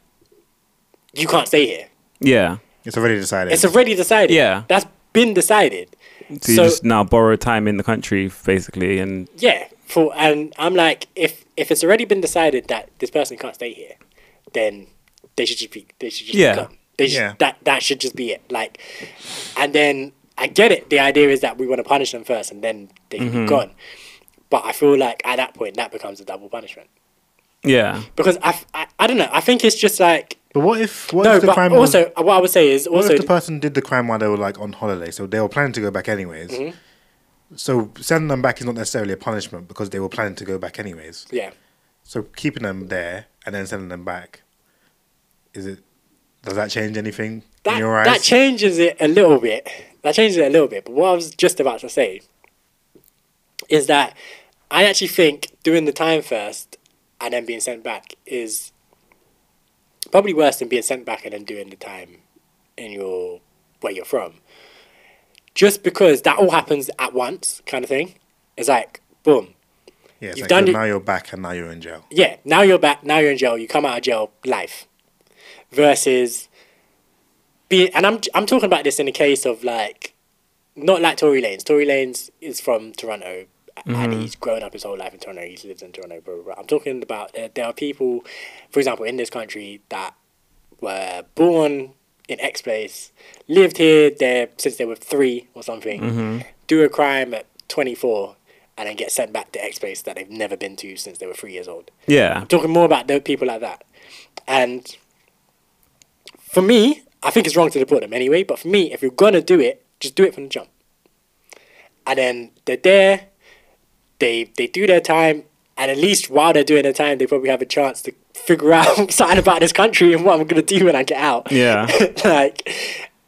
Speaker 1: you can't stay here.
Speaker 2: Yeah.
Speaker 4: It's already decided.
Speaker 1: It's already decided.
Speaker 2: Yeah.
Speaker 1: that's been decided.
Speaker 2: So you just now borrow time in the country basically and
Speaker 1: Yeah, for and I'm like, if if it's already been decided that this person can't stay here, then they should just be they should just
Speaker 2: Yeah.
Speaker 1: yeah. come. They should,
Speaker 4: Yeah.
Speaker 1: that that should just be it. Like, and then I get it. The idea is that we want to punish them first, and then they can be gone. But I feel like at that point that becomes a double punishment
Speaker 2: yeah.
Speaker 1: because I, f- I, I don't know. I think it's just like
Speaker 4: but what if what
Speaker 1: no.
Speaker 4: if the crime
Speaker 1: But
Speaker 4: was-
Speaker 1: also, what I would say is
Speaker 4: What
Speaker 1: also
Speaker 4: if the person did the crime while they were like on holiday, so they were planning to go back anyways?
Speaker 1: Mm-hmm.
Speaker 4: So sending them back is not necessarily a punishment because they were planning to go back anyways.
Speaker 1: yeah.
Speaker 4: So keeping them there and then sending them back, is it? Does that change anything
Speaker 1: that,
Speaker 4: in your eyes?
Speaker 1: that changes it a little bit. That changes it a little bit. But what I was just about to say is that I actually think doing the time first and then being sent back is probably worse than being sent back and then doing the time in your where you're from. Just because that all happens at once, kind of thing. It's like boom,
Speaker 4: yeah, it's
Speaker 1: you've
Speaker 4: like
Speaker 1: done
Speaker 4: you're-
Speaker 1: it-
Speaker 4: now you're back and now you're in jail.
Speaker 1: yeah, now you're back, now you're in jail, you come out of jail, life. Versus being, and I'm, I'm talking about this in the case of like, not like Tory Lanes. Tory Lanes is from Toronto and he's grown up his whole life in Toronto. He's lived in Toronto, blah, blah, blah. I'm talking about uh, there are people, for example, in this country that were born in X place, lived here there since they were three or something, do a crime at 24, and then get sent back to X place that they've never been to since they were three years old.
Speaker 2: Yeah.
Speaker 1: I'm talking more about the people like that. And for me, I think it's wrong to deport them anyway, but for me, if you're gonna do it, just do it from the jump. And then they're there, they they do their time, and at least while they're doing their time, they probably have a chance to figure out something about this country and what I'm gonna do when I get out.
Speaker 2: Yeah.
Speaker 1: like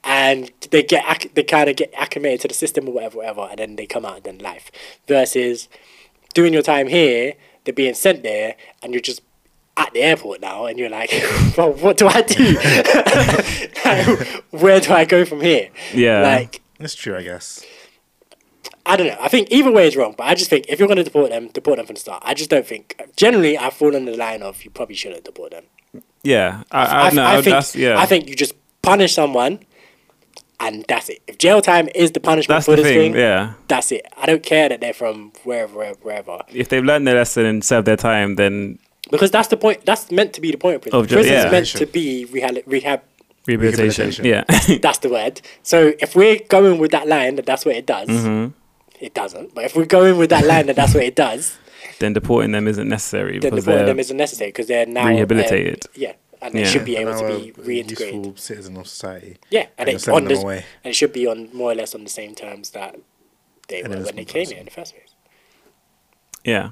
Speaker 1: and they get acc- they kind of get acclimated to the system or whatever whatever and then they come out and then life versus doing your time here they're being sent there and you're just at the airport now and you're like well what do i do Like, where do i go from here
Speaker 2: Yeah.
Speaker 1: like
Speaker 4: That's true, I guess.
Speaker 1: I don't know. I think either way is wrong, but I just think if you're going to deport them, deport them from the start. I just don't think. Generally, I fall on the line of you probably shouldn't deport them.
Speaker 2: Yeah. I, I,
Speaker 1: I,
Speaker 2: no,
Speaker 1: I
Speaker 2: that's,
Speaker 1: think
Speaker 2: yeah.
Speaker 1: I think you just punish someone, and that's it. If jail time is the punishment
Speaker 2: that's
Speaker 1: for
Speaker 2: the
Speaker 1: this
Speaker 2: thing,
Speaker 1: thing,
Speaker 2: yeah.
Speaker 1: that's it. I don't care that they're from wherever, wherever, wherever.
Speaker 2: If they've learned their lesson and served their time, then
Speaker 1: Because that's the point. That's meant to be the point of prison.
Speaker 2: Of ju-
Speaker 1: Prison's
Speaker 2: yeah.
Speaker 1: meant to be rehab. rehab
Speaker 2: Rehabilitation.
Speaker 4: Rehabilitation.
Speaker 2: Yeah.
Speaker 1: that's the word. So if we're going with that line that that's what it does,
Speaker 2: Mm-hmm.
Speaker 1: it doesn't. But if we're going with that line that that's what it does,
Speaker 2: then deporting them isn't necessary
Speaker 1: then
Speaker 2: because
Speaker 1: deporting
Speaker 2: they're
Speaker 1: them isn't necessary because they're now um,
Speaker 2: rehabilitated.
Speaker 1: yeah, and they
Speaker 2: Yeah.
Speaker 1: should be
Speaker 4: And
Speaker 1: able
Speaker 4: now
Speaker 1: to
Speaker 4: a
Speaker 1: be reintegrated.
Speaker 4: useful citizen of society.
Speaker 1: Yeah, and,
Speaker 4: you're
Speaker 1: it's on
Speaker 4: sending them
Speaker 1: this, and
Speaker 4: away.
Speaker 1: it should be on more or less on the same terms that they
Speaker 4: And
Speaker 1: were
Speaker 4: it was
Speaker 1: when they
Speaker 4: one
Speaker 1: came
Speaker 4: person.
Speaker 1: here in the first place.
Speaker 2: yeah.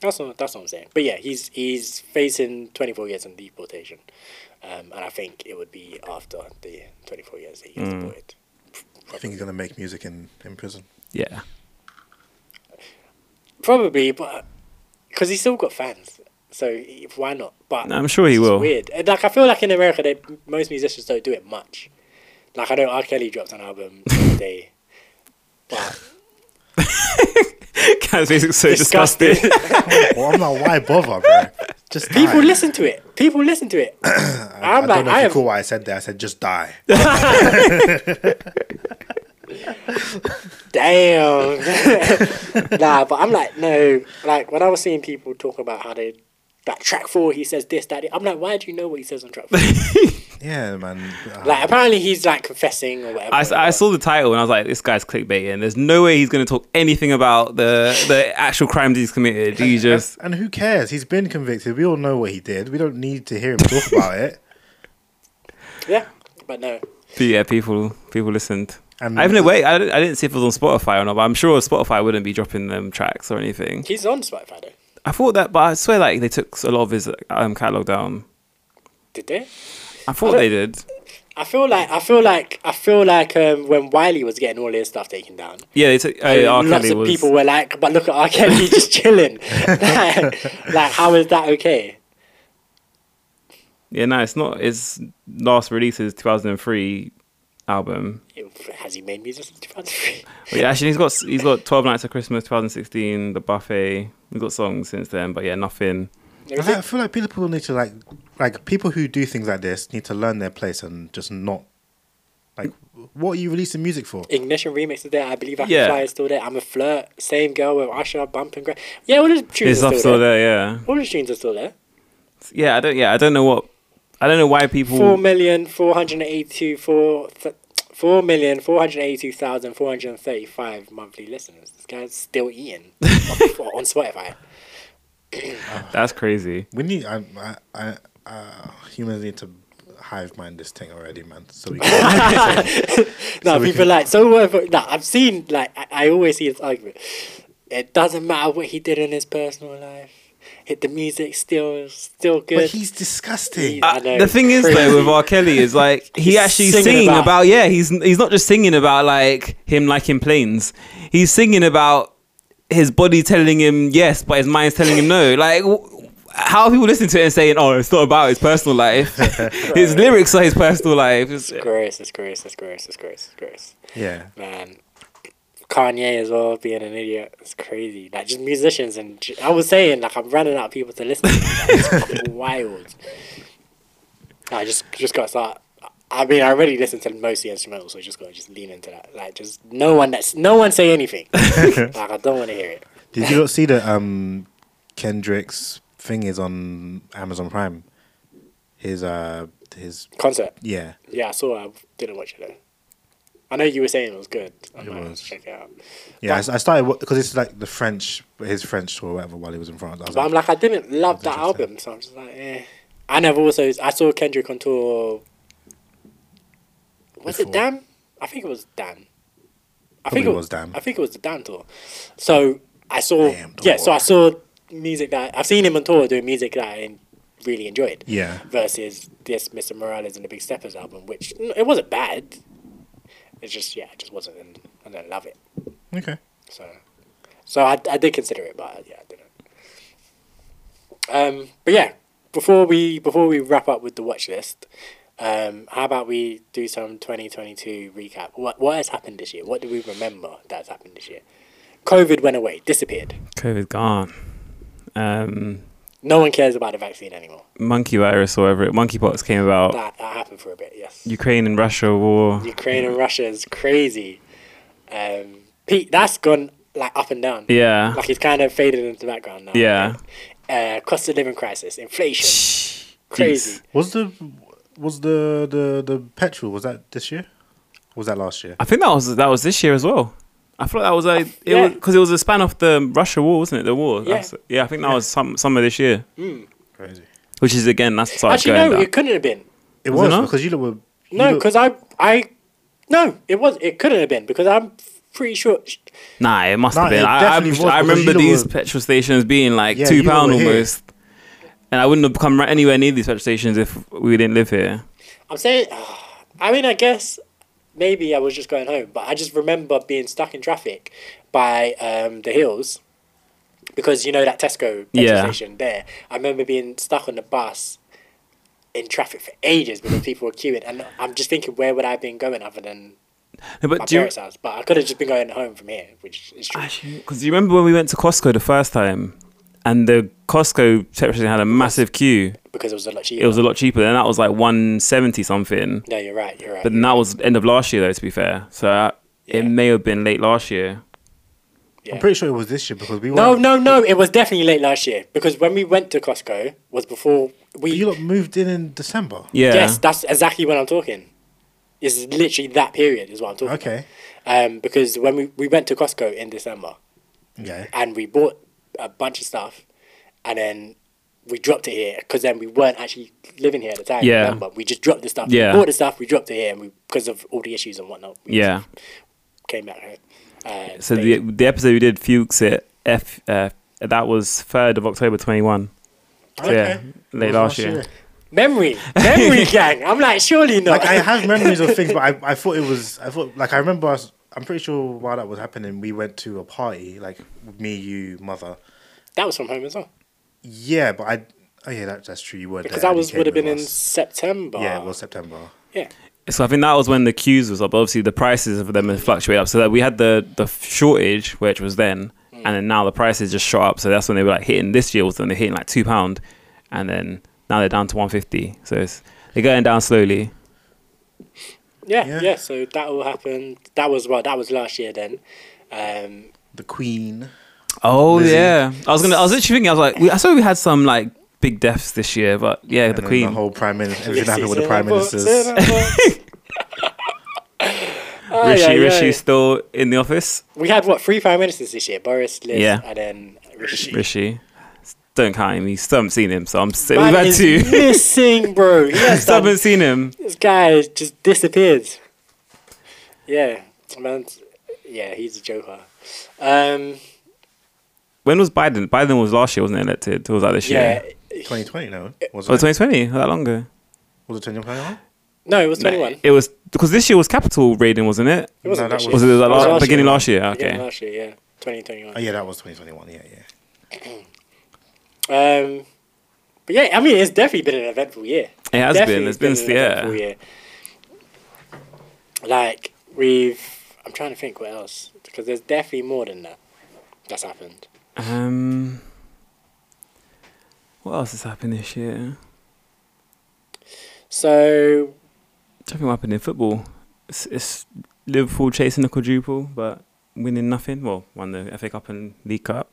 Speaker 1: That's what, that's what I'm saying. But yeah, he's he's facing 24 years in deportation, um, and I think it would be after the 24 years that he
Speaker 4: Mm.
Speaker 1: was deported.
Speaker 4: I think he's gonna make music in, in prison.
Speaker 2: Yeah.
Speaker 1: Probably, but because he's still got fans, so he- why not? But
Speaker 2: No, I'm sure he
Speaker 1: it's just
Speaker 2: will.
Speaker 1: Weird. And, Like I feel like in America, they, most musicians don't do it much. Like I know R. Kelly dropped an album the other day, but
Speaker 2: Can't say it's so disgusted.
Speaker 4: well, I'm like, why bother, bro? Just die.
Speaker 1: People listen to it. People listen to it. I'm
Speaker 4: I
Speaker 1: like,
Speaker 4: don't know
Speaker 1: I
Speaker 4: if you
Speaker 1: have
Speaker 4: caught what I said there. I said just die.
Speaker 1: damn. nah, but I'm like, no. Like when I was seeing people talk about how they like track four, he says this, that. the- I'm like, why do you know what he says on track four?
Speaker 4: yeah, man. Uh,
Speaker 1: like apparently he's like confessing or whatever.
Speaker 2: I, s- I saw the title and I was like, this guy's clickbait, and there's no way he's going to talk anything about the the actual crimes he's committed. He just
Speaker 4: and who cares? He's been convicted. We all know what he did. We don't need to hear him talk about it.
Speaker 1: yeah, but no.
Speaker 2: but yeah, people people listened.
Speaker 4: And-
Speaker 2: I have no way. I, didn't- I didn't see if it was on Spotify or not, but I'm sure Spotify wouldn't be dropping them tracks or anything.
Speaker 1: He's on Spotify though.
Speaker 2: I thought that, but I swear, like they took a lot of his um, catalog down.
Speaker 1: Did they?
Speaker 2: I thought they did.
Speaker 1: I feel like I feel like I feel like um, when Wiley was getting all his stuff taken down,
Speaker 2: Yeah, they took. Oh, yeah, R.
Speaker 1: lots
Speaker 2: Kelly
Speaker 1: of
Speaker 2: was.
Speaker 1: people were like, "But look at R. Kelly just chilling." like, like, how is that okay?
Speaker 2: Yeah, no, it's not. It's last release is 2003 album.
Speaker 1: Has he made music since 2003?
Speaker 2: But yeah, actually, he's got he's got 12 Nights of Christmas, 2016, The Buffet. He's got songs since then, but yeah, nothing.
Speaker 4: I, like- I feel like people need to like, like people who do things like this need to learn their place and just not, like, what are you releasing music for?
Speaker 1: Ignition remix is there. I believe I can
Speaker 2: Yeah.
Speaker 1: fly is still there. I'm a flirt. Same girl with Usher, Bump and Gra- Yeah, all his tunes are
Speaker 2: His stuff's
Speaker 1: still,
Speaker 2: still
Speaker 1: there.
Speaker 2: there. Yeah,
Speaker 1: All his tunes are still there.
Speaker 2: yeah. I don't. Yeah, I don't know what. I don't know why people.
Speaker 1: Four million four hundred eighty-two four. Th- 4,482,435 monthly listeners. This guy's still eating on on Spotify.
Speaker 2: that's crazy.
Speaker 4: We need. I, I, I, uh, humans need to hive mind this thing already, man. So we can,
Speaker 1: No,
Speaker 4: So we
Speaker 1: people
Speaker 4: can-
Speaker 1: like so. What if, nah, I've seen like I, I always see this argument. It doesn't matter what he did in his personal life. Hit the music still still good.
Speaker 4: but he's disgusting.
Speaker 1: I
Speaker 2: Uh,
Speaker 1: know,
Speaker 2: the thing is
Speaker 1: crazy.
Speaker 2: though with R. Kelly is like
Speaker 1: He's
Speaker 2: he actually
Speaker 1: singing
Speaker 2: singing,
Speaker 1: about-
Speaker 2: about, yeah he's he's not just singing about like him liking planes he's singing about his body telling him yes but his mind's telling him no like w- how are people listening to it and saying oh it's not about his personal life his lyrics are his personal life It's-
Speaker 1: gross, it's gross, it's gross, it's gross, it's gross.
Speaker 4: yeah.
Speaker 1: Man, Kanye as well being an idiot. It's crazy. Like just musicians and j- I was saying like I'm running out of people to listen. to. It's wild. I just just gotta start. I mean, I already listen to mostly instrumentals, so just gotta just lean into that. Like, just no one that's no one say anything. like, I don't want to hear it.
Speaker 4: Did you not see that um, Kendrick's thing is on Amazon Prime? His uh, his
Speaker 1: Concert.
Speaker 4: yeah.
Speaker 1: Yeah, I saw. it. I didn't watch it though. I know you were saying it was good. I
Speaker 4: It
Speaker 1: might
Speaker 4: was.
Speaker 1: check it out.
Speaker 4: Yeah, I s- I started because it's like the French, his French tour, or whatever, while he was in France. I was
Speaker 1: But I'm
Speaker 4: like,
Speaker 1: like, I didn't love that
Speaker 4: interesting.
Speaker 1: album, so I'm just like, eh. I never also I saw Kendrick on tour. Was it
Speaker 4: Before.
Speaker 1: Damn? I think it was Damn. I
Speaker 4: Probably
Speaker 1: think it
Speaker 4: was Damn.
Speaker 1: I think it was the Damn tour. So I saw
Speaker 4: Damn
Speaker 1: yeah. So
Speaker 4: tour.
Speaker 1: I saw music that I've seen him on tour doing music that I really enjoyed.
Speaker 4: Yeah.
Speaker 1: Versus this Mr. Morales and the Big Steppers album, which n- it wasn't bad. It's just yeah, it just wasn't. in- I didn't love it.
Speaker 4: okay.
Speaker 1: So, so I, I did consider it, but yeah, I didn't. Um, but yeah, before we before we wrap up with the watch list, um, how about we do some twenty twenty two recap? What what has happened this year? What do we remember that's happened this year? COVID went away, disappeared.
Speaker 2: COVID's gone um
Speaker 1: No one cares about the vaccine anymore.
Speaker 2: monkey virus or whatever it monkeypox came about
Speaker 1: That, that happened for a bit, yes.
Speaker 2: Ukraine and Russia war
Speaker 1: Ukraine and Russia is crazy. Um, Pete, that's gone like up and down.
Speaker 2: yeah
Speaker 1: Like it's kind of faded into the background now.
Speaker 2: Yeah.
Speaker 1: uh, cost of living crisis, inflation, crazy.
Speaker 4: Was the was the the the petrol was that this year? Was that last year?
Speaker 2: I think that was that was this year as well. I feel like that was a it
Speaker 1: Yeah.
Speaker 2: was because it was a span off the Russia war, wasn't it? The war.
Speaker 1: Yeah.
Speaker 2: That's- yeah I think that was some summer this year,
Speaker 4: Crazy.
Speaker 2: which is again that's like
Speaker 1: Actually,
Speaker 2: going
Speaker 1: no,
Speaker 2: down.
Speaker 1: it couldn't have been.
Speaker 4: It
Speaker 2: Was
Speaker 4: was,
Speaker 2: it not?
Speaker 4: because you lot were you
Speaker 1: No,
Speaker 4: lot-
Speaker 1: because I, I, no, it was. It couldn't have been because I'm pretty sure.
Speaker 2: Nah, it must
Speaker 4: Nah,
Speaker 2: have been.
Speaker 4: it
Speaker 2: I, I,
Speaker 4: definitely was
Speaker 2: I
Speaker 4: because
Speaker 2: remember
Speaker 4: you lot
Speaker 2: these
Speaker 4: were-
Speaker 2: petrol stations being like
Speaker 4: Yeah,
Speaker 2: two
Speaker 4: you lot
Speaker 2: pound
Speaker 4: were here.
Speaker 2: almost, and I wouldn't have come right anywhere near these petrol stations if we didn't live here.
Speaker 1: I'm saying. I mean, I guess maybe I was just going home, but I just remember being stuck in traffic by um, the hills because you know that Tesco petrol
Speaker 2: Yeah.
Speaker 1: station there. I remember being stuck on the bus in traffic for ages because people were queuing, and I'm just thinking, where would I have been going other than
Speaker 2: No,
Speaker 1: my
Speaker 2: but do you,
Speaker 1: parents' house? But I could have just been going home from here, which is true.
Speaker 2: Because you remember when we went to Costco the first time, and the Costco petrol station had a massive queue.
Speaker 1: because it was a lot cheaper.
Speaker 2: It was a lot cheaper, and that was like one seventy something.
Speaker 1: no, you're right. You're right.
Speaker 2: But then that was end of last year, though. To be fair, so uh,
Speaker 1: Yeah.
Speaker 2: it may have been late last year.
Speaker 1: yeah.
Speaker 4: I'm pretty sure it was this year because we
Speaker 1: No,
Speaker 4: weren't-
Speaker 1: no, no. It was definitely late last year because when we went to Costco was before we.
Speaker 4: You lot moved in in December.
Speaker 2: Yeah,
Speaker 1: Yes, that's exactly what I'm talking. It's literally that period is what I'm talking.
Speaker 4: Okay.
Speaker 1: About. Um, because when we we went to Costco in December
Speaker 4: Okay.
Speaker 1: and we bought a bunch of stuff, and then we dropped it here because then we weren't actually living here at the time.
Speaker 2: Yeah.
Speaker 1: Remember, we just dropped the stuff.
Speaker 2: Yeah.
Speaker 1: We bought the stuff. We dropped it here, and we because of all the issues and whatnot. We
Speaker 2: yeah.
Speaker 1: Came back home. Uh,
Speaker 2: So the the episode we did Fuchs it F uh, that was third of October twenty one. So yeah, late
Speaker 4: Was
Speaker 2: last year.
Speaker 1: memory, memory gang. I'm like, surely not.
Speaker 4: Like I have memories of things, but I, I thought it was I thought like I remember us, I'm pretty sure while that was happening, we went to a party like me, you, mother.
Speaker 1: that was from home as well.
Speaker 4: Yeah, but I oh yeah that, that's true. You were
Speaker 1: Because
Speaker 4: there
Speaker 1: that
Speaker 4: and you
Speaker 1: was
Speaker 4: came
Speaker 1: would have been
Speaker 4: with
Speaker 1: in
Speaker 4: us.
Speaker 1: September.
Speaker 4: yeah, it was September.
Speaker 1: Yeah.
Speaker 2: So I think that was when the queues was up. Obviously, the prices of them had fluctuated up. So that we had the the shortage, which was then, and then now the prices just shot up. So that's when they were like hitting. This year was when they're hitting like two pound, and then now they're down to one fifty. So it's, they're going down slowly.
Speaker 1: yeah, yeah,
Speaker 4: Yeah.
Speaker 1: So that all happened. That was well. That was last year then. Um,
Speaker 4: The Queen.
Speaker 2: Oh yeah, I was gonna. I was literally thinking. I was like, we, I saw we had some like big deaths this year, but yeah, the
Speaker 4: and then
Speaker 2: Queen.
Speaker 4: The whole prime minister. Everything
Speaker 1: Yes,
Speaker 4: happened with
Speaker 1: it's
Speaker 4: the prime
Speaker 1: in our books,
Speaker 4: ministers.
Speaker 1: in our books. Ay,
Speaker 2: Rishi,
Speaker 1: ay,
Speaker 2: Rishi's
Speaker 1: ay.
Speaker 2: still in the office.
Speaker 1: We had what three prime ministers this year? Boris, Liz,
Speaker 2: Yeah.
Speaker 1: and then Rishi.
Speaker 2: Rishi, don't count him. You still haven't seen him, so I'm still.
Speaker 1: Man
Speaker 2: We've had
Speaker 1: is
Speaker 2: two.
Speaker 1: missing, bro. He has
Speaker 2: still
Speaker 1: done,
Speaker 2: haven't seen him.
Speaker 1: this guy just disappeared. Yeah, man. Yeah, he's a joker. Um,
Speaker 2: When was Biden? Biden was last year, wasn't it? Elected? Or was that this
Speaker 1: yeah.
Speaker 2: year?
Speaker 4: 2020, no? Was
Speaker 2: Or
Speaker 4: it?
Speaker 2: 2020? Not that long ago.
Speaker 4: Was it 2021?
Speaker 1: No, it was twenty-one.
Speaker 2: It was because this year was capital raiding, wasn't it?
Speaker 1: It wasn't
Speaker 4: No, that
Speaker 1: this
Speaker 4: was-
Speaker 1: year.
Speaker 2: Was it the
Speaker 1: That
Speaker 2: la- beginning last year?
Speaker 1: Beginning
Speaker 2: Okay.
Speaker 1: last year, yeah, twenty twenty-one.
Speaker 4: Oh yeah, that was 2021. Yeah, yeah.
Speaker 1: Um, but yeah, I mean, it's definitely been an eventful year.
Speaker 2: It has
Speaker 1: Definitely
Speaker 2: been. It's
Speaker 1: an
Speaker 2: been, yeah.
Speaker 1: eventful year. Like we've, I'm trying to think what else because there's definitely more than that that's happened.
Speaker 2: Um, what else has happened this year? I'm
Speaker 1: So
Speaker 2: trying to think what happened in football. It's, it's Liverpool chasing the quadruple, but winning nothing. Well, won the FA Cup and League Cup.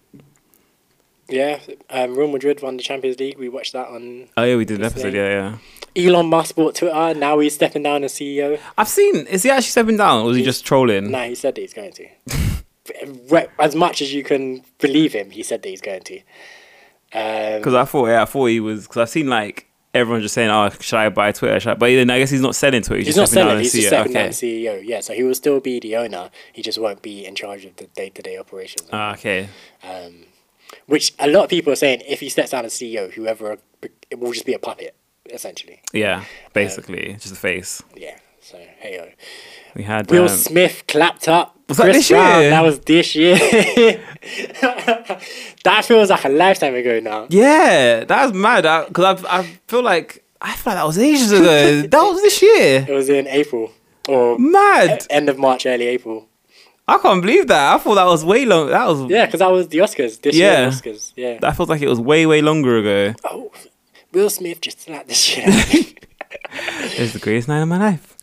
Speaker 1: yeah, um, Real Madrid won the Champions League. We watched that on
Speaker 2: Oh yeah, we did an
Speaker 1: Yesterday.
Speaker 2: episode. Yeah, yeah.
Speaker 1: Elon Musk bought Twitter. Now he's stepping down as CEO.
Speaker 2: I've seen. Is he actually stepping down, or is he just trolling?
Speaker 1: Nah, he said that he's going to. Re- as much as you can believe him, he said that he's going to. Um,
Speaker 2: Because I thought, yeah, I thought he was. Because I've seen like everyone just saying, "Oh, should I buy Twitter?" Should I? But then I guess he's not selling Twitter. He's,
Speaker 1: He's not
Speaker 2: just stepping
Speaker 1: selling. He's just stepping
Speaker 2: down E
Speaker 1: down
Speaker 2: and
Speaker 1: as CEO.
Speaker 2: CEO.
Speaker 1: Yeah, so he will still be the owner. He just won't be in charge of the day-to-day operations.
Speaker 2: Okay. Ah, okay.
Speaker 1: Um, which a lot of people are saying, if he steps down as CEO, whoever it will just be a puppet, essentially.
Speaker 2: Yeah. Basically, just the face.
Speaker 1: Yeah. So hey yo.
Speaker 2: We had.
Speaker 1: Will
Speaker 2: um,
Speaker 1: Smith clapped up.
Speaker 2: Was that this year?
Speaker 1: That was this year. that feels like a lifetime ago now.
Speaker 2: yeah, that was mad. Because I, I feel like I feel like that was ages ago. that was this year.
Speaker 1: It was in April or
Speaker 2: Mad.
Speaker 1: end of March, early April.
Speaker 2: I can't believe that. I thought that was way long. That was.
Speaker 1: Yeah, because that was the Oscars this
Speaker 2: Yeah.
Speaker 1: year. Oscars. Yeah.
Speaker 2: That feels like it was way way longer ago.
Speaker 1: oh, Will Smith just slapped the shit out of me.
Speaker 2: It's the greatest night of my life.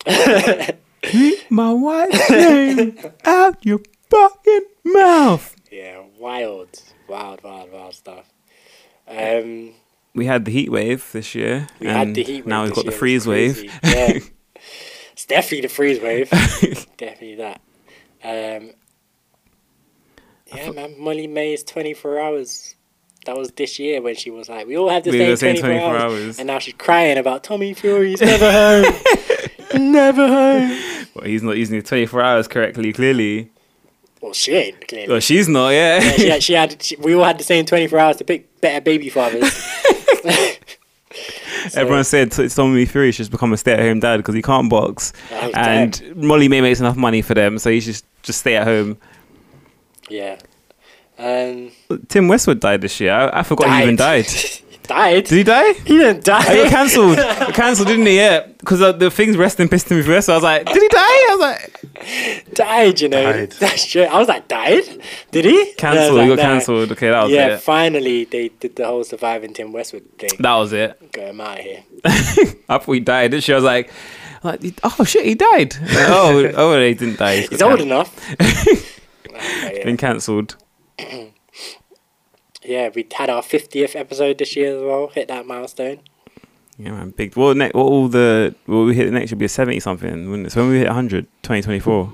Speaker 2: Keep my wife's name out your fucking mouth.
Speaker 1: Yeah, wild, wild, wild, wild stuff. Um,
Speaker 2: we had the heat wave this year.
Speaker 1: we had
Speaker 2: and
Speaker 1: the heat wave.
Speaker 2: Now we've
Speaker 1: this
Speaker 2: got the
Speaker 1: year, it's
Speaker 2: freeze wave.
Speaker 1: crazy. Yeah. it's definitely the freeze wave. definitely that. Um, yeah, man. Molly May's 24 hours. That was this year when she was like, we all had the
Speaker 2: We
Speaker 1: same
Speaker 2: were saying
Speaker 1: 24,
Speaker 2: 24
Speaker 1: hours.
Speaker 2: hours.
Speaker 1: And now she's crying about Tommy Fury's never home. never home.
Speaker 2: Well, he's not using the 24 hours correctly, clearly.
Speaker 1: Well, she ain't, clearly.
Speaker 2: Well, she's not, yeah.
Speaker 1: Yeah, she had, she had she, we all had the same 24 hours to pick better baby fathers.
Speaker 2: Everyone said t- Tommy Fury should just become a stay-at-home dad because he can't box,
Speaker 1: Oh,
Speaker 2: and Molly May makes enough money for them, so he should just stay at home.
Speaker 1: yeah. Um,
Speaker 2: Tim Westwood died this year. I, I forgot he even died.
Speaker 1: died?
Speaker 2: Did he die?
Speaker 1: he didn't die.
Speaker 2: He got cancelled. Got cancelled, didn't he? Yeah, because uh, the thing's resting piston with rest. So I was like, did he die? I was like,
Speaker 1: died, you know.
Speaker 4: Died.
Speaker 1: That's true. I was like, died? Did he?
Speaker 2: cancelled.
Speaker 1: Yeah, I was
Speaker 2: he got
Speaker 1: like, nah.
Speaker 2: cancelled. Okay, that was
Speaker 1: Yeah,
Speaker 2: it.
Speaker 1: finally they did the whole surviving Tim Westwood thing.
Speaker 2: That was it.
Speaker 1: Go, I'm out of here.
Speaker 2: After he died, this year I was like, like, oh shit, he died. oh, oh, he didn't die. He's
Speaker 1: He's
Speaker 2: got
Speaker 1: old
Speaker 2: can-
Speaker 1: enough. Okay, yeah.
Speaker 2: Been cancelled.
Speaker 1: yeah, we had our 50th episode this year as well. Hit that milestone.
Speaker 2: Yeah, man, big. Well, ne- well, all the well, we hit next should be a seventy something, wouldn't it? So when we hit 100, 2024.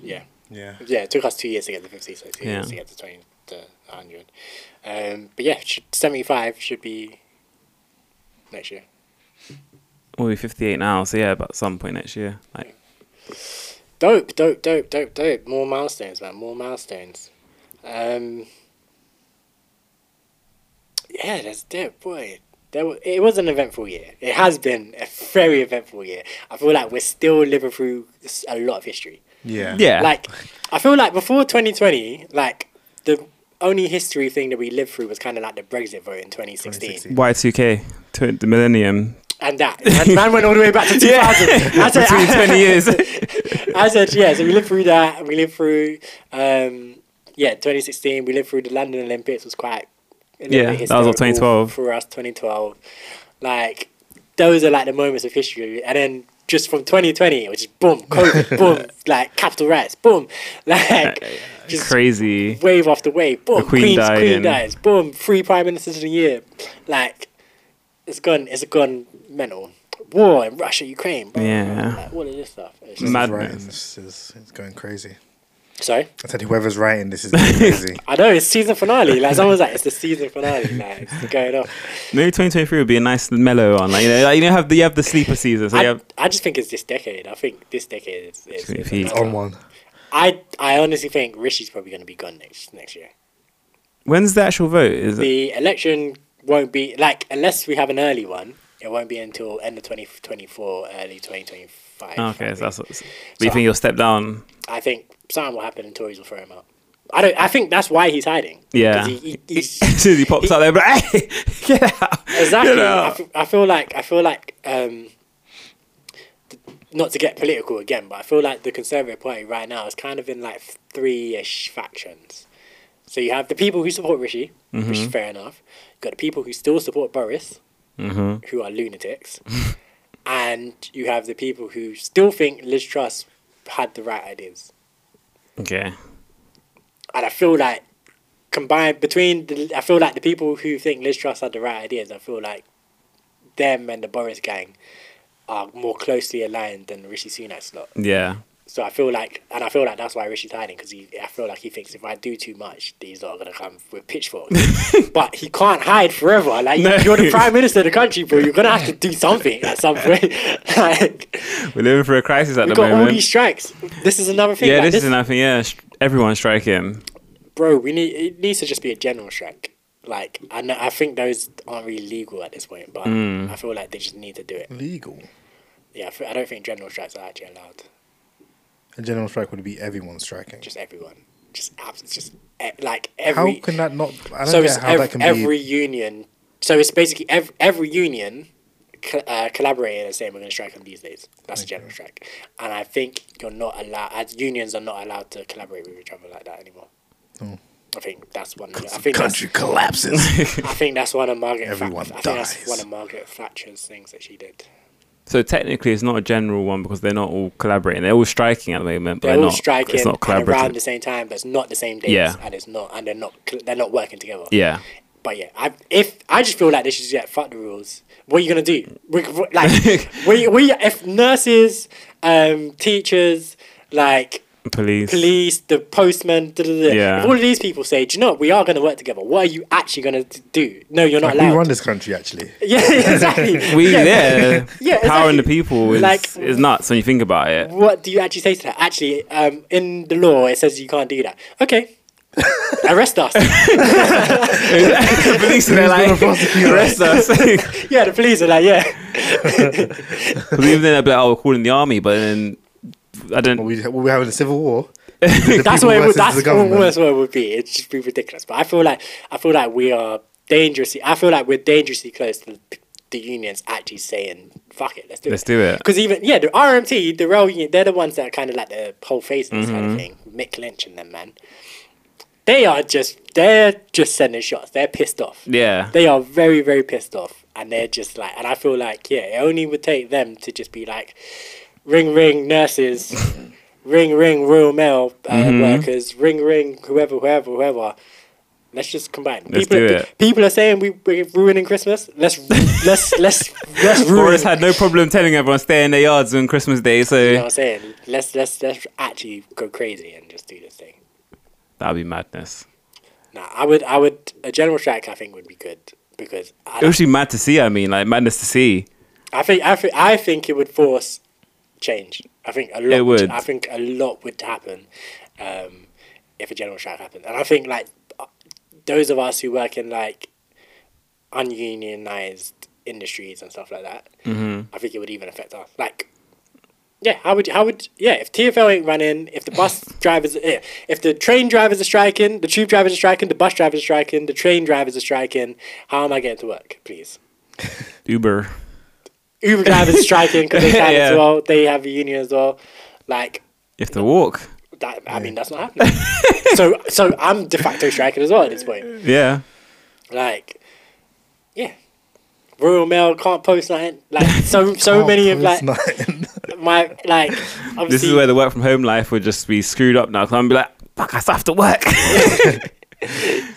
Speaker 1: Yeah.
Speaker 4: Yeah.
Speaker 1: Yeah, it took us two years to get to 50, so two
Speaker 2: Yeah.
Speaker 1: years to get to 20 to 100. Um, but yeah, should, 75 should be next year.
Speaker 2: We'll be fifty eight now, so yeah, about some point next year. Like,
Speaker 1: Dope, dope, dope, dope, dope. More milestones, man. More milestones. Um, yeah, that's dope, boy. There, wa- it was an eventful year. It has been a very eventful year. I feel like we're still living through s- a lot of history.
Speaker 4: Yeah.
Speaker 2: yeah,
Speaker 1: Like, I feel like before 2020, like, the only history thing that we lived through was kind of like the Brexit vote in 2016.
Speaker 4: 2016.
Speaker 2: Y two K, the millennium.
Speaker 1: And that. And man went all the way back to 2000. I, said,
Speaker 2: Between twenty years.
Speaker 1: I said, yeah, so we lived through that. We lived through, um, yeah, 2016. We lived through the London Olympics, was quite. a little
Speaker 2: Yeah,
Speaker 1: bit
Speaker 2: that was what,
Speaker 1: historical
Speaker 2: 2012.
Speaker 1: For us, 2012. Like, those are like the moments of history. And then just from 2020, it was just boom, COVID, boom, like capital rights, boom. Like, just
Speaker 2: Crazy.
Speaker 1: wave after wave. Boom,
Speaker 2: Queen
Speaker 1: Queen's
Speaker 2: died
Speaker 1: Queen
Speaker 2: and-
Speaker 1: dies. Boom, three prime ministers of the year. Like, it's gone. It's gone mental. War in Russia, Ukraine. Blah, yeah.
Speaker 2: Yeah.
Speaker 1: Like, all of this stuff. It's just-
Speaker 4: Mad
Speaker 2: Madness.
Speaker 4: writing this is it's going crazy.
Speaker 1: Sorry,
Speaker 4: I said whoever's writing this is going crazy.
Speaker 1: I know it's season finale. Like someone's like, it's the season finale. Like it's going off.
Speaker 2: Maybe twenty twenty three would be a nice mellow one. Like you know, like, you know, have the you have the sleeper season. So you
Speaker 1: I,
Speaker 2: have
Speaker 1: I just think it's this decade. I think this decade is. is,
Speaker 2: gonna be
Speaker 1: is
Speaker 2: peak.
Speaker 1: another
Speaker 4: On one.
Speaker 1: I I honestly think Rishi's probably going to be gone next next year.
Speaker 2: when's the actual vote? Is it?
Speaker 1: The election won't be like unless we have an early one. It won't be until end of twenty twenty four, early twenty twenty five.
Speaker 2: Okay, so that's. What, so you think you'll step down?
Speaker 1: I think something will happen and Tories will throw him out. I don't. I think that's why he's hiding. 'Cause
Speaker 2: Yeah.
Speaker 1: He, he, he's,
Speaker 2: As soon as he pops out there, but hey, get out.
Speaker 1: exactly.
Speaker 2: Get
Speaker 1: I,
Speaker 2: out.
Speaker 1: f- I feel like I feel like um, th- not to get political again, but I feel like the Conservative Party right now is kind of in like three-ish factions. So you have the people who support Rishi, which is fair enough. You've got the people who still support Boris, who are lunatics, and you have the people who still think Liz Truss had the right ideas.
Speaker 2: Okay.
Speaker 1: and I feel like combined between the, I feel like the people who think Liz Truss had the right ideas, I feel like them and the Boris gang are more closely aligned than Rishi Sunak's lot.
Speaker 2: Yeah.
Speaker 1: So I feel like, and I feel like that's why Rishi's hiding because he, I feel like he thinks if I do too much, these lot are gonna come with pitchforks. but he can't hide forever. Like
Speaker 2: No.
Speaker 1: you're the prime minister of the country, bro. You're gonna have to do something at some point. like
Speaker 2: We're living through a crisis at
Speaker 1: we
Speaker 2: the
Speaker 1: got all
Speaker 2: moment.
Speaker 1: these strikes. This is another thing.
Speaker 2: yeah,
Speaker 1: like,
Speaker 2: this, is nothing. Yeah, sh- everyone's striking.
Speaker 1: bro, we need it needs to just be a general strike. Like I know, I think those aren't really legal at this point, but I feel like they just need to do it.
Speaker 4: Legal.
Speaker 1: Yeah, I fe- I don't think general strikes are actually allowed.
Speaker 4: A general strike would be everyone striking.
Speaker 1: Just everyone, just abs- just e- like
Speaker 4: How
Speaker 1: every.
Speaker 4: can that not? I don't
Speaker 1: so
Speaker 4: get
Speaker 1: it's
Speaker 4: how
Speaker 1: ev-
Speaker 4: that can
Speaker 1: every
Speaker 4: be.
Speaker 1: union. So it's basically ev- every union co- uh, collaborating and saying we're going to strike on these days. That's a general strike, and I think you're not allowed. As unions are not allowed to collaborate with each other like that anymore.
Speaker 4: Hmm.
Speaker 1: I think that's one. I think that's-
Speaker 4: Country collapses.
Speaker 1: I think that's one of Margaret.
Speaker 4: Everyone
Speaker 1: Fa- I think that's
Speaker 4: dies.
Speaker 1: one of Margaret Thatcher's things that she did.
Speaker 2: So technically, it's not a general one because they're not all collaborating. They're all striking at the moment, but
Speaker 1: They're
Speaker 2: they're
Speaker 1: all
Speaker 2: not,
Speaker 1: striking
Speaker 2: It's not
Speaker 1: at around the
Speaker 2: collaborative.
Speaker 1: same time, but it's not the same days,
Speaker 2: Yeah.
Speaker 1: and it's not, and they're not, cl- they're not working together.
Speaker 2: Yeah.
Speaker 1: But yeah, I, if I just feel like they should just yeah, fuck the rules. What are you gonna do? We, we- like we, we if nurses, um, teachers, like
Speaker 2: Police.
Speaker 1: police, the postman, da, da, da,
Speaker 2: Yeah.
Speaker 1: if all of these people say, do you know what, we are gonna work together. What are you actually gonna t- do? No, you're not
Speaker 4: Like, we
Speaker 1: allowed.
Speaker 4: run this country actually.
Speaker 1: yeah, exactly.
Speaker 2: We
Speaker 1: yeah.
Speaker 2: there.
Speaker 1: Yeah,
Speaker 2: Power
Speaker 1: exactly.
Speaker 2: in the people is,
Speaker 1: Like-
Speaker 2: is nuts when you think about it.
Speaker 1: What do you actually say to that? Actually, um, in the law, it says you can't do that. Okay, arrest us.
Speaker 2: police are like, arrest us. Because
Speaker 1: yeah, the police are like, yeah.
Speaker 2: even then, I'd be like, oh, we're calling the army, but then I don't.
Speaker 4: Were we, were we having a civil war?
Speaker 1: that's
Speaker 4: people
Speaker 1: what it would,
Speaker 4: versus
Speaker 1: that's
Speaker 4: the government.
Speaker 1: almost what it would be. It'd just be ridiculous. But I feel like I feel like we are dangerously. I feel like we're dangerously close to the, the unions actually saying, "Fuck it, let's do
Speaker 2: Let's
Speaker 1: it."
Speaker 2: do it.
Speaker 1: Because even yeah, the RMT, the rail union, they're the ones that are kind of like the whole face of this kind of thing. Mick Lynch and them, man. They are just they're just sending shots. They're pissed off.
Speaker 2: Yeah.
Speaker 1: They are very very pissed off, and they're just like, and I feel like yeah, it only would take them to just be like, ring ring nurses. ring ring royal mail uh,
Speaker 2: Mm-hmm.
Speaker 1: workers ring ring whoever whoever whoever let's just combine
Speaker 2: Let's
Speaker 1: people,
Speaker 2: do it.
Speaker 1: people are saying we, we're ruining christmas let's let's let's let's ruin
Speaker 2: Boris had no problem telling everyone stay in their yards on Christmas Day,
Speaker 1: you know what i'm
Speaker 2: so
Speaker 1: saying let's let's let's actually go crazy and just do this thing
Speaker 2: that'd be madness.
Speaker 1: nah i would i would a general strike i think would be good because I,
Speaker 2: It was actually mad to see. I mean, like madness to see.
Speaker 1: I think i think i think it would force change i think a lot
Speaker 2: It would.
Speaker 1: i think a lot would happen um if a general strike happened and i think like those of us who work in like ununionized industries and stuff like that,
Speaker 2: Mm-hmm.
Speaker 1: I think it would even affect us. Like, yeah, how would how would yeah if TFL ain't running, if the bus drivers, eh, if the train drivers are striking, the tube drivers are striking, the bus drivers are striking, the train drivers are striking, how am I getting to work? Please,
Speaker 2: Uber.
Speaker 1: Uber drivers are striking because they can
Speaker 2: Yeah.
Speaker 1: as well. They have a union as well. Like,
Speaker 2: You have to walk.
Speaker 1: that, I mean, that's not happening. so, so I'm de facto striking as well at this point.
Speaker 2: Yeah.
Speaker 1: Like, yeah, rural mail can't post nothing. Like so, so
Speaker 4: Oh,
Speaker 1: many of like
Speaker 4: it's not-
Speaker 1: my like. Obviously,
Speaker 2: This is where the work from home life would just be screwed up now. Cause I'm gonna be like, fuck, I still have to work.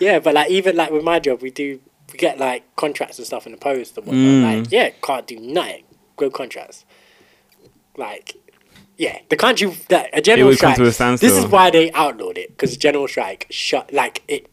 Speaker 1: yeah, but like even like with my job, we do we get like contracts and stuff in the post and whatnot.
Speaker 2: Mm.
Speaker 1: Like, yeah, can't do nothing. Go contracts. Like, yeah, the country that a general
Speaker 2: would come
Speaker 1: strike.
Speaker 2: to a
Speaker 1: This is
Speaker 2: standstill.
Speaker 1: why they outlawed it because general strike shut like it.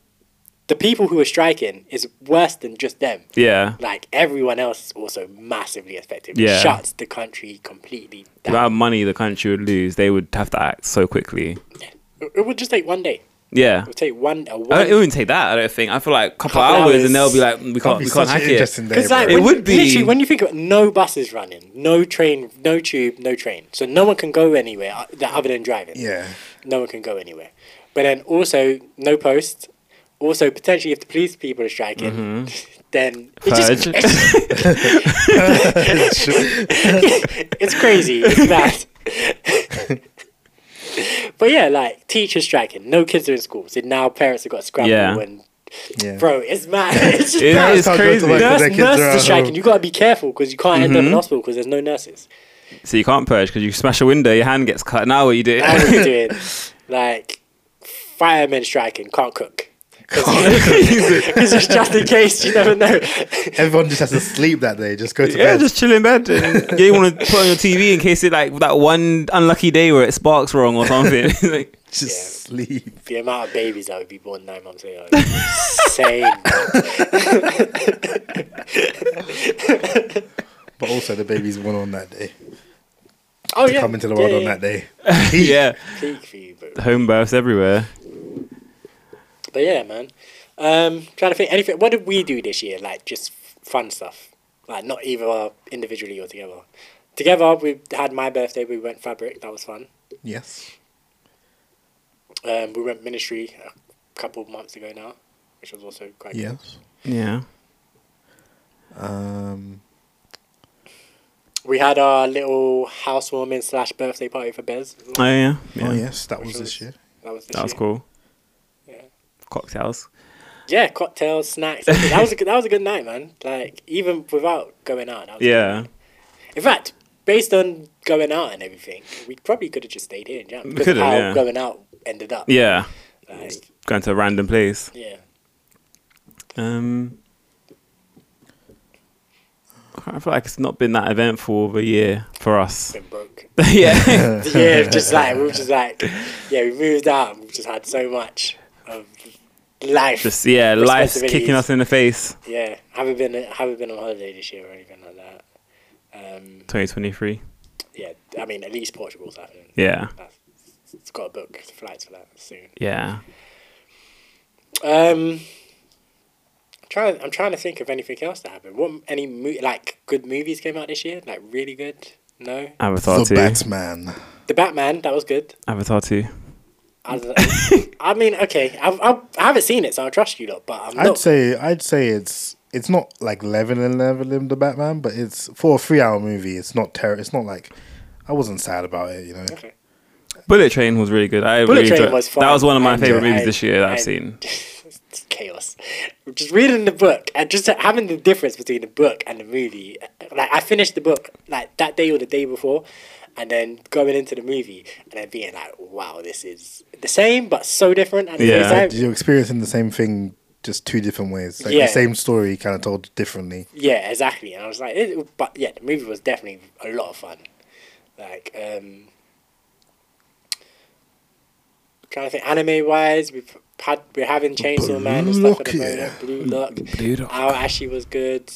Speaker 1: The people who are striking is worse than just them.
Speaker 2: yeah.
Speaker 1: like everyone else is also massively affected.
Speaker 2: Yeah.
Speaker 1: It shuts the country completely
Speaker 2: The
Speaker 1: down.
Speaker 2: amount of money the country would lose, they would have to act so quickly.
Speaker 1: It- it would just take one day.
Speaker 2: Yeah.
Speaker 1: It would take one a
Speaker 2: I don't, it
Speaker 1: one.
Speaker 2: wouldn't take that. I don't think. I feel like a couple,
Speaker 1: Couple
Speaker 2: hours,
Speaker 1: hours.
Speaker 2: and they'll be like, "We can't,
Speaker 4: That'd be
Speaker 2: we can't
Speaker 4: such
Speaker 2: hack
Speaker 4: an
Speaker 2: it."
Speaker 4: interesting day,
Speaker 1: Because like
Speaker 2: It
Speaker 4: bro.
Speaker 1: when
Speaker 2: would
Speaker 1: you-
Speaker 2: be-
Speaker 1: literally when you think about no buses running, no train, no tube, no train, so no one can go anywhere o- that other than driving.
Speaker 4: yeah.
Speaker 1: no one can go anywhere. But then also no post. Also potentially if the police people are striking, then it just,
Speaker 2: Mm-hmm. Purge.
Speaker 1: it's, it's crazy. It's bad. but yeah, like teachers striking, no kids are in school, so now parents have got to scramble
Speaker 2: Yeah.
Speaker 1: and
Speaker 4: Yeah.
Speaker 1: bro, it's mad. It's just
Speaker 2: It
Speaker 1: bad.
Speaker 2: is
Speaker 4: can't go to
Speaker 2: crazy.
Speaker 4: work 'cause
Speaker 1: Nurse,
Speaker 4: their kids are
Speaker 1: nurses are
Speaker 4: at
Speaker 1: striking.
Speaker 4: home.
Speaker 1: You gotta be careful because you can't end up in
Speaker 2: Mm-hmm.
Speaker 1: hospital because there's no nurses.
Speaker 2: So you can't purge because you smash a window, your hand gets cut. Now what you do?
Speaker 1: That's what we're doing. Like firemen striking, can't cook. Because it's just in case you never know.
Speaker 4: Everyone just has to sleep that day. Just go to
Speaker 2: yeah,
Speaker 4: bed.
Speaker 2: just chill in bed. And you want to put on your TV in case it like that one unlucky day where it sparks wrong or something. like,
Speaker 4: just sleep.
Speaker 1: The amount of babies that would be born nine months later is insane.
Speaker 4: But also the baby's born on that day.
Speaker 1: Oh
Speaker 4: They
Speaker 1: yeah,
Speaker 4: come into the world
Speaker 1: yeah,
Speaker 4: on
Speaker 1: yeah.
Speaker 4: that day.
Speaker 2: yeah,
Speaker 1: Peak for you, bro.
Speaker 2: home births everywhere.
Speaker 1: But yeah, man. Um, trying to think anything. What did we do this year? Like just fun stuff. Like not either individually or together. Together we had my birthday. We went fabric. That was fun.
Speaker 4: Yes.
Speaker 1: Um, we went ministry a couple of months ago now, which was also quite good.
Speaker 4: Yes.
Speaker 2: Yeah.
Speaker 4: Um,
Speaker 1: We had our little housewarming slash birthday party for Bez.
Speaker 2: Oh yeah. yeah.
Speaker 4: Oh yes, that was this year.
Speaker 1: That was, this
Speaker 2: That was
Speaker 1: year.
Speaker 2: cool.
Speaker 1: Yeah.
Speaker 2: Cocktails.
Speaker 1: Yeah, cocktails, snacks. everything. that was a good, that was a good night, man. Like even without going out. That was a good
Speaker 2: Yeah.
Speaker 1: night. In fact, based on going out and everything, we probably could have just stayed here and jammed because of
Speaker 2: could've,
Speaker 1: how
Speaker 2: yeah.
Speaker 1: going out ended up.
Speaker 2: Yeah.
Speaker 1: Like,
Speaker 2: Going to a random place.
Speaker 1: yeah.
Speaker 2: Um, I can't- I feel like it's not been that eventful of a year for us.
Speaker 1: Been broke.
Speaker 2: yeah,
Speaker 1: yeah, it's just like we were just like, yeah, we moved out. We've just had so much of life.
Speaker 2: just yeah, life's kicking
Speaker 1: responsibilities.
Speaker 2: us in the face.
Speaker 1: Yeah, haven't been haven't been on holiday this year or anything like that. Um,
Speaker 2: 2023.
Speaker 1: yeah, I mean at least Portugal's happening.
Speaker 2: Yeah,
Speaker 1: That's, it's got a book flights for that soon.
Speaker 2: yeah.
Speaker 1: Um, trying, I'm trying to think of anything else that happened. What any mo- like good movies came out this year? Like really good? No,
Speaker 2: Avatar
Speaker 4: the
Speaker 2: two.
Speaker 4: Batman.
Speaker 1: The Batman that was good.
Speaker 2: Avatar two.
Speaker 1: I, I mean, okay, I've, I've, I haven't seen it, so I trust you lot. But I'm
Speaker 4: I'd
Speaker 1: not.
Speaker 4: say I'd say it's it's not like leveling leveling the Batman, but it's for a three hour movie. It's not terror. It's not like I wasn't sad about it. You know,
Speaker 1: Okay.
Speaker 2: Bullet Train was really good. I
Speaker 1: Bullet
Speaker 2: really
Speaker 1: Train
Speaker 2: enjoyed-
Speaker 1: was fun.
Speaker 2: That was one of my
Speaker 1: and-
Speaker 2: favorite movies
Speaker 1: and-
Speaker 2: this year that I've
Speaker 1: and-
Speaker 2: seen.
Speaker 1: it's chaos. Just reading the book and just having the difference between the book and the movie. Like I finished the book like that day or the day before, and then going into the movie and then being like, "Wow, this is the same but so different." At the
Speaker 2: Yeah.
Speaker 1: same time.
Speaker 4: you're experiencing the same thing just two different ways. Like
Speaker 1: Yeah.
Speaker 4: the same story, kind of told differently.
Speaker 1: Yeah, exactly. And I was like, it, but yeah, the movie was definitely a lot of fun. Like, um, trying to think anime wise, we've had we're having Chainsaw Man and stuff at the
Speaker 4: Lock,
Speaker 1: moment.
Speaker 4: yeah.
Speaker 1: Blue Lock,
Speaker 2: Blue Lock.
Speaker 1: Our Ashi was good.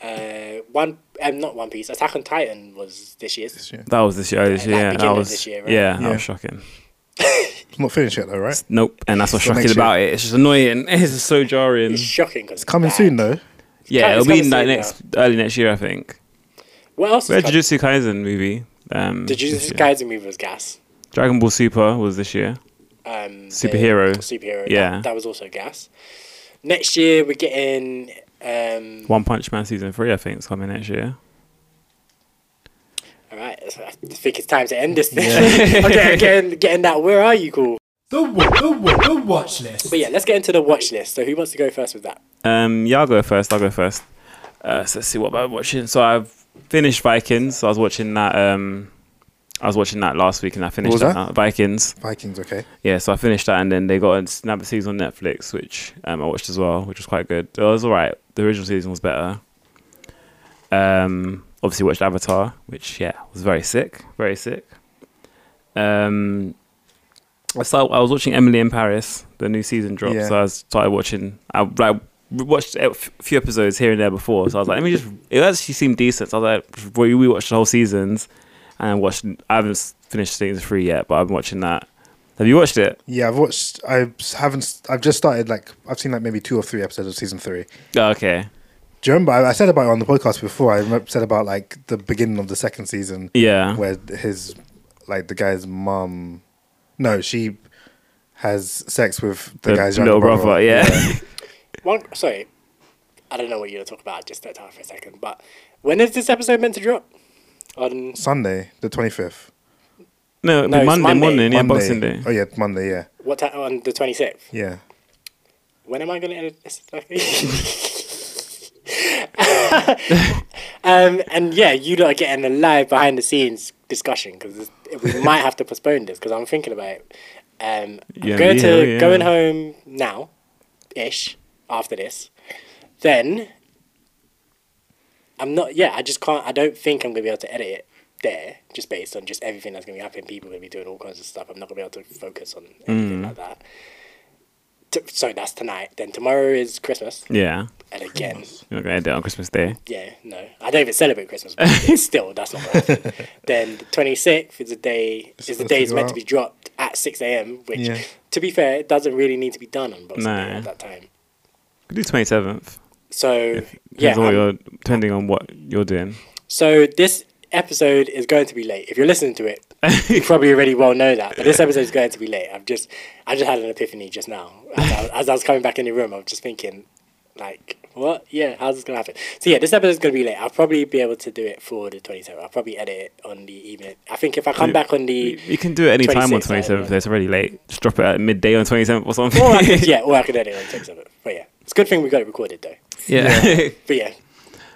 Speaker 1: Uh, one, um, not One Piece. Attack on Titan was this year's.
Speaker 4: year.
Speaker 2: That was this year. This
Speaker 1: Like,
Speaker 2: year. yeah,
Speaker 1: beginning
Speaker 2: that
Speaker 1: of
Speaker 2: was.
Speaker 1: this year, right?
Speaker 2: Yeah, that
Speaker 4: Yeah.
Speaker 2: was shocking.
Speaker 4: It's not finished yet though, right?
Speaker 2: Nope. And that's what's
Speaker 4: So
Speaker 2: shocking
Speaker 4: next year.
Speaker 2: about it. It's just annoying. It's just so jarring.
Speaker 1: It's shocking because
Speaker 4: Coming soon though.
Speaker 2: yeah,
Speaker 1: it's
Speaker 2: it'll be
Speaker 1: coming
Speaker 2: like
Speaker 1: soon
Speaker 2: next early next year, I think.
Speaker 1: What else?
Speaker 2: We
Speaker 1: Is
Speaker 2: had
Speaker 1: coming?
Speaker 2: Jujutsu Kaisen movie. Um, this
Speaker 1: Jujutsu
Speaker 2: year.
Speaker 1: Kaisen movie was gas.
Speaker 2: Dragon Ball Super was this year.
Speaker 1: um, the
Speaker 2: Superhero.
Speaker 1: superhero. Yeah,
Speaker 2: Yeah.
Speaker 1: that, that was also gas. Next year we're getting um,
Speaker 2: One Punch Man season three, I think, is coming next year.
Speaker 1: all right. I think it's time to end this thing. okay, again, getting that. Where are you, cool?
Speaker 3: The, wa- the, wa- the watch list.
Speaker 1: But yeah, let's get into the watch list. So who wants to go first with that?
Speaker 2: Um, yeah, I'll go first. I'll go first. Uh, so let's see what am I watching. So I've finished Vikings. I was watching that. Um, I was watching that last week, and I finished
Speaker 4: was
Speaker 2: that,
Speaker 4: that?
Speaker 2: now. Vikings.
Speaker 4: Vikings, okay.
Speaker 2: Yeah, so I finished that, and then they got another season on Netflix, which um, I watched as well, which was quite good. It was all right. The original season was better. Um, obviously watched Avatar, which yeah was very sick, very sick. Um, I started, I was watching Emily in Paris. The new season dropped,
Speaker 4: Yeah.
Speaker 2: so I was- started watching. I like watched a f- few episodes here and there before, so I was like, let me just. It actually seemed decent. So I was like, we we watched the whole seasons, and I watched. I haven't s- finished season three yet, but I've been watching that. Have you watched it?
Speaker 4: Yeah, I've watched. I haven't. s- I've just started. Like I've seen like maybe two or three episodes of season three.
Speaker 2: Oh, okay.
Speaker 4: Do you remember? I I said about it on the podcast before. I remember- said about like the beginning of the second season.
Speaker 2: Yeah.
Speaker 4: where his like the guy's mum no she has sex with the, guy's younger
Speaker 2: little
Speaker 4: brother,
Speaker 2: brother. yeah.
Speaker 1: One, sorry, I don't know what you're gonna talk about. I just stepped out for a second. But when is this episode meant to drop? On
Speaker 4: sunday the 25th
Speaker 2: no, it'd be
Speaker 1: No, it's
Speaker 2: Monday,
Speaker 1: Monday.
Speaker 2: morning. Yeah,
Speaker 4: Monday.
Speaker 2: Boxing Day.
Speaker 4: oh yeah monday yeah
Speaker 1: what time? On the twenty sixth.
Speaker 4: yeah
Speaker 1: When am I gonna edit this? um, and yeah, you lot are getting a live behind the scenes discussion because we might have to postpone this because I'm thinking about it. Um,
Speaker 2: Yeah,
Speaker 1: I'm going
Speaker 2: me,
Speaker 1: to
Speaker 2: yeah.
Speaker 1: going home now, ish. After this, then I'm not. Yeah, I just can't. I don't think I'm gonna be able to edit it there, just based on just everything that's gonna be happening. People are gonna be doing all kinds of stuff. I'm not gonna be able to focus on
Speaker 2: Mm.
Speaker 1: anything like that. T- so that's tonight. Then tomorrow is Christmas,
Speaker 2: Yeah.
Speaker 1: and again,
Speaker 2: You're not gonna end it on Christmas Day.
Speaker 1: yeah, no, I don't even celebrate Christmas. But it's still, that's not what happened. Then the 26th is the day. Is the
Speaker 4: supposed
Speaker 1: day
Speaker 4: to
Speaker 1: it's
Speaker 4: go
Speaker 1: meant to
Speaker 4: out.
Speaker 1: be dropped at 6 a.m. Which,
Speaker 4: Yeah.
Speaker 1: to be fair, it doesn't really need to be done on Boxing Day
Speaker 2: No.
Speaker 1: at that time.
Speaker 2: Could do twenty seventh.
Speaker 1: So yeah,
Speaker 2: Depends on
Speaker 1: I'm-
Speaker 2: what you're depending on what you're doing.
Speaker 1: So this episode is going to be late. If you're listening to it, you probably already well know that. But this episode is going to be late. I've just, I just had an epiphany just now as I, as I was coming back in the room. I was just thinking, like, what? Yeah, how's this gonna happen? So yeah, this episode is gonna be late. I'll probably be able to do it for the 27th. I'll probably edit it on the evening. I think if I come back on the,
Speaker 2: You, you can do it any time on
Speaker 1: 26th,
Speaker 2: twenty seventh.
Speaker 1: yeah.
Speaker 2: It's already late. Just drop it at midday on twenty seventh or something.
Speaker 1: or I could, yeah, or I could edit it on the 27th. But yeah, it's a good thing we got it recorded though.
Speaker 2: yeah.
Speaker 1: But yeah,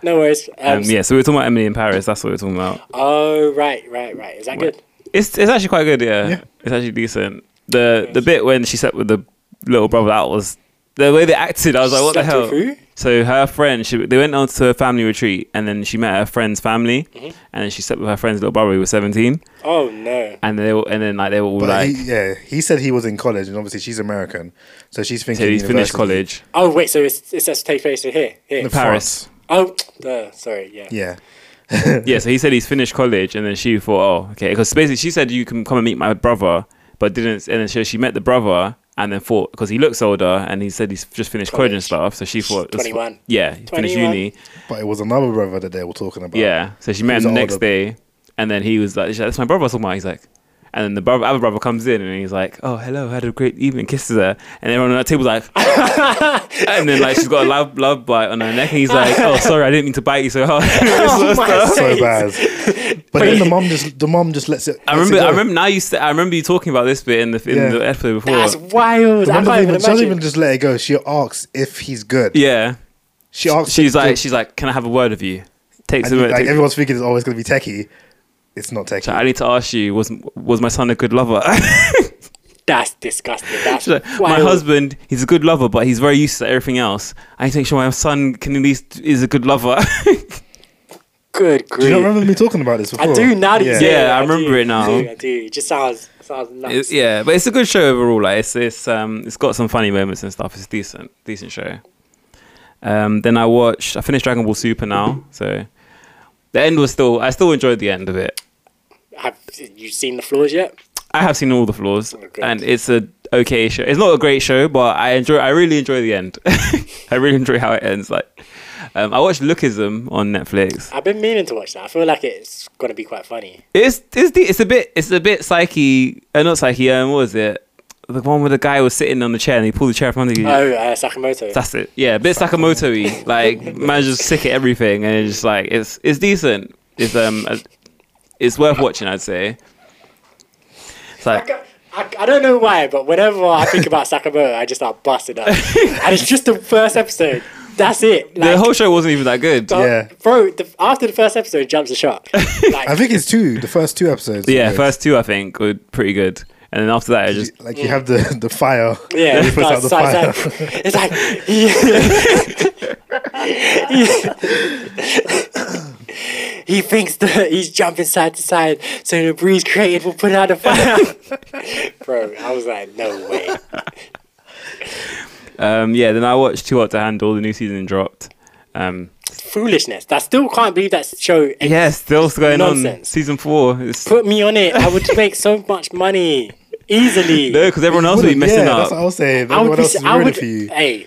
Speaker 1: no worries. Um,
Speaker 2: um, yeah. So we we're talking about Emily in Paris. That's what we we're talking about.
Speaker 1: Oh right, right, right. Is that good?
Speaker 2: Uh, It's it's actually quite good. Yeah.
Speaker 4: Yeah.
Speaker 2: It's actually decent. The the bit when she slept with the little brother that was the way they acted, I was like, what the
Speaker 1: Slept
Speaker 2: hell?
Speaker 1: with who?
Speaker 2: So her friend, she, they went on to a family retreat, and then she met her friend's family, and she slept with her friend's little brother who was seventeen,
Speaker 1: Oh no.
Speaker 2: and they were, and then like they were all
Speaker 4: But
Speaker 2: like,
Speaker 4: he, yeah, he said he was in college, and obviously she's American, so she's thinking
Speaker 2: so he's finished
Speaker 4: university.
Speaker 2: college,
Speaker 1: Oh wait, so it's it says take place in here. Here.
Speaker 4: In
Speaker 2: Paris.
Speaker 4: France.
Speaker 1: Oh, duh, sorry. Yeah.
Speaker 4: Yeah,
Speaker 2: yeah. So he said he's finished college, and then she thought, oh, okay, because basically she said you can come and meet my brother, but didn't, and then she, she met the brother. And then thought because he looks older, and he said he's just finished college, and
Speaker 1: College.
Speaker 2: stuff. So she thought,
Speaker 1: 21.
Speaker 2: yeah, he finished
Speaker 1: 21.
Speaker 2: uni.
Speaker 4: but it was another brother that they were talking about.
Speaker 2: Yeah. So she
Speaker 4: He
Speaker 2: met
Speaker 4: was
Speaker 2: him the
Speaker 4: older.
Speaker 2: next day, and then he was like, she's like, "That's my brother." I was talking about. He's like, and then the brother, other brother comes in, and he's like, "Oh, hello, had a great evening." Kisses her, and everyone on that table's like, and then like she's got a love love bite on her neck, and he's like, "Oh, sorry, I didn't mean to bite you so hard."
Speaker 1: Oh, my
Speaker 4: so
Speaker 1: days.
Speaker 4: bad. But then the mom just the mom just lets it.
Speaker 2: I
Speaker 4: lets it
Speaker 2: remember, I
Speaker 4: go.
Speaker 2: remember now. You, st- I remember you talking about this bit in the in
Speaker 4: Yeah.
Speaker 2: the episode before.
Speaker 1: That's wild. I
Speaker 4: Remember
Speaker 1: can't
Speaker 4: they
Speaker 1: even
Speaker 4: even, she doesn't
Speaker 1: imagine.
Speaker 4: even just let it go. She asks if he's good.
Speaker 2: yeah,
Speaker 4: She asks.
Speaker 2: she's
Speaker 4: if-
Speaker 2: like, she's like, "Can I have a word with you?" Takes a
Speaker 4: and,
Speaker 2: minute.
Speaker 4: like
Speaker 2: takes-
Speaker 4: everyone's thinking it's always going to be techie. It's not techie.
Speaker 2: I need to ask you: Was was my son a good lover?
Speaker 1: That's disgusting. That's
Speaker 2: She's like, my
Speaker 1: wild.
Speaker 2: husband, he's a good lover, but he's very used to everything else. I need to make sure my son can at least is a good lover.
Speaker 1: Good
Speaker 4: Do
Speaker 1: grief.
Speaker 4: you not remember me talking about this before?
Speaker 1: I do now that you
Speaker 4: Yeah.
Speaker 1: say
Speaker 2: Yeah,
Speaker 1: it,
Speaker 2: I remember
Speaker 1: do,
Speaker 2: it now.
Speaker 1: I do, I do. It just sounds sounds nuts.
Speaker 2: It- yeah, but it's a good show overall. Like it's it's um it's got some funny moments and stuff. It's decent, decent show. Um, then I watched. I finished Dragon Ball Super now, so the end was still. I still enjoyed the end of it.
Speaker 1: Have you seen the floors yet?
Speaker 2: I have seen all the flaws,
Speaker 1: Okay.
Speaker 2: and it's a okay show. It's not a great show, but I enjoy. I really enjoy the end. I really enjoy how it ends. Like, um, I watched Lookism on Netflix.
Speaker 1: I've been meaning to watch that. I feel like it's gonna be quite funny.
Speaker 2: It's it's de- it's a bit it's a bit psyche. Uh, not psyche. Um, what was it? The one where the guy was sitting on the chair and he pulled the chair from under you.
Speaker 1: Oh, uh, Sakamoto.
Speaker 2: That's it. Yeah, a bit Sakamoto-y. Like man, just sick at everything, and it's just like it's it's decent. It's um, uh, it's worth watching. I'd say. It's like
Speaker 1: I, I don't know why, but whenever I think about Sakamoto, I just start busting up. and it's just the first episode. That's it. Like,
Speaker 2: the whole show wasn't even that good.
Speaker 1: but-
Speaker 4: yeah.
Speaker 1: Bro, the, after the first episode, it jumps the shark. Like,
Speaker 4: I think it's two. The first two episodes.
Speaker 2: Yeah,
Speaker 4: were-
Speaker 2: first two I think were pretty good, and then after that, I just
Speaker 4: Like you have the the fire.
Speaker 1: yeah,
Speaker 4: He
Speaker 1: it
Speaker 4: puts
Speaker 1: starts
Speaker 4: out the
Speaker 1: side,
Speaker 4: fire.
Speaker 1: side. It's like, he, he thinks that he's jumping side to side, so the breeze created will put out a fire. bro, I was like, no way.
Speaker 2: um yeah. Then I watched Too Hot to Handle. The new season dropped. Um
Speaker 1: Foolishness. I still can't believe that show.
Speaker 2: yeah, still going on.
Speaker 1: nonsense.
Speaker 2: Season four. It's, no,
Speaker 1: Put me on it. I would make so much money easily.
Speaker 2: because everyone else will be
Speaker 4: Wouldn't-
Speaker 2: messing
Speaker 4: yeah,
Speaker 2: up.
Speaker 4: That's what I was saying.
Speaker 1: I would
Speaker 4: Everyone
Speaker 1: be,
Speaker 4: else is
Speaker 1: I
Speaker 4: rooting
Speaker 1: would,
Speaker 4: for you.
Speaker 1: hey,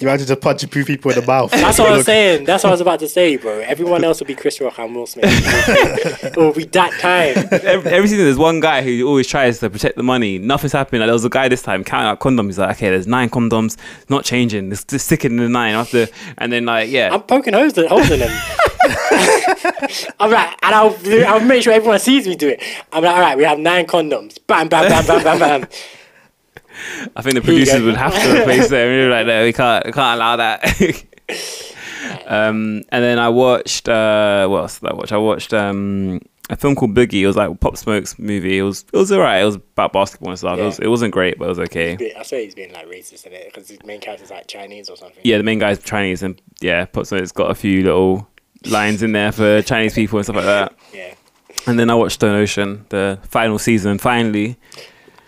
Speaker 4: You had to just punch a few people in the mouth.
Speaker 1: that's what I was saying. That's what I was about to say, bro. Everyone else will be Chris Rock and Will Smith. it will be that time.
Speaker 2: every, every season there's one guy who always tries to protect the money. Nothing's happening. Like, there was a guy this time counting out condoms. He's like, okay, there's nine condoms. It's not changing. It's just sticking to the nine after. And then like, yeah,
Speaker 1: I'm poking holes in, holes in them. I'm like, and I'll, I'll make sure everyone sees me do it. I'm like, all right, we have nine condoms. Bam, bam, bam, bam, bam, bam.
Speaker 2: I think the
Speaker 1: you
Speaker 2: producers
Speaker 1: go.
Speaker 2: would have to replace them. We were like, no, we can't, we can't allow that. um, and then I watched, uh, what else did I watch? I watched um, a film called Boogie. It was like Pop Smoke's movie. It was, it was alright. It was about basketball and stuff. It,
Speaker 1: Yeah.
Speaker 2: was, it wasn't great, but it was okay.
Speaker 1: I swear he's being like racist in it because his main character's like Chinese or something.
Speaker 2: Yeah, the main guy's Chinese, and yeah, Pop Smoke's got a few little lines in there for Chinese people and stuff like that.
Speaker 1: Yeah.
Speaker 2: And then I watched Stone Ocean, the final season. Finally,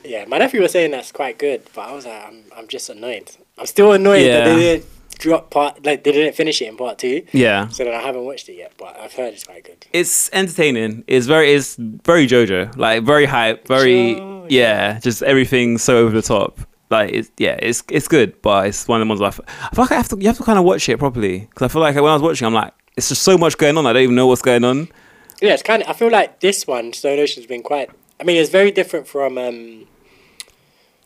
Speaker 1: Yeah, my nephew was saying that's quite good, but I was like, I'm, I'm just annoyed. I'm still annoyed that
Speaker 2: Yeah.
Speaker 1: they didn't drop part, like they didn't finish it in part two.
Speaker 2: yeah,
Speaker 1: So then I haven't watched it yet, but I've heard it's quite good.
Speaker 2: it's entertaining. It's very, it's very JoJo, like very hype, very
Speaker 1: Jo-
Speaker 2: yeah, just everything so over the top. Like it's yeah, it's it's good, but it's one of the ones I, f- I feel like I have to you have to kind of watch it properly because I feel like when I was watching, I'm like it's just so much going on. I don't even know what's going on.
Speaker 1: Yeah, it's kind of. I feel like this one, Stone Ocean's been quite. I mean, it's very different from. um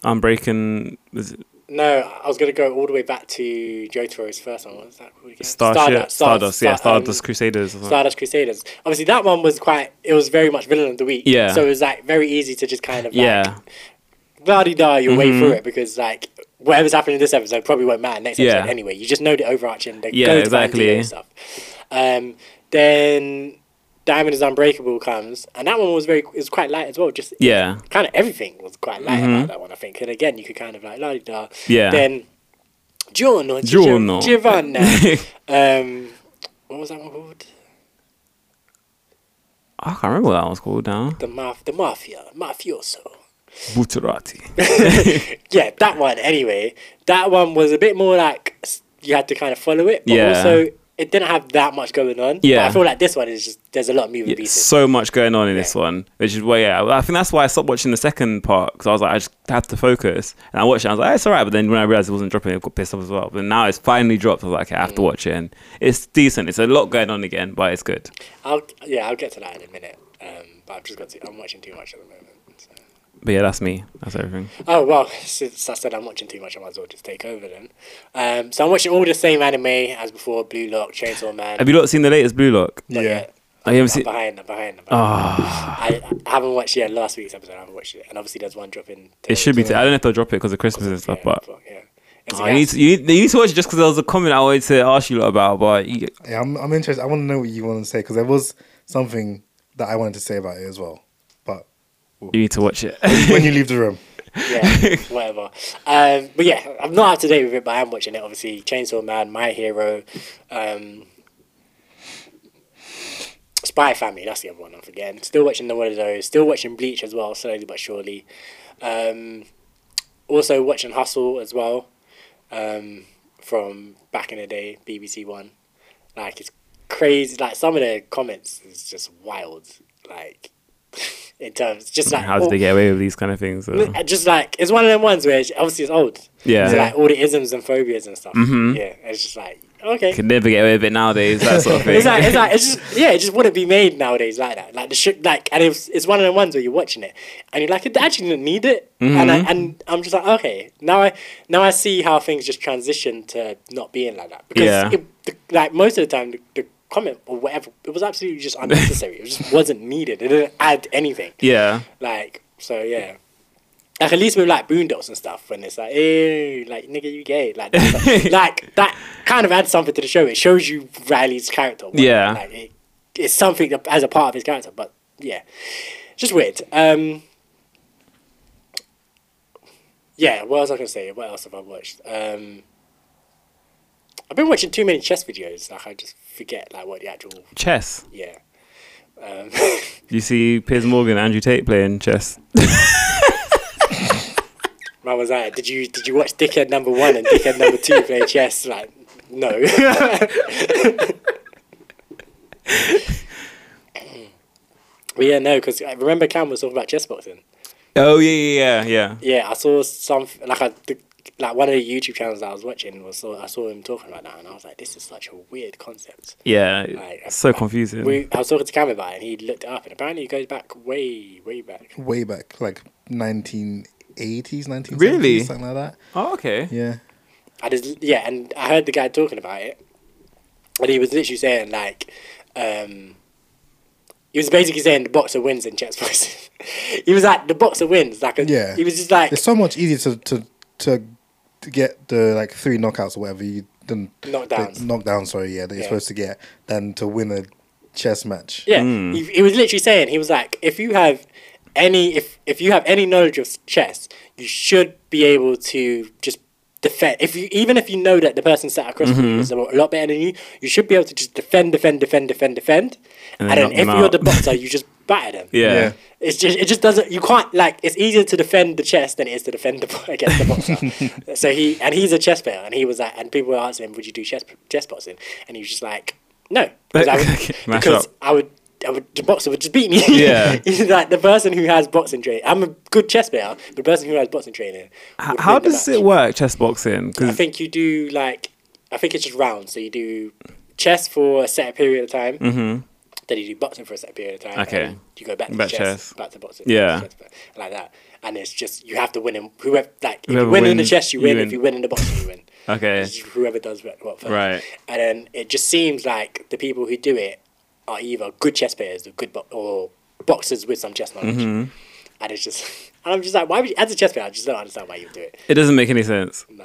Speaker 2: I'm breaking is it
Speaker 1: No, I was gonna go all the way back to Jotaro's first one. What was that called again?
Speaker 2: Starship, Stardust, yeah,
Speaker 1: Star- um,
Speaker 2: Stardust uh, Crusaders. Or something.
Speaker 1: Stardust Crusaders. Obviously, that one was quite. It was very much villain of the week.
Speaker 2: Yeah.
Speaker 1: So it was like very easy to just kind of like,
Speaker 2: yeah, Mm-hmm.
Speaker 1: la di da your way through it because like whatever's happening in this episode probably won't matter next episode
Speaker 2: Yeah.
Speaker 1: anyway. You just know the overarching. They
Speaker 2: Yeah,
Speaker 1: go to
Speaker 2: exactly.
Speaker 1: Bandito and stuff. Um, then Diamond is Unbreakable comes, and that one was very it was quite light as well. Just
Speaker 2: yeah,
Speaker 1: kind of everything was quite light about that one, I think. And again, you could kind of like la di da.
Speaker 2: Mm-hmm. Yeah.
Speaker 1: Then Giorno, Gigi-
Speaker 2: Giorno.
Speaker 1: Giovanna. um, what was that one called?
Speaker 2: I can't remember what that one's called now.
Speaker 1: The maf- the mafia, mafioso.
Speaker 2: Butterati.
Speaker 1: Yeah, that one. Anyway, that one was a bit more like s- you had to kind of follow it, but
Speaker 2: Yeah.
Speaker 1: also it didn't have that much going on.
Speaker 2: Yeah.
Speaker 1: but I feel like this one is just there's a lot of moving
Speaker 2: Yeah,
Speaker 1: pieces.
Speaker 2: so much going on in this one, which is why yeah, I think that's why I stopped watching the second part because I was like, I just have to focus. And I watched it, I was like, "Eh, it's alright. But then when I realized it wasn't dropping, I got pissed off as well. But now it's finally dropped. I was like, okay, I
Speaker 1: Mm.
Speaker 2: have to watch it. And it's decent. It's a lot going on again, but it's good.
Speaker 1: I'll yeah, I'll get to that in a minute. Um, but I've just got to. I'm watching too much at the moment. So.
Speaker 2: But yeah, that's me. That's everything.
Speaker 1: Oh well, since I said I'm watching too much, I might as well just take over then. Um, so I'm watching all the same anime as before: Blue Lock, Chainsaw Man.
Speaker 2: Have you lot seen the latest Blue Lock?
Speaker 1: Not
Speaker 4: Yeah.
Speaker 1: yet.
Speaker 2: I haven't
Speaker 1: I'm
Speaker 2: seen.
Speaker 1: behind. I'm behind. I'm behind.
Speaker 2: Ah,
Speaker 1: I, I haven't watched yet last week's episode. I haven't watched it, and obviously there's one dropping.
Speaker 2: it should be. T- I don't know if they'll drop it because of Christmas and stuff, but.
Speaker 1: yeah. It's
Speaker 2: Oh,
Speaker 1: a
Speaker 2: you, need
Speaker 1: gas.
Speaker 2: to, you, need, you need to watch it just because there was a comment I wanted to ask you lot about, but you,
Speaker 4: Yeah, I'm, I'm interested. I want to know what you want to say because there was something that I wanted to say about it as well. But
Speaker 2: you need to watch it.
Speaker 4: when you leave the room,
Speaker 1: yeah, whatever. Um, but yeah, I'm not up to date with it, but I am watching it. Obviously, Chainsaw Man, My Hero, um, Spy Family. That's the other one I'm forgetting. Still watching the one of those. Still watching Bleach as well, slowly but surely. Um, also watching Hustle as well um, from back in the day, BBC One. Like it's crazy. Like some of the comments is just wild. Like in terms, just like oh,
Speaker 2: How did
Speaker 1: all-
Speaker 2: they get away with these kind of things? though?
Speaker 1: I just like it's one of them ones where it's- obviously it's old.
Speaker 2: Mm-hmm. Yeah. Mm-hmm.
Speaker 1: So like all the isms and phobias and stuff. Yeah. It's just like okay.
Speaker 2: could never get away with it nowadays. That sort of thing.
Speaker 1: It's like it's like it's just yeah. It just wouldn't be made nowadays like that. Like the shit like and it's it's one of them ones where you're watching it and you're like it actually didn't need it. And I,
Speaker 2: Mm-hmm.
Speaker 1: and I'm just like okay now I now I see how things just transition to not being like that because
Speaker 2: Yeah.
Speaker 1: it, the, like most of the time the, the comment or whatever it was absolutely just unnecessary. it just wasn't needed. It didn't add anything.
Speaker 2: yeah,
Speaker 1: Like, so yeah. Like at least with like boondocks and stuff, when it's like, ew, like nigga, you gay, like, that stuff. like that kind of adds something to the show. It shows you Riley's character. but,
Speaker 2: Yeah.
Speaker 1: like it, it's something that, as a part of his character, but yeah, just weird. Um, yeah, what else I can say? What else have I watched? Um, I've been watching too many chess videos. Like I just forget like what the actual
Speaker 2: chess.
Speaker 1: yeah. Um,
Speaker 2: You see Piers Morgan, and Andrew Tate playing chess.
Speaker 1: Man was like, did you did you watch Dickhead Number One and Dickhead Number Two play chess? Like, no. but yeah, no, because I remember Cam was talking about chess boxing.
Speaker 2: Oh yeah, yeah, yeah, yeah.
Speaker 1: Yeah, I saw some like I, the, like one of the YouTube channels I was watching was saw, I saw him talking about that, and I was like, this is such a weird concept.
Speaker 2: Yeah,
Speaker 1: Like,
Speaker 2: it's so confusing.
Speaker 1: We, I was talking to Cam about it, and he looked it up, and apparently it goes back way, way back.
Speaker 4: way back, like 1980s, 1970s,
Speaker 2: Really?
Speaker 4: something like that.
Speaker 2: oh okay.
Speaker 4: Yeah.
Speaker 1: I just yeah, and I heard the guy talking about it, and he was literally saying like, um, he was basically saying the boxer wins in chess boxing. he was like the boxer wins, like a,
Speaker 4: Yeah.
Speaker 1: He was just like
Speaker 4: It's so much easier to to, to, to get the like three knockouts or whatever you than
Speaker 1: Knockdowns.
Speaker 4: the knockdown, sorry, yeah, that you're
Speaker 1: Yeah.
Speaker 4: supposed to get than to win a chess match.
Speaker 1: yeah.
Speaker 2: Hmm.
Speaker 1: He, he was literally saying he was like, if you have any if if you have any knowledge of chess, you should be able to just defend. If you even if you know that the person sat across from
Speaker 2: Mm-hmm.
Speaker 1: you is a lot better than you, you should be able to just defend, defend, defend, defend, defend, and,
Speaker 2: then
Speaker 1: then
Speaker 2: knock
Speaker 1: if
Speaker 2: them
Speaker 1: you're
Speaker 2: out.
Speaker 1: the boxer, you just batter them.
Speaker 2: Yeah.
Speaker 4: Yeah.
Speaker 1: It's just it just doesn't you can't like it's easier to defend the chess than it is to defend the bo- against the boxer. so he and he's a chess player and he was like and people were asking him, Would you do chess chess boxing? And he was just like, No. Because I
Speaker 2: Okay,
Speaker 1: would,
Speaker 2: mash
Speaker 1: because
Speaker 2: up.
Speaker 1: I would I would the boxer would just beat me.
Speaker 2: Yeah.
Speaker 1: He's like the person who has boxing training I'm a good chess player, but the person who has boxing training.
Speaker 2: H-
Speaker 1: would
Speaker 2: how
Speaker 1: win the
Speaker 2: does it
Speaker 1: match.
Speaker 2: work, chess boxing?
Speaker 1: I
Speaker 2: 'Cause-
Speaker 1: think you do like I think it's just rounds. So you do chess for a set period of time. Mm-hmm. Then you do boxing for a set period of time. and
Speaker 2: Okay.
Speaker 1: then you go back to
Speaker 2: Back
Speaker 1: chess,
Speaker 2: chess.
Speaker 1: back to boxing,
Speaker 2: Yeah.
Speaker 1: back to chess, like that. And it's just you have to win in whoever like if
Speaker 2: Whoever
Speaker 1: you win in the
Speaker 2: wins,
Speaker 1: chess, you
Speaker 2: you
Speaker 1: win.
Speaker 2: win.
Speaker 1: If you win in the boxing, you win.
Speaker 2: okay.
Speaker 1: It's just whoever does what what first.
Speaker 2: Right.
Speaker 1: And then it just seems like the people who do it are either good chess players or good bo- or boxers with some chess knowledge.
Speaker 2: Mm-hmm.
Speaker 1: And it's just, and I'm just like, why would you, as a chess player, I just don't understand why you would do it.
Speaker 2: It doesn't make any sense.
Speaker 1: Nah,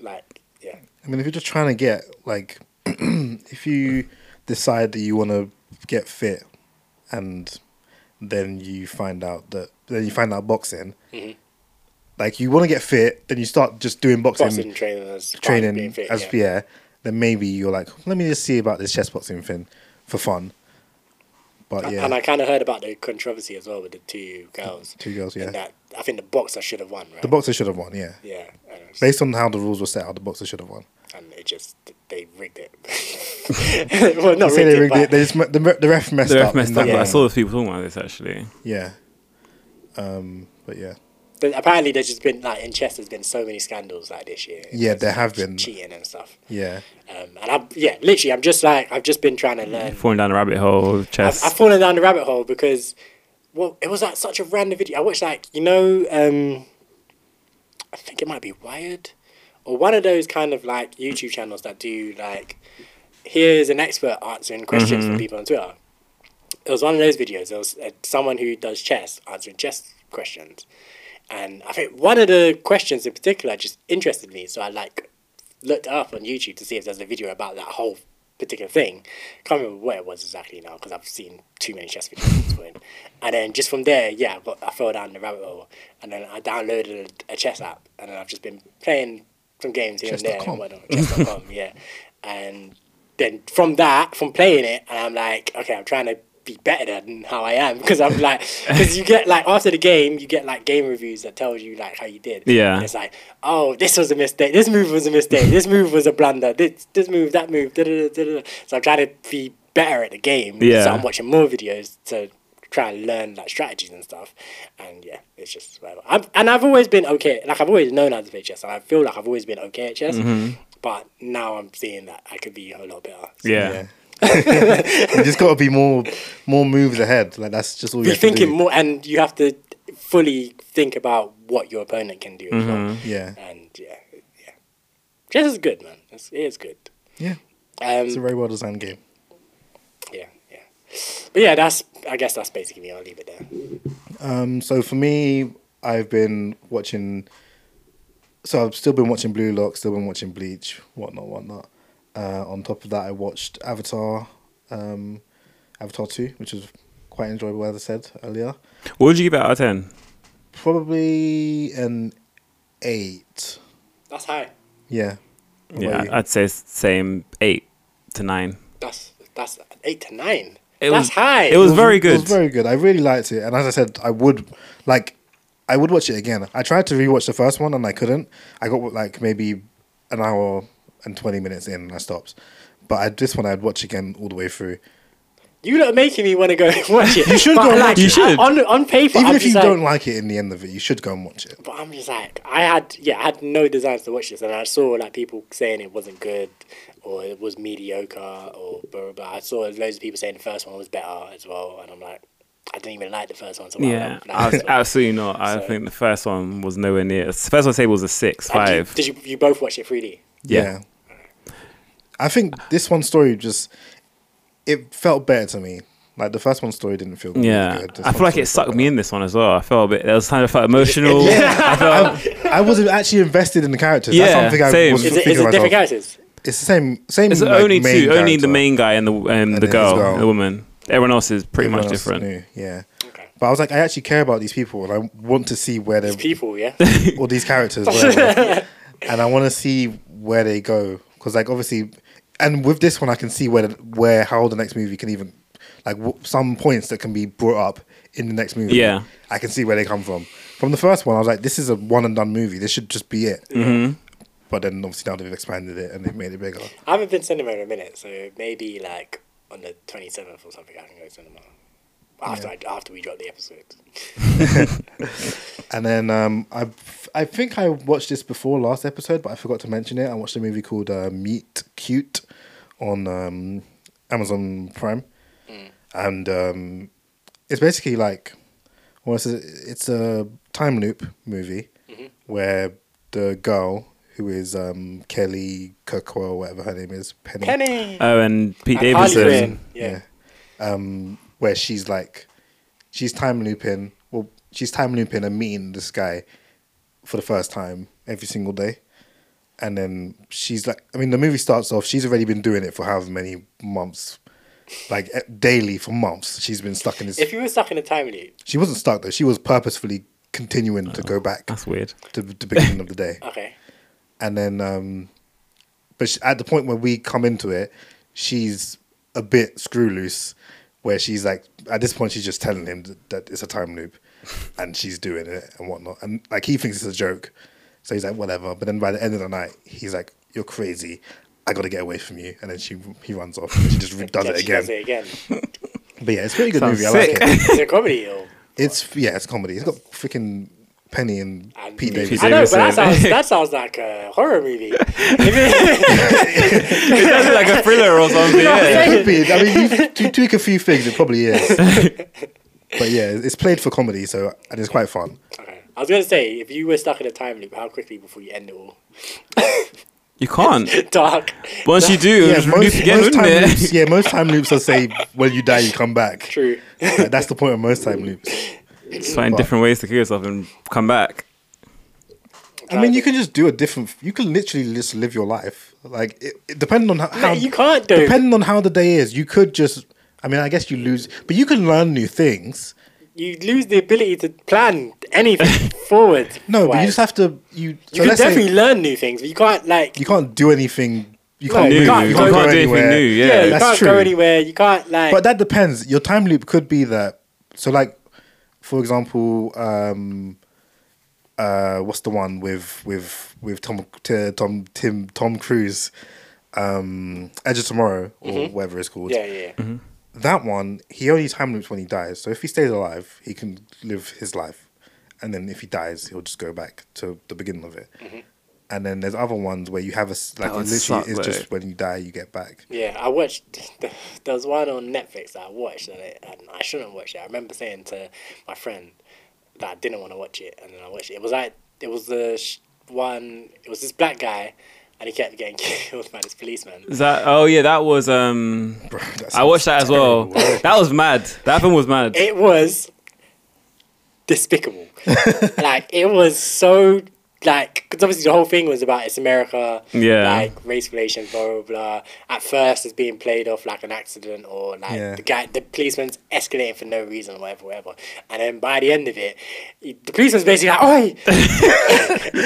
Speaker 1: like, yeah.
Speaker 4: I mean, if you're just trying to get like, if you decide that you want to get fit,
Speaker 1: Mm-hmm.
Speaker 4: and then you find out that then you find out boxing, Like you want to get fit, then you start just doing boxing,
Speaker 1: Boxing training as part of
Speaker 4: training
Speaker 1: being fit,
Speaker 4: as yeah. Then maybe you're like, let me just see about this chest boxing thing for fun. But yeah,
Speaker 1: And I kind of heard about the controversy as well with the two girls.
Speaker 4: Two girls, yeah.
Speaker 1: And that I think the boxer should have won, right?
Speaker 4: the boxer should have won. Yeah,
Speaker 1: yeah. And, it's-
Speaker 4: based on how the rules were set out, the boxer should have won.
Speaker 1: and it just they rigged it. well, not
Speaker 4: They say
Speaker 1: rigged,
Speaker 4: they rigged
Speaker 1: but
Speaker 4: it. They just, me- the, re- the ref messed
Speaker 2: The
Speaker 4: up.
Speaker 2: ref messed
Speaker 4: in that
Speaker 2: up. but I
Speaker 4: round.
Speaker 2: saw people talking about this actually.
Speaker 4: Yeah. Um, but yeah,
Speaker 1: but apparently there's just been like in chess. There's been so many scandals like this year.
Speaker 4: yeah, there
Speaker 1: Just
Speaker 4: have been.
Speaker 1: cheating and stuff.
Speaker 4: Yeah,
Speaker 1: Um, and I'm yeah, literally, I'm just like I've just been trying
Speaker 4: Mm-hmm.
Speaker 1: to learn.
Speaker 2: Falling down a rabbit hole of
Speaker 1: I've,
Speaker 2: chess.
Speaker 1: I've fallen down the rabbit hole because, well, it was like such a random video. I watched like you know, um, I think it might be Wired, or one of those kind of like YouTube channels that do like, here's an expert answering questions from people on Twitter. It was one of those videos. There was uh, someone who does chess answering chess questions, and I think one of the questions in particular just interested me. So I like looked up on YouTube to see if there's a video about that whole particular thing. Can't remember what it was exactly now because I've seen too many chess videos at this point. And then just from there, yeah, I, got, I fell down the rabbit hole, and then I downloaded a, a chess app, and then I've just been playing some games here and there and
Speaker 4: Chess.com.
Speaker 1: whatnot. Chess.com, yeah. And then from that, from playing it, and I'm like, okay, I'm trying to be better than how I am because I'm like, because you get like after the game, you get like game reviews that tells you like how you did.
Speaker 2: Yeah.
Speaker 1: And it's like, oh, this was a mistake. This move was a mistake. This move was a blunder. This this move, that move. Da, da, da, da, da. So I'm trying to be better at the game.
Speaker 2: Yeah.
Speaker 1: So I'm watching more videos to try and learn like strategies and stuff. And yeah, it's just whatever. I'm, and I've always been okay. Like I've always known how to play chess. And I feel like I've always been okay at chess.
Speaker 2: Mm-hmm.
Speaker 1: But now I'm seeing that I could be a lot better. So
Speaker 2: yeah.
Speaker 4: yeah. you just got to be more, more moves ahead. Like that's just all you
Speaker 1: Be
Speaker 4: have to
Speaker 1: thinking
Speaker 4: do.
Speaker 1: more, and you have to fully think about what your opponent can do. As well.
Speaker 2: Mm-hmm.
Speaker 4: Yeah,
Speaker 1: And yeah, yeah, chess is good, man. It's, it is good.
Speaker 4: yeah.
Speaker 1: Um,
Speaker 4: It's a very well designed game.
Speaker 1: yeah, yeah. But yeah, that's. I guess that's basically me. I'll leave it there.
Speaker 4: Um, so for me, I've been watching. So I've still been watching Blue Lock, still been watching Bleach, whatnot, whatnot. Uh, on top of that, I watched Avatar, um, Avatar Two, which was quite enjoyable, as I said earlier.
Speaker 2: What would you give it out of ten?
Speaker 4: Probably an eight.
Speaker 1: That's high.
Speaker 4: Yeah. What
Speaker 2: Yeah,
Speaker 4: about you?
Speaker 2: I'd say s- same eight to nine.
Speaker 1: That's that's eight to nine.
Speaker 2: It
Speaker 1: that's
Speaker 2: was
Speaker 1: high.
Speaker 2: It was very
Speaker 4: It
Speaker 2: good.
Speaker 4: was very good. I really liked it, and as I said, I would like, I would watch it again. I tried to rewatch the first one and I couldn't. I got like maybe an hour and twenty minutes in, and I stopped. But I, this one I'd watch again all the way through.
Speaker 1: You lot are making me want to go and watch it.
Speaker 4: You should
Speaker 1: But
Speaker 4: go and
Speaker 1: like,
Speaker 4: watch it.
Speaker 2: You should.
Speaker 1: On on paper,
Speaker 4: Even
Speaker 1: I'm
Speaker 4: if you
Speaker 1: just like-
Speaker 4: don't like it in the end of it, you should go and watch it.
Speaker 1: But I'm just like, I had, yeah, I had no desires to watch this, and I saw like people saying it wasn't good, or it was mediocre, or blah blah. blah. I saw loads of people saying the first one was better as well, and I'm like, I didn't even like the first one. So why would I
Speaker 2: yeah,
Speaker 1: like
Speaker 2: I was,
Speaker 1: this one?
Speaker 2: absolutely not. I
Speaker 1: So-
Speaker 2: think the first one was nowhere near. The first one I say was a six,
Speaker 1: And did you-
Speaker 2: five.
Speaker 1: Did you, you both watch it 3D?
Speaker 2: yeah.
Speaker 4: I think this one story just it felt better to me. Like the first one story didn't feel
Speaker 2: Yeah,
Speaker 4: Really good. This
Speaker 2: I
Speaker 4: one
Speaker 2: feel like
Speaker 4: story
Speaker 2: it sucked
Speaker 4: felt
Speaker 2: me in this one as well. I felt a bit. There was kind of felt emotional. I felt
Speaker 4: better. I wasn't actually invested in the characters.
Speaker 2: Yeah,
Speaker 4: That's something I
Speaker 2: same.
Speaker 4: was
Speaker 2: Is
Speaker 1: Is it,
Speaker 4: thinking
Speaker 1: is it
Speaker 4: myself.
Speaker 1: different characters?
Speaker 4: It's the same. Same.
Speaker 2: it's
Speaker 4: like,
Speaker 2: only two,
Speaker 4: main
Speaker 2: only
Speaker 4: character.
Speaker 2: the main guy and the and the
Speaker 4: his
Speaker 2: girl,
Speaker 4: girl.
Speaker 2: the woman. Everyone else is pretty
Speaker 4: Everyone
Speaker 2: much
Speaker 4: else is
Speaker 2: different.
Speaker 4: new, Yeah.
Speaker 1: Okay.
Speaker 4: But I was like, I actually care about these people, and I want to see where they
Speaker 1: People, yeah.
Speaker 4: or these characters, whatever. and I want to see where they go because, like, obviously, and with this one, I can see where where how the next movie can even like w- some points that can be brought up in the next movie.
Speaker 2: Yeah.
Speaker 4: I can see where they come from. From the first one, I was like, this is a one and done movie. This should just be it.
Speaker 2: Mm-hmm.
Speaker 4: But then obviously now they've expanded it and they've made it bigger.
Speaker 1: I haven't been cinema in a minute, so maybe like on the 27th or something, I can go to cinema after I, after we drop the episode.
Speaker 4: And then um, I I think I watched this before last episode, but I forgot to mention it. I watched a movie called uh, Meet Cute on um, Amazon Prime, and um, it's basically like well, it's a, it's a time loop movie where the girl who is um, Kelly Kirkwell, whatever her name is, Penny,
Speaker 1: Penny.
Speaker 2: Oh, and Pete
Speaker 1: And Harley
Speaker 2: Davidson.
Speaker 1: Quinn, yeah.
Speaker 4: where she's like, she's time looping. Well, she's time looping and meeting this guy for the first time every single day, and then she's like, I mean, the movie starts off. She's already been doing it for however many months, like eh, daily for months. She's been stuck in this.
Speaker 1: If you were stuck in a time loop,
Speaker 4: She wasn't stuck though. She was purposefully continuing to go back
Speaker 2: That's weird.
Speaker 4: to the beginning of the day.
Speaker 1: Okay.
Speaker 4: and then um but sh at the point where we come into it she's a bit screw loose where she's like at this point she's just telling him that, that it's a time loop and she's doing it and whatnot and like he thinks it's a joke so he's like whatever but then by the end of the night he's like you're crazy i gotta get away from you and then she he runs off and she just re- does
Speaker 1: Yeah,
Speaker 4: it
Speaker 1: she
Speaker 4: again
Speaker 1: Does it again.
Speaker 4: but yeah it's a pretty good
Speaker 2: Sounds
Speaker 4: movie i
Speaker 2: sick.
Speaker 4: like it
Speaker 1: Is it a comedy or?
Speaker 4: it's yeah it's comedy it's got freaking penny and
Speaker 1: And-
Speaker 4: pete
Speaker 2: Pete
Speaker 4: davis
Speaker 1: I know, but that
Speaker 2: Davidson.
Speaker 1: sounds that sounds like a horror movie. If it-
Speaker 2: That's like a thriller or something.
Speaker 4: It
Speaker 2: yeah.
Speaker 4: could be. I mean, you, you tweak a few things, it probably is. but yeah, it's played for comedy, so and it's quite fun.
Speaker 1: okay. I was gonna say, if you were stuck in a time loop, how quickly before you end it all?
Speaker 2: You can't.
Speaker 1: Dark.
Speaker 2: Once you do,
Speaker 4: Yeah,
Speaker 2: it's loop again,
Speaker 4: time
Speaker 2: wouldn't it?
Speaker 4: loops. Yeah, most time loops are say when you die, you come back.
Speaker 1: True.
Speaker 4: Like, that's the point of most time loops.
Speaker 2: Just find different ways to kill yourself and come back.
Speaker 4: I mean, you can just do a different. You can literally just live your life. Like it, it, depending on how, how
Speaker 1: you can't do.
Speaker 4: Depending on how the day is, you could just. I mean, I guess you lose, but you can learn new things.
Speaker 1: you lose the ability to plan anything forward.
Speaker 4: No, but
Speaker 1: Why?
Speaker 4: you just have to. You, so
Speaker 1: You can
Speaker 4: let's say
Speaker 1: definitely learn new things, but you can't like
Speaker 4: you can't do anything. You
Speaker 1: No,
Speaker 4: can't
Speaker 1: you
Speaker 2: New.
Speaker 4: move,
Speaker 2: You
Speaker 1: can't
Speaker 2: can't,
Speaker 1: go
Speaker 2: do anything
Speaker 4: anywhere.
Speaker 2: new.
Speaker 1: yeah,
Speaker 2: Yeah.
Speaker 1: you
Speaker 4: that's
Speaker 1: can't go
Speaker 4: true.
Speaker 1: anywhere. You can't like
Speaker 4: But that depends. Your time loop could be that. So, like, for example, um, uh, what's the one with with with Tom T- Tom Tim Tom Cruise, um, Edge of Tomorrow or whatever it's called.
Speaker 1: Mm-hmm. yeah, yeah, yeah.
Speaker 4: That one, he only time loops when he dies. So if he stays alive, he can live his life, and then if he dies, he'll just go back to the beginning of it.
Speaker 1: Mm-hmm.
Speaker 4: And then there's other ones where you have a s- like
Speaker 2: That would
Speaker 4: literally
Speaker 2: suck,
Speaker 4: it's
Speaker 2: though.
Speaker 4: just when you die you get back.
Speaker 1: Yeah, I watched. There was one on Netflix that I watched, and, it, and I shouldn't watch it. I remember saying to my friend that I didn't want to watch it, and then I watched it. It was like it was the sh- one. It was this black guy, and he kept getting killed by this policeman.
Speaker 2: Is that? Oh yeah, that was. Um,
Speaker 4: That
Speaker 2: I watched that as well. That was mad. That film was mad.
Speaker 1: It was despicable. like it was so like because obviously the whole thing was about it's America,
Speaker 2: Yeah.
Speaker 1: like race relations, blah blah blah. At first, it's being played off like an accident or like
Speaker 4: Yeah.
Speaker 1: the guy, the policeman's escalating for no reason, whatever, whatever. And then by the end of it, he- the policeman's basically like, "Oi,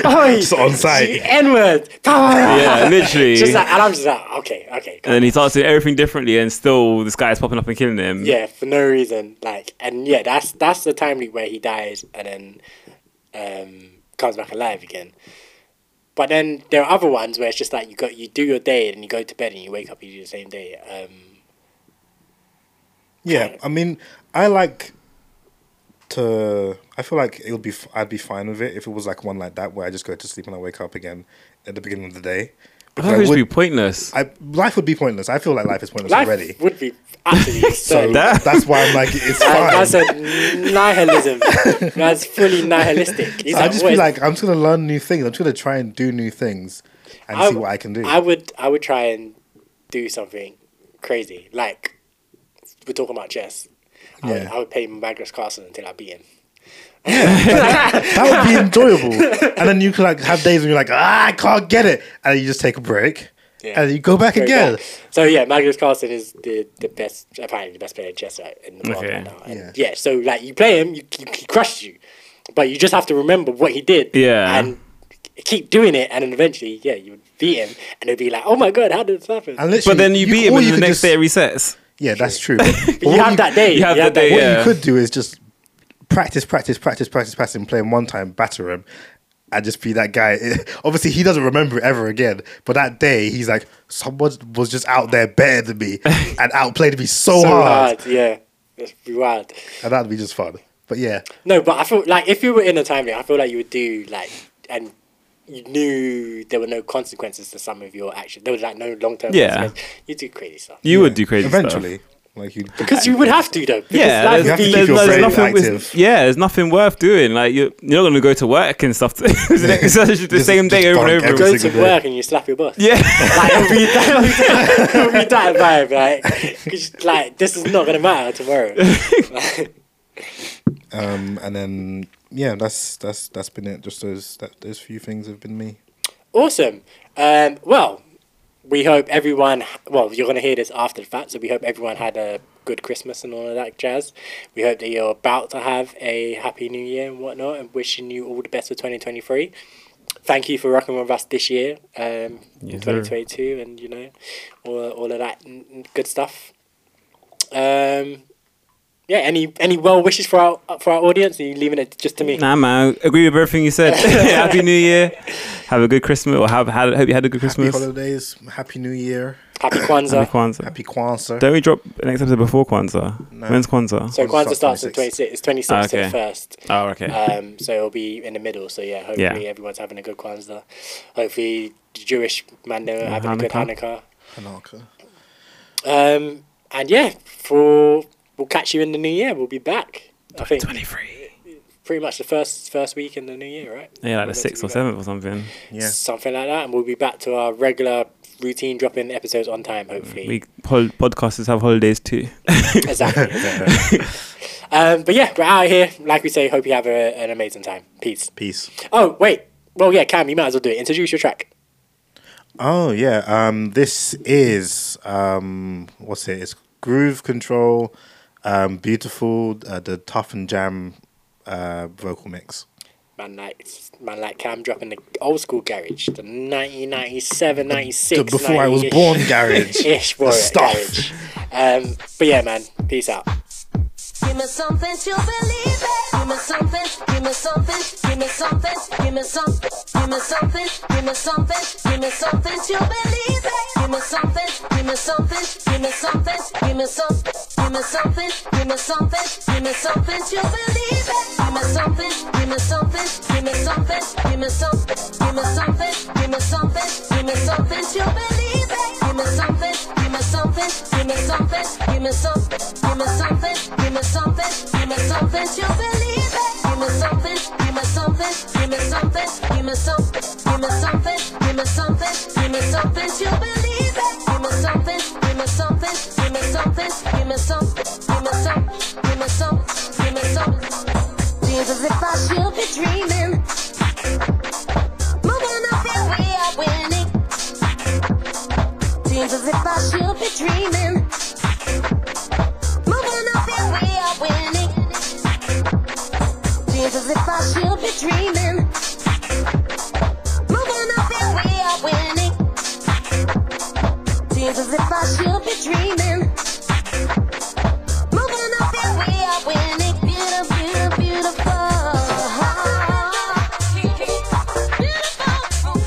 Speaker 1: oi,
Speaker 4: Just on site.
Speaker 1: N word."
Speaker 2: yeah, literally.
Speaker 1: Just like, and I'm just like, okay, okay.
Speaker 2: and then he starts doing everything differently, and still this guy is popping up and killing him.
Speaker 1: Yeah, for no reason. Like, and yeah, that's that's the time loop where he dies and then um, comes back alive again. But then there are other ones where it's just like you go, you do your day and you go to bed and you wake up, you do the same day. Um,
Speaker 4: Yeah, I mean, I like to. I feel like it'll be. f- I'd be fine with it if it was like one like that where I just go to sleep and I wake up again at the beginning of the day.
Speaker 2: I
Speaker 4: Because
Speaker 2: thought it
Speaker 4: I
Speaker 2: would just
Speaker 4: would-
Speaker 2: be pointless.
Speaker 4: I- life would be pointless. I feel like life is pointless
Speaker 1: life
Speaker 4: already.
Speaker 1: would be absolutely
Speaker 4: So
Speaker 1: absurd. Like,
Speaker 2: That-
Speaker 4: that's why I'm like, it's
Speaker 1: That's
Speaker 4: fine.
Speaker 1: a nihilism. That's fully nihilistic. He's
Speaker 4: I just
Speaker 1: "What
Speaker 4: feel
Speaker 1: is-
Speaker 4: like I'm just gonna learn new things. I'm just gonna try and do new things and see
Speaker 1: w-
Speaker 4: what I can do.
Speaker 1: I would I would try and do something crazy. Like we're talking about chess. I, would,
Speaker 4: Yeah.
Speaker 1: I would play Magnus Carlsen until I beat him.
Speaker 4: that would be enjoyable. and then you can like have days when you're like, ah, I can't get it, and you just take a break
Speaker 1: Yeah.
Speaker 4: and you go back
Speaker 1: Very
Speaker 4: again.
Speaker 1: bad. So yeah, Magnus Carlsen is the, the best apparently the best player in chess right, in the world
Speaker 2: Okay.
Speaker 1: right now. And yeah. so like you play him, you, you, he crushes you, but you just have to remember what he did.
Speaker 2: Yeah.
Speaker 1: and keep doing it, and then eventually, yeah, you beat him, and it'll be like, oh my god, how did this happen?
Speaker 4: And literally,
Speaker 2: but then you, beat him,
Speaker 4: or
Speaker 2: and
Speaker 4: you
Speaker 2: the
Speaker 4: could
Speaker 2: next
Speaker 4: just-
Speaker 2: day it resets.
Speaker 4: Yeah, that's true. But
Speaker 1: But you
Speaker 4: what
Speaker 1: have that day.
Speaker 2: you have that day,
Speaker 4: What
Speaker 2: yeah.
Speaker 4: you could do is just practice, practice, practice, practice, practice, and play him one time, batter him, and just be that guy. Obviously, he doesn't remember it ever again. But that day, he's like, someone was just out there better than me and outplayed me so,
Speaker 1: So
Speaker 4: hard.
Speaker 1: hard, yeah, it's wild.
Speaker 4: and that'd be just fun. But yeah,
Speaker 1: No, but I feel like if you were in a time loop, I feel like you would do like, and you knew there were no consequences to some of your actions. There was like no long term.
Speaker 2: Yeah.
Speaker 1: you do crazy stuff
Speaker 2: You would do crazy stuff.
Speaker 4: eventually, like you,
Speaker 1: because you would have to though. because
Speaker 2: Yeah,
Speaker 1: that
Speaker 2: there's,
Speaker 1: would
Speaker 4: have to
Speaker 1: be-
Speaker 4: keep
Speaker 2: there's,
Speaker 4: your
Speaker 2: there's
Speaker 4: brain
Speaker 2: nothing. there's-
Speaker 4: active.
Speaker 2: yeah, there's nothing worth doing. Like you, you're not gonna go to work and stuff. To, the next- the same
Speaker 4: just
Speaker 2: day over and
Speaker 4: bonk
Speaker 2: over.
Speaker 4: every-
Speaker 1: go
Speaker 4: single
Speaker 1: to
Speaker 4: day.
Speaker 1: work and you slap your boss.
Speaker 2: Yeah,
Speaker 1: Like, it'll be that, it'll be that vibe. Like, 'cause, like this is not gonna matter tomorrow.
Speaker 4: um, and then yeah, that's that's that's been it. Just those that, those few things have been me.
Speaker 1: Awesome. Um, well, we hope everyone. Well, you're going to hear this after the fact, so we hope everyone had a good Christmas and all of that jazz. We hope that you're about to have a happy new year and whatnot, and wishing you all the best for 2023. Thank you for rocking with us this year, um,
Speaker 2: Yes, sir.
Speaker 1: 2022, and you know, all, all of that n- n- good stuff. Um, yeah, any any well wishes for our for our audience? Are you leaving it just to me?
Speaker 2: Nah, man, agree with everything you said. Happy New Year. Have a good Christmas, or have had, hope you had a good
Speaker 4: Happy
Speaker 2: Christmas.
Speaker 4: holidays, happy new year,
Speaker 1: Happy
Speaker 2: Happy
Speaker 1: Kwanzaa.
Speaker 2: Kwanzaa.
Speaker 4: happy Kwanzaa.
Speaker 2: Don't we drop an next episode before Kwanzaa? When's Kwanzaa?
Speaker 1: So Kwanzaa
Speaker 4: Kwanzaa
Speaker 1: starts at
Speaker 4: 26.
Speaker 1: 26. It's 26 to
Speaker 2: Okay.
Speaker 1: the first.
Speaker 2: oh, okay.
Speaker 4: Uh,
Speaker 1: Um, so it'll be in the middle. So yeah, hopefully
Speaker 2: Yeah.
Speaker 1: everyone's having a good Kwanzaa. Hopefully the Jewish man there are having a good Hanukkah.
Speaker 4: Hanukkah.
Speaker 1: Um, and yeah, for we'll catch you in the new year. We'll be back. I think
Speaker 2: 23.
Speaker 1: pretty much the first first week in the new year, right?
Speaker 2: Yeah, like
Speaker 1: We're
Speaker 2: the
Speaker 1: meant to
Speaker 2: sixth
Speaker 1: be
Speaker 2: or
Speaker 1: back.
Speaker 2: seventh or something.
Speaker 4: Yeah.
Speaker 1: something like that. And we'll be back to our regular routine dropping episodes on time. Hopefully,
Speaker 2: We pol- podcasters have holidays too.
Speaker 1: exactly. um, but yeah, we're out of here. Like we say, hope you have a, an amazing time. Peace.
Speaker 4: Peace.
Speaker 1: Oh wait, well yeah, Cam, you might as well do it. Introduce your track.
Speaker 4: Oh yeah. Um, this is um, what's it? It's Groove Control, um, beautiful. Uh, the Tough and Jam uh, vocal mix.
Speaker 1: Man like man like Cam dropping the old school garage, the 1997, 96,
Speaker 4: The before I was
Speaker 1: 90-ish
Speaker 4: born, garage.
Speaker 1: Ish warrior
Speaker 4: stuff.
Speaker 1: garage. Um, but yeah, man, peace out.
Speaker 7: Give me something to believe in. Give me something. Give me something. Give me something. Give me some. Give me something. Give me something. Give me something to believe in. Give me something. Give me something. Give me something. Give me some. Give me something. Give me something. Give me something to believe in. Give me something. Give me something. Give me something. Give me some. Give me something. Give me something. Give me something to believe in. Give me something. Give me something. Give me something. Give me some. Give me something. Give me something. Give me something to believe in. Give me something. Give me something. Give me something. Give me some. Give me something. Give me something. Give me something to believe in. Give me something. Give me something. Give me something. Give me some. Give me some. Give me some. Give me some. Seems as if I should be dreaming. Moving up and we are winning. Seems as if I should be dreaming. Moving up and we are winning. Seems as if I should be dreaming. Moving up and we are winning. Seems as if I should be dreaming. Moving up and we are winning. Beautiful, beautiful, beautiful.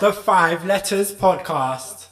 Speaker 3: The Five Letters Podcast.